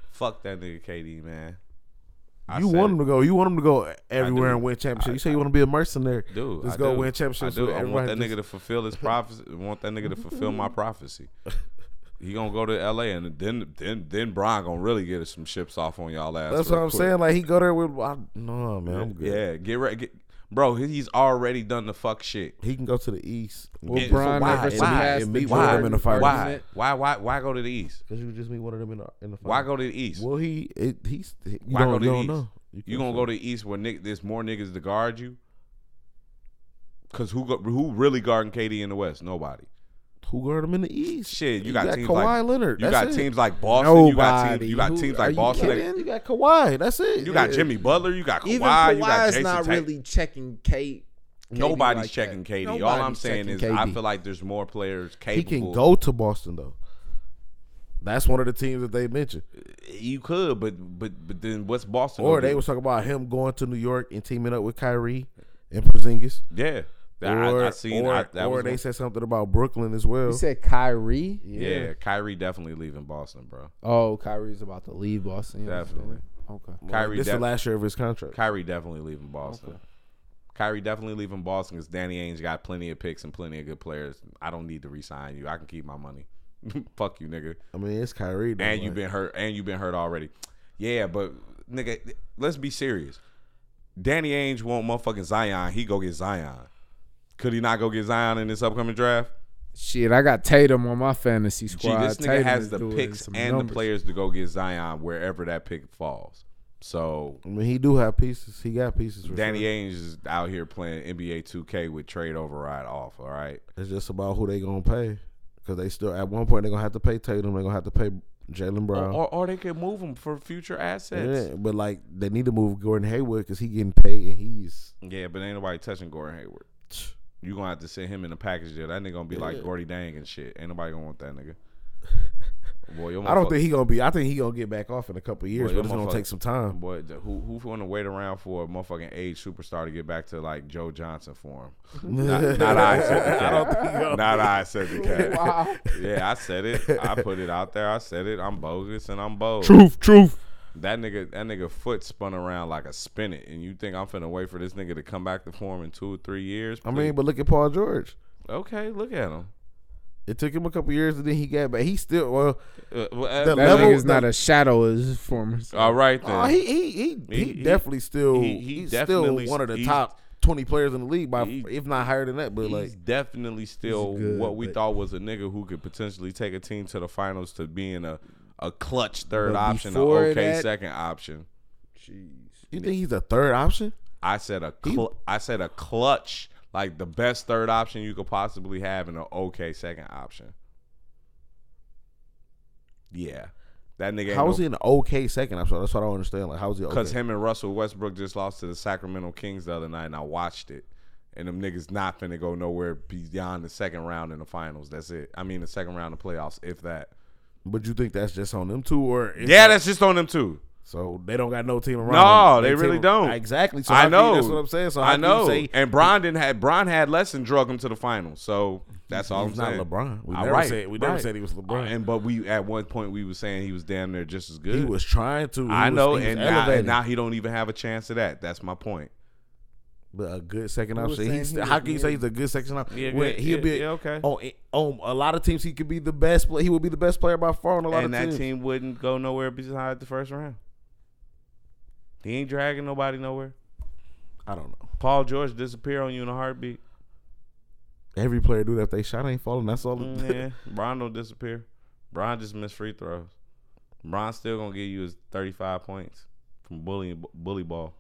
Speaker 2: Fuck that nigga KD, man. I
Speaker 1: You
Speaker 2: said
Speaker 1: want
Speaker 2: it.
Speaker 1: him to go. You want him to go everywhere
Speaker 2: do.
Speaker 1: and win championships. You say you want to be a mercenary.
Speaker 2: Dude,
Speaker 1: Just
Speaker 2: I
Speaker 1: go
Speaker 2: do.
Speaker 1: win championships.
Speaker 2: I do.
Speaker 1: with
Speaker 2: I want that
Speaker 1: everybody.
Speaker 2: nigga to fulfill his prophecy. I want that nigga to fulfill my prophecy. He gonna go to L.A. and then then then Brian gonna really get us some ships off on y'all ass.
Speaker 1: That's
Speaker 2: real
Speaker 1: what I'm
Speaker 2: quick.
Speaker 1: saying. Like he go there with. I, no man, I'm good.
Speaker 2: Yeah, get ready, get, bro. he- He's already done the fuck shit.
Speaker 1: He can go to the East.
Speaker 3: Well,
Speaker 2: Yeah, so
Speaker 3: Bron
Speaker 2: why-
Speaker 3: never
Speaker 2: why-
Speaker 3: surpassed
Speaker 1: and
Speaker 3: the
Speaker 1: meet with
Speaker 2: Why?
Speaker 1: him in the finals.
Speaker 2: Why? Why? Why? Why go to the East?
Speaker 1: Cause you just meet one of them in the in the finals.
Speaker 2: Why go to the East?
Speaker 1: Well, he it, he's you
Speaker 2: Why
Speaker 1: don't,
Speaker 2: go to
Speaker 1: you
Speaker 2: the
Speaker 1: don't
Speaker 2: East?
Speaker 1: know.
Speaker 2: You gonna go to the East where Nick, there's more niggas to guard you? Cause who go, who really guarding KD in the West? Nobody.
Speaker 1: who guard him in the East?
Speaker 2: Shit, you, got, teams
Speaker 1: Kawhi
Speaker 2: like
Speaker 1: Leonard.
Speaker 2: You
Speaker 1: That's
Speaker 2: got
Speaker 1: it.
Speaker 2: teams like Boston. You got
Speaker 3: Nobody.
Speaker 2: teams. You got
Speaker 3: Who-
Speaker 2: teams
Speaker 3: are
Speaker 2: like
Speaker 3: you
Speaker 2: Boston. that-
Speaker 3: kidding?
Speaker 1: You got Kawhi. That's it.
Speaker 2: You got
Speaker 1: Yeah.
Speaker 2: Jimmy Butler. You got Kawhi.
Speaker 3: Even
Speaker 2: you
Speaker 3: Kawhi
Speaker 2: got
Speaker 3: is
Speaker 2: Jason
Speaker 3: not
Speaker 2: Tatum.
Speaker 3: really checking Kate. KD
Speaker 2: Nobody's
Speaker 3: like
Speaker 2: checking
Speaker 3: that.
Speaker 2: KD. All
Speaker 3: Nobody's
Speaker 2: I'm saying is,
Speaker 3: checking
Speaker 2: I
Speaker 3: KD.
Speaker 2: feel like there's more players
Speaker 1: He
Speaker 2: capable.
Speaker 1: can go to Boston though. That's one of the teams that they mentioned.
Speaker 2: You could, but but but then what's Boston?
Speaker 1: Or
Speaker 2: gonna
Speaker 1: they
Speaker 2: do?
Speaker 1: was talking about him going to New York and teaming up with Kyrie and Porzingis.
Speaker 2: yeah. That,
Speaker 1: or
Speaker 2: I, I seen.
Speaker 1: or,
Speaker 2: I, that
Speaker 1: or
Speaker 2: was
Speaker 1: they
Speaker 2: one-
Speaker 1: said something about Brooklyn as well.
Speaker 3: You said Kyrie.
Speaker 2: yeah. Kyrie definitely leaving Boston, bro.
Speaker 3: Oh, Kyrie's about to leave Boston. you
Speaker 2: Definitely.
Speaker 3: understand? Okay.
Speaker 2: Kyrie.
Speaker 1: this is the
Speaker 2: def-
Speaker 1: last year of his contract.
Speaker 2: Kyrie definitely leaving Boston. Kyrie definitely leaving Boston because Danny Ainge got plenty of picks and plenty of good players. I don't need to re-sign you. I can keep my money. Fuck you, nigga.
Speaker 1: I mean, it's Kyrie. Though,
Speaker 2: and you've
Speaker 1: like-
Speaker 2: been hurt and you've been hurt already. Yeah, but nigga, th- let's be serious. Danny Ainge want motherfucking Zion. He go get Zion. Could he not go get Zion in this upcoming draft?
Speaker 3: Shit, I got Tatum on my fantasy
Speaker 2: Gee,
Speaker 3: squad.
Speaker 2: this nigga
Speaker 3: Tatum
Speaker 2: has
Speaker 3: is
Speaker 2: the
Speaker 3: doing
Speaker 2: picks
Speaker 3: some
Speaker 2: and
Speaker 3: numbers.
Speaker 2: the players to go get Zion wherever that pick falls. So
Speaker 1: I mean, he do have pieces. He got pieces. For
Speaker 2: Danny
Speaker 1: sure.
Speaker 2: Ainge is out here playing NBA 2K with trade override off. All right,
Speaker 1: It's just about who they gonna pay because they still at one point they gonna have to pay Tatum. They gonna have to pay Jalen Brown.
Speaker 2: or, or they could move him for future assets.
Speaker 1: Oh. Yeah, but like they need to move Gordon Hayward because he getting paid and he's
Speaker 2: Yeah, but ain't nobody touching Gordon Hayward. You gonna have to send him in a package deal. That nigga gonna be like Gordy Dang and shit. Ain't nobody gonna want that nigga. Boy, your
Speaker 1: I don't
Speaker 2: motherfucker-
Speaker 1: think he gonna be. I think he gonna get back off in a couple years,
Speaker 2: Boy,
Speaker 1: but
Speaker 2: your
Speaker 1: it's gonna
Speaker 2: motherfucker-
Speaker 1: take some time.
Speaker 2: Boy, th- who who want to wait around for a motherfucking age superstar to get back to like Joe Johnson form? Not, not I said the cat.
Speaker 1: I don't think so.
Speaker 2: Not I said the cat. Yeah, I said it. I put it out there. I said it. I'm bogus and I'm bold.
Speaker 3: Truth, truth.
Speaker 2: That nigga, that nigga foot spun around like a spinnet, and you think I'm finna wait for this nigga to come back to form in two or three years?
Speaker 1: I mean, but look at Paul George.
Speaker 2: okay, look at him.
Speaker 1: It took him a couple years, and then he got back. He still well.
Speaker 2: Uh, well,
Speaker 1: The
Speaker 2: uh,
Speaker 3: That
Speaker 1: level-
Speaker 3: nigga's not
Speaker 1: the-
Speaker 3: a shadow of his former. self.
Speaker 2: all right then.
Speaker 1: Oh, he, he he he
Speaker 2: He- he-
Speaker 1: definitely still
Speaker 2: he- he
Speaker 1: he's
Speaker 2: definitely
Speaker 1: still one of the
Speaker 2: s-
Speaker 1: top twenty players in the league by
Speaker 2: he-
Speaker 1: if not higher than that. But
Speaker 2: He's
Speaker 1: like
Speaker 2: definitely still
Speaker 3: He's good,
Speaker 2: what we
Speaker 3: but-
Speaker 2: thought was a nigga who could potentially take a team to the finals to being a, a clutch third
Speaker 3: But
Speaker 2: option, an
Speaker 3: before
Speaker 2: okay
Speaker 3: that-
Speaker 2: second option.
Speaker 1: you think he's a third option?
Speaker 2: I said a cl- I said a clutch, like the best third option you could possibly have and an okay second option. Yeah. That nigga ain't
Speaker 1: How
Speaker 2: no
Speaker 1: is he an okay second option? That's what I don't understand. Like how is he okay?
Speaker 2: Because him and Russell Westbrook just lost to the Sacramento Kings the other night, and I watched it. And them niggas not finna go nowhere beyond the second round in the finals. That's it. I mean, the second round of playoffs, if that.
Speaker 1: But you think that's just on them two, or is
Speaker 2: Yeah,
Speaker 1: that-
Speaker 2: that's just on them too.
Speaker 1: so they don't got no team around.
Speaker 2: No,
Speaker 1: them.
Speaker 2: they
Speaker 1: Their
Speaker 2: really
Speaker 1: team-
Speaker 2: don't.
Speaker 1: Exactly. So how
Speaker 2: I
Speaker 1: can you-
Speaker 2: know.
Speaker 1: that's what I'm saying. So how
Speaker 2: I
Speaker 1: can you
Speaker 2: know.
Speaker 1: say
Speaker 2: and Bron didn't have Bron had less than drug him to the finals. So that's all
Speaker 1: he's
Speaker 2: I'm
Speaker 1: not
Speaker 2: saying.
Speaker 1: LeBron. We
Speaker 2: All
Speaker 1: never
Speaker 2: right,
Speaker 1: said we never
Speaker 2: right.
Speaker 1: said he was
Speaker 2: Uh,
Speaker 1: LeBron.
Speaker 2: And but we at one point we were saying he was damn near just as good.
Speaker 1: he was trying to. He
Speaker 2: I
Speaker 1: was-
Speaker 2: know,
Speaker 1: he was
Speaker 2: and now,
Speaker 1: elevated.
Speaker 2: and now he don't even have a chance of that. That's my point.
Speaker 1: But a good second
Speaker 3: Who was
Speaker 1: option.
Speaker 3: saying
Speaker 1: He's
Speaker 3: he
Speaker 1: st-
Speaker 3: was
Speaker 1: how can you say
Speaker 3: good?
Speaker 1: he's a good second option?
Speaker 2: Yeah,
Speaker 1: When
Speaker 2: good.
Speaker 1: he'll
Speaker 2: Yeah,
Speaker 1: be
Speaker 2: yeah, okay.
Speaker 1: On, on a lot of teams, he could be the best. Play, he will be the best player by far on a lot
Speaker 2: and
Speaker 1: of
Speaker 2: that
Speaker 1: teams.
Speaker 2: team wouldn't go nowhere besides the first round. He ain't dragging nobody nowhere.
Speaker 1: I don't know.
Speaker 2: Paul George disappear on you in a heartbeat.
Speaker 1: Every player do that. If they shot ain't falling, that's all.
Speaker 2: Mm, yeah, Bron don't disappear. Bron just missed free throws. Bron's still gonna give you his thirty-five points from bully bully ball.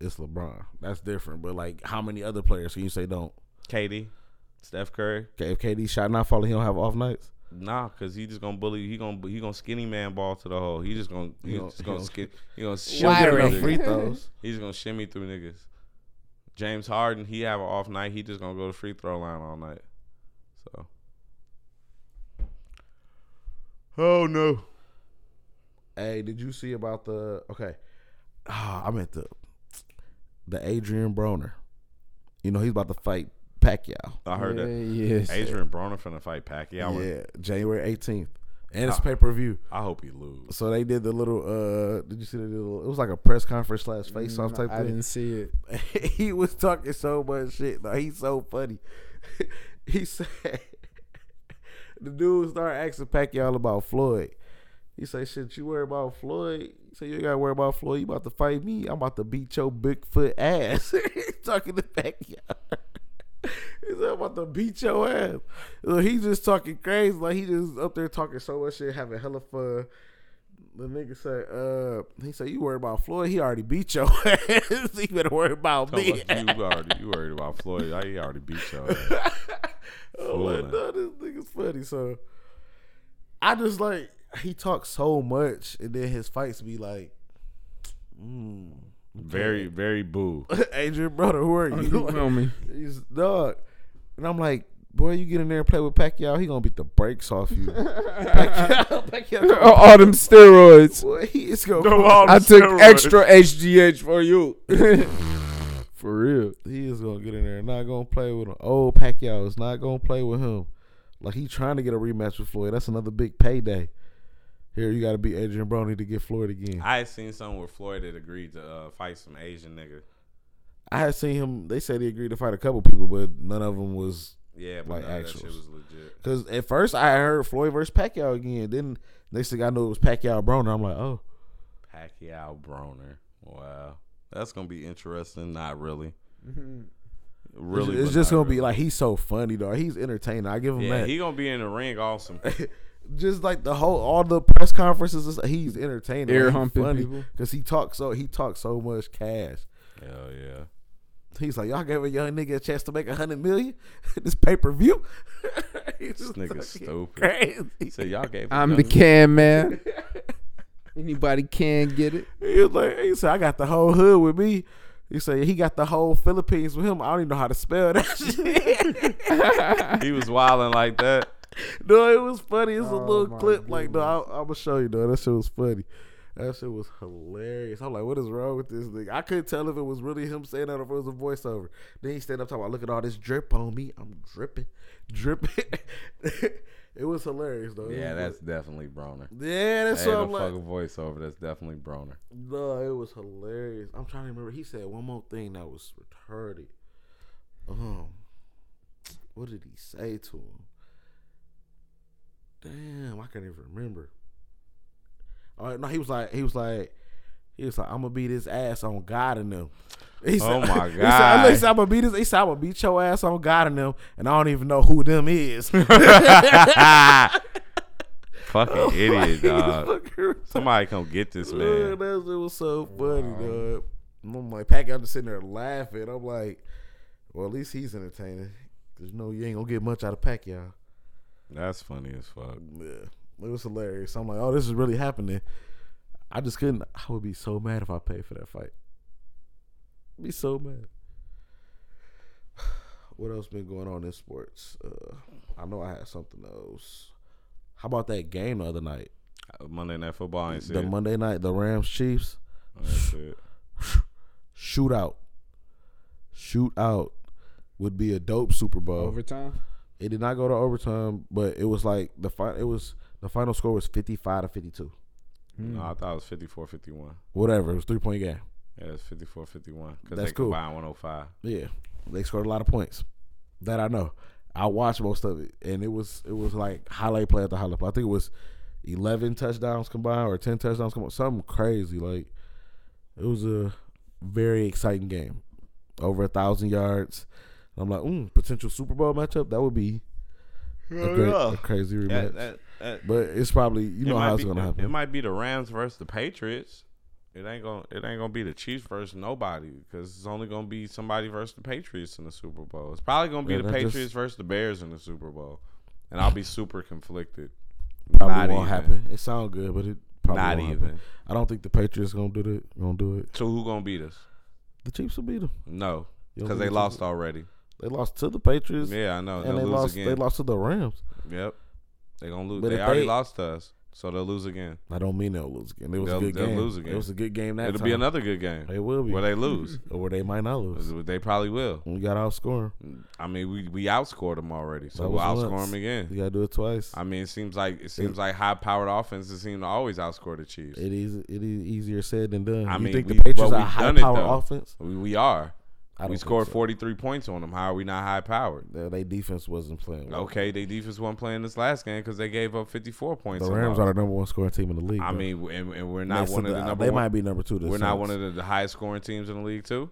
Speaker 1: it's LeBron. That's different. But like, how many other players can you say don't?
Speaker 2: KD, Steph Curry,
Speaker 1: Okay, if KD shot not falling, he don't have off nights.
Speaker 2: nah, cause he just gonna bully. He gonna he gonna skinny man ball to the hole. He just gonna he,
Speaker 1: He
Speaker 2: just gonna
Speaker 1: gonna- he
Speaker 2: skin. He gonna shimmy
Speaker 1: Don't get
Speaker 3: Wiry.
Speaker 1: enough
Speaker 2: through
Speaker 1: free
Speaker 2: niggas.
Speaker 1: throws.
Speaker 2: He's gonna shimmy through niggas. James Harden, he have an off night. He just gonna go to free throw line all night. So. Oh no.
Speaker 1: Hey, did you see about the okay? Ah, I meant the the Adrian Broner. You know he's about to fight Pacquiao.
Speaker 2: I heard that.
Speaker 3: Yes.
Speaker 2: Adrian Broner finna fight Pacquiao.
Speaker 1: yeah, Ah. January eighteenth, and it's pay per view.
Speaker 2: I hope he lose.
Speaker 1: So they did the little. uh Did you see the little? It was like a press conference slash face off type
Speaker 3: I
Speaker 1: thing.
Speaker 3: didn't see it.
Speaker 1: he was talking so much shit. Though. He's so funny. he said the dude started asking Pacquiao about Floyd. He said, "Shit, you worry about Floyd? He said you ain't gotta worry about Floyd. You about to fight me? I'm about to beat your Bigfoot ass." talking to Pacquiao. He said, I'm about to beat your ass. So he just talking crazy. Like, he just up there talking so much shit, having hella fun. The nigga said, uh, he said, you worry about Floyd. He already beat your ass. you better worry about
Speaker 2: Talking
Speaker 1: me.
Speaker 2: about you already you worried about Floyd. He already beat your ass.
Speaker 1: I'm like,
Speaker 2: Fooling.
Speaker 1: no, this nigga's funny. So I just like he talks so much, and then his fights be like, mm,
Speaker 2: Very, very boo.
Speaker 1: Adrian brother, who
Speaker 3: Oh,
Speaker 1: are you?
Speaker 3: Overwhelming.
Speaker 1: He's dog. And I'm like, boy, you get in there and play with Pacquiao, he gonna beat the brakes off you. Pacquiao, Pacquiao,
Speaker 3: All them steroids.
Speaker 1: boy, he is gonna.
Speaker 3: I took extra HGH for you. for real.
Speaker 1: He is gonna get in there. and Not gonna play with him. Old Pacquiao is not gonna play with him. Like he trying to get a rematch with Floyd. That's another big payday. Here you got to beat Adrian Brony to get Floyd again.
Speaker 2: I had seen something where Floyd had agreed to uh, fight some Asian nigga.
Speaker 1: I had seen him. They said he agreed to fight a couple people, but none of them was.
Speaker 2: Yeah, but
Speaker 1: Like
Speaker 2: nah, that shit
Speaker 1: actuals.
Speaker 2: was legit.
Speaker 1: Cause at first I heard Floyd versus Pacquiao again. Then next thing I knew it was Pacquiao Broner. I'm like, oh,
Speaker 2: Pacquiao Broner. Wow. That's gonna be interesting. Not really. Really,
Speaker 1: Mm-hmm. it's
Speaker 2: but
Speaker 1: just
Speaker 2: not
Speaker 1: gonna be
Speaker 2: really.
Speaker 1: like he's so funny, dog. He's entertaining. I give him
Speaker 2: yeah,
Speaker 1: that.
Speaker 2: he gonna be in the ring awesome.
Speaker 1: just like the whole all the press conferences, and stuff, he's entertaining.
Speaker 3: Air
Speaker 1: He's
Speaker 3: humping
Speaker 1: funny.
Speaker 3: people.
Speaker 1: Cause he talks so he talks so much cash.
Speaker 2: Hell yeah.
Speaker 1: He's like, y'all gave a young nigga a chance to make a hundred million. this pay per view. this
Speaker 2: Nigga stupid.
Speaker 1: crazy.
Speaker 2: So y'all gave. him
Speaker 3: I'm the
Speaker 2: nothing.
Speaker 3: can man. Anybody can get it.
Speaker 1: He was like, he said, I got the whole hood with me. He said he got the whole Philippines with him. I don't even know how to spell that shit.
Speaker 2: He was wilding like that.
Speaker 1: no, it was funny. It's a
Speaker 3: Oh,
Speaker 1: little
Speaker 3: my
Speaker 1: clip. Like, no, I, I'm gonna show you, though. That shit was funny. That shit was hilarious. I'm like, what is wrong with this nigga? I couldn't tell if it was really him saying that or if it was a voiceover. Then he stand up talking about, look at all this drip on me. I'm dripping, dripping. it was hilarious though. It
Speaker 2: Yeah,
Speaker 1: was
Speaker 2: that's definitely Broner.
Speaker 1: good. yeah, that's
Speaker 2: That's ain't
Speaker 1: what
Speaker 2: no
Speaker 1: I'm like.
Speaker 2: fucking voiceover. That's definitely Broner.
Speaker 1: No, it was hilarious. I'm trying to remember. He said one more thing that was retarded. Um, what did he say to him? Damn, I can't even remember. All right, no, he was like, he was like, he was like, I'm gonna beat his ass on God and them. He
Speaker 2: Oh my
Speaker 1: He said,
Speaker 2: God.
Speaker 1: I'm gonna beat his. He said, I'm gonna beat your ass on God and them, and I don't even know who them is. Oh
Speaker 2: Fucking idiot,
Speaker 1: He was
Speaker 2: dog.
Speaker 1: fucking
Speaker 2: Somebody come get this
Speaker 1: Man,
Speaker 2: man.
Speaker 1: that shit was so funny, dog. And I'm like, Pac, I'm just sitting there laughing. I'm like, well, at least he's entertaining. Cause you know you ain't gonna get much out of Pac, y'all.
Speaker 2: That's funny as fuck.
Speaker 1: Yeah, it was hilarious. I'm like, oh, this is really happening. I just couldn't. I would be so mad if I paid for that fight. Be so mad. What else been going on in sports? Uh, I know I had something else. How about that game the other night?
Speaker 2: Monday Night Football, I ain't see
Speaker 1: The
Speaker 2: it.
Speaker 1: Monday night, the Rams Chiefs.
Speaker 2: That's it.
Speaker 1: shootout. Shootout would be a dope Super
Speaker 3: Oh.
Speaker 1: Bowl.
Speaker 3: Overtime.
Speaker 1: It did not go to overtime, but it was like the final. It was the final score was fifty five to fifty two.
Speaker 3: Mm.
Speaker 2: No,
Speaker 1: Mm.
Speaker 2: I thought it was 54 51.
Speaker 1: Whatever. It was three point game.
Speaker 2: Yeah, it's 54 51. Because
Speaker 1: That's
Speaker 2: they
Speaker 1: cool.
Speaker 2: combined 105.
Speaker 1: Yeah, they scored a lot of points. That I know. I watched most of it, and it was it was like highlight play after highlight play. I think it was eleven touchdowns combined or ten touchdowns combined, something crazy. Like it was a very exciting game, over a thousand yards. I'm like, mm, potential Super Bowl matchup. That would be a, great, a crazy
Speaker 2: Yeah,
Speaker 1: rematch.
Speaker 2: that- that-
Speaker 1: but it's probably you know
Speaker 2: might
Speaker 1: how it's
Speaker 2: be-
Speaker 1: gonna
Speaker 2: It
Speaker 1: happen.
Speaker 2: might be the Rams versus the Patriots. It ain't gonna it ain't gonna be the Chiefs versus nobody because it's only gonna be somebody versus the Patriots in the Super Bowl. It's probably gonna be
Speaker 1: Yeah,
Speaker 2: the
Speaker 1: that just-
Speaker 2: Patriots versus the Bears in the Super Bowl, and I'll be super conflicted.
Speaker 1: Probably
Speaker 2: Not even.
Speaker 1: won't happen. It sounds good, but it probably
Speaker 2: Not
Speaker 1: won't
Speaker 2: even.
Speaker 1: happen. I don't think the Patriots gonna do it. Gonna do it.
Speaker 2: So who gonna beat us?
Speaker 1: The Chiefs will beat them.
Speaker 2: No,
Speaker 1: You don't
Speaker 2: because
Speaker 1: think
Speaker 2: they
Speaker 1: the
Speaker 2: lost already.
Speaker 1: They lost to the Patriots.
Speaker 2: Yeah, I know.
Speaker 1: and
Speaker 2: they'll
Speaker 1: they
Speaker 2: lose
Speaker 1: lost.
Speaker 2: again.
Speaker 1: They lost to the Rams.
Speaker 2: Yep, they gonna lose.
Speaker 1: But
Speaker 2: They
Speaker 1: if
Speaker 2: already
Speaker 1: they-
Speaker 2: lost to us, so they'll lose again.
Speaker 1: I don't mean they'll lose again. It was
Speaker 2: They'll-
Speaker 1: a good
Speaker 2: they'll
Speaker 1: game.
Speaker 2: lose again.
Speaker 1: It was a good game that
Speaker 2: It'll
Speaker 1: time.
Speaker 2: be another good game
Speaker 1: It will be.
Speaker 2: where they lose.
Speaker 1: or they might not lose.
Speaker 2: they probably will.
Speaker 1: We got outscored.
Speaker 2: I mean, we we outscored them already, so
Speaker 1: That
Speaker 2: we'll
Speaker 1: was
Speaker 2: outscore
Speaker 1: nuts.
Speaker 2: them again.
Speaker 1: You gotta do it twice.
Speaker 2: I mean, it seems like it seems like high-powered offenses seem to always outscore the Chiefs.
Speaker 1: It is. It is easier said than done.
Speaker 2: I
Speaker 1: you
Speaker 2: mean,
Speaker 1: think
Speaker 2: we-
Speaker 1: the Patriots
Speaker 2: but
Speaker 1: are a
Speaker 2: we've
Speaker 1: high
Speaker 2: done it,
Speaker 1: power
Speaker 2: though.
Speaker 1: offense?
Speaker 2: we, we are.
Speaker 1: I
Speaker 2: We
Speaker 1: don't
Speaker 2: scored
Speaker 1: think so.
Speaker 2: 43 points on them. How are we not high-powered?
Speaker 1: Their, their defense wasn't playing. Well.
Speaker 2: Okay, they defense wasn't playing this last game because they gave up 54 points.
Speaker 1: The
Speaker 2: on us.
Speaker 1: Rams are the number one scoring team in the league.
Speaker 2: I
Speaker 1: though.
Speaker 2: mean, and, and we're
Speaker 1: Next
Speaker 2: not
Speaker 1: to
Speaker 2: one of the number
Speaker 1: They
Speaker 2: one.
Speaker 1: might be number two. to the
Speaker 2: We're not
Speaker 1: Saints.
Speaker 2: one of the highest-scoring teams in the league too.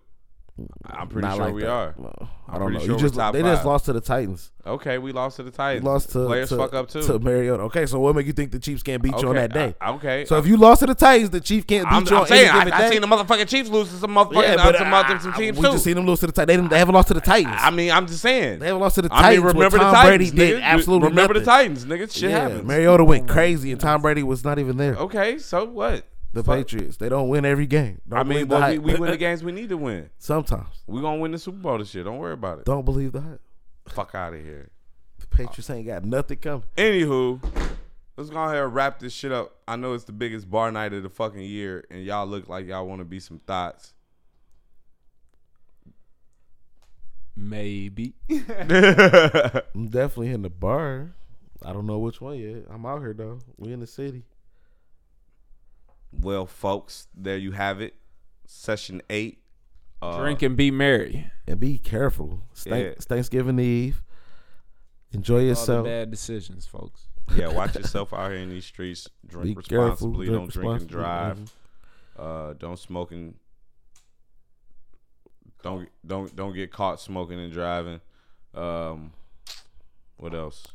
Speaker 2: I'm pretty
Speaker 1: Not
Speaker 2: sure
Speaker 1: like
Speaker 2: we
Speaker 1: that.
Speaker 2: are.
Speaker 1: No, I
Speaker 2: I'm pretty
Speaker 1: don't know.
Speaker 2: sure
Speaker 1: you
Speaker 2: we're
Speaker 1: just
Speaker 2: top
Speaker 1: they just
Speaker 2: five.
Speaker 1: lost to the Titans.
Speaker 2: Okay, we lost to the
Speaker 1: You
Speaker 2: Titans.
Speaker 1: lost to
Speaker 2: players
Speaker 1: to,
Speaker 2: fuck up too.
Speaker 1: to Mariota. Okay, so what make you think the Chiefs can't beat you on
Speaker 2: Okay,
Speaker 1: that day?
Speaker 2: I- okay,
Speaker 1: So if you lost to the Titans, the Chiefs can't beat
Speaker 2: I'm,
Speaker 1: you
Speaker 2: I'm
Speaker 1: on
Speaker 2: saying
Speaker 1: any given
Speaker 2: I, I
Speaker 1: day.
Speaker 2: seen the motherfucking Chiefs lose to some motherfucking uh, some,
Speaker 1: I-
Speaker 2: other- some teams
Speaker 1: we
Speaker 2: too.
Speaker 1: just seen them lose to the Titans. They, didn't, they haven't lost to the Titans.
Speaker 2: I mean, I'm just saying.
Speaker 1: they haven't lost to the
Speaker 2: I
Speaker 1: Titans.
Speaker 2: mean,
Speaker 1: where
Speaker 2: remember the
Speaker 1: Tom
Speaker 2: Titans,
Speaker 1: Brady did
Speaker 2: nigga.
Speaker 1: absolutely
Speaker 2: Remember the
Speaker 1: nothing.
Speaker 2: Titans, nigga. Shit
Speaker 1: Yeah,
Speaker 2: happens.
Speaker 1: Mariota went crazy, and Tom Brady was not even there.
Speaker 2: Okay, so what?
Speaker 1: The
Speaker 2: Fuck.
Speaker 1: Patriots, they don't win every game. Don't
Speaker 2: I mean,
Speaker 1: believe the
Speaker 2: but we,
Speaker 1: hype.
Speaker 2: we win the games we need to win.
Speaker 1: Sometimes
Speaker 2: We gonna win the Super Bowl this year. Don't worry about it.
Speaker 1: don't believe the hype.
Speaker 2: Fuck out of here.
Speaker 1: The Patriots ain't got nothing coming.
Speaker 2: Anywho, let's go ahead and wrap this shit up. I know it's the biggest bar night of the fucking year, and y'all look like y'all want to be some thoughts.
Speaker 5: Maybe.
Speaker 1: I'm definitely in the bar. I don't know which one yet. I'm out here though. We in the city.
Speaker 2: well, folks, there you have it. Session eight. Uh,
Speaker 5: Drink and be merry.
Speaker 1: and be careful. It's thank-
Speaker 2: Yeah.
Speaker 1: it's Thanksgiving Eve. Enjoy
Speaker 5: All the
Speaker 1: yourself.
Speaker 5: bad decisions, folks.
Speaker 2: Yeah, watch yourself out here in these streets. Drink
Speaker 1: Be careful.
Speaker 2: responsibly. Don't drink and drive.
Speaker 1: responsibly. Mm-hmm.
Speaker 2: Uh, don't smoke and don't don't don't get caught smoking and driving. Um, what else?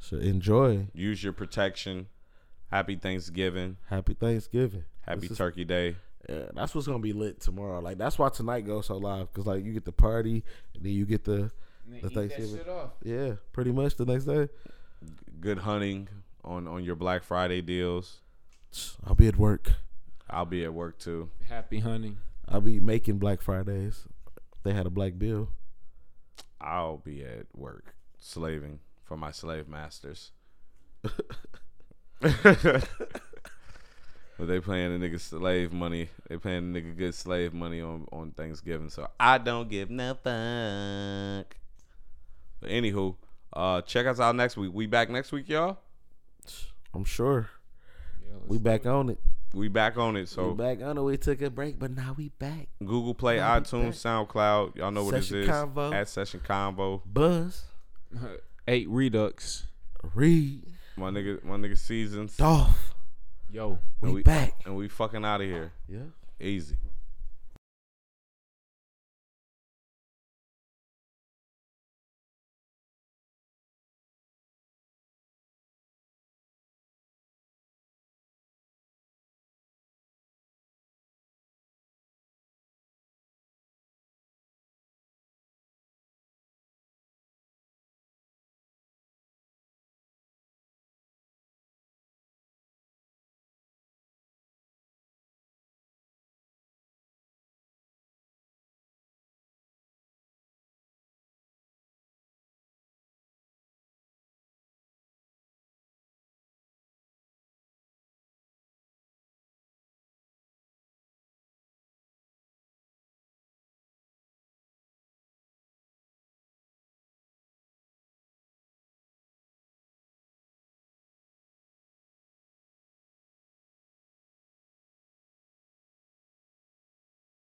Speaker 1: So enjoy.
Speaker 2: Use your protection. Happy Thanksgiving.
Speaker 1: Happy Thanksgiving.
Speaker 2: Happy
Speaker 1: This is-
Speaker 2: Turkey Day.
Speaker 1: Yeah, that's what's gonna be lit tomorrow. Like that's why tonight goes so live because like you get the party, and then you get the the Thanksgiving. Yeah, pretty much the next day.
Speaker 2: Good hunting on on your Black Friday deals.
Speaker 1: I'll be at work.
Speaker 2: I'll be at work too.
Speaker 5: Happy hunting.
Speaker 1: I'll be making Black Fridays. They had a black bill.
Speaker 2: I'll be at work slaving. for my slave masters. but they paying the nigga slave money. They paying the nigga good slave money on, on Thanksgiving. So I don't give no fuck. But anywho, uh, check us out next week. We back next week, y'all.
Speaker 1: I'm sure.
Speaker 5: Yeah, let's
Speaker 1: We
Speaker 5: do
Speaker 1: back
Speaker 5: it.
Speaker 1: on it.
Speaker 2: We back on it. So
Speaker 1: We back on it. We took a break, but now we back.
Speaker 2: Google Play,
Speaker 1: I'll be
Speaker 2: iTunes, SoundCloud. Y'all know what
Speaker 1: Session
Speaker 2: this is.
Speaker 1: Convo.
Speaker 2: At Session Combo.
Speaker 1: Buzz,
Speaker 5: Eight Redux.
Speaker 1: Reed,
Speaker 2: My nigga, my nigga seasons.
Speaker 1: Dolph.
Speaker 5: Yo.
Speaker 1: We,
Speaker 2: we-
Speaker 1: back.
Speaker 2: And we fucking out of here.
Speaker 1: Yeah.
Speaker 2: Easy.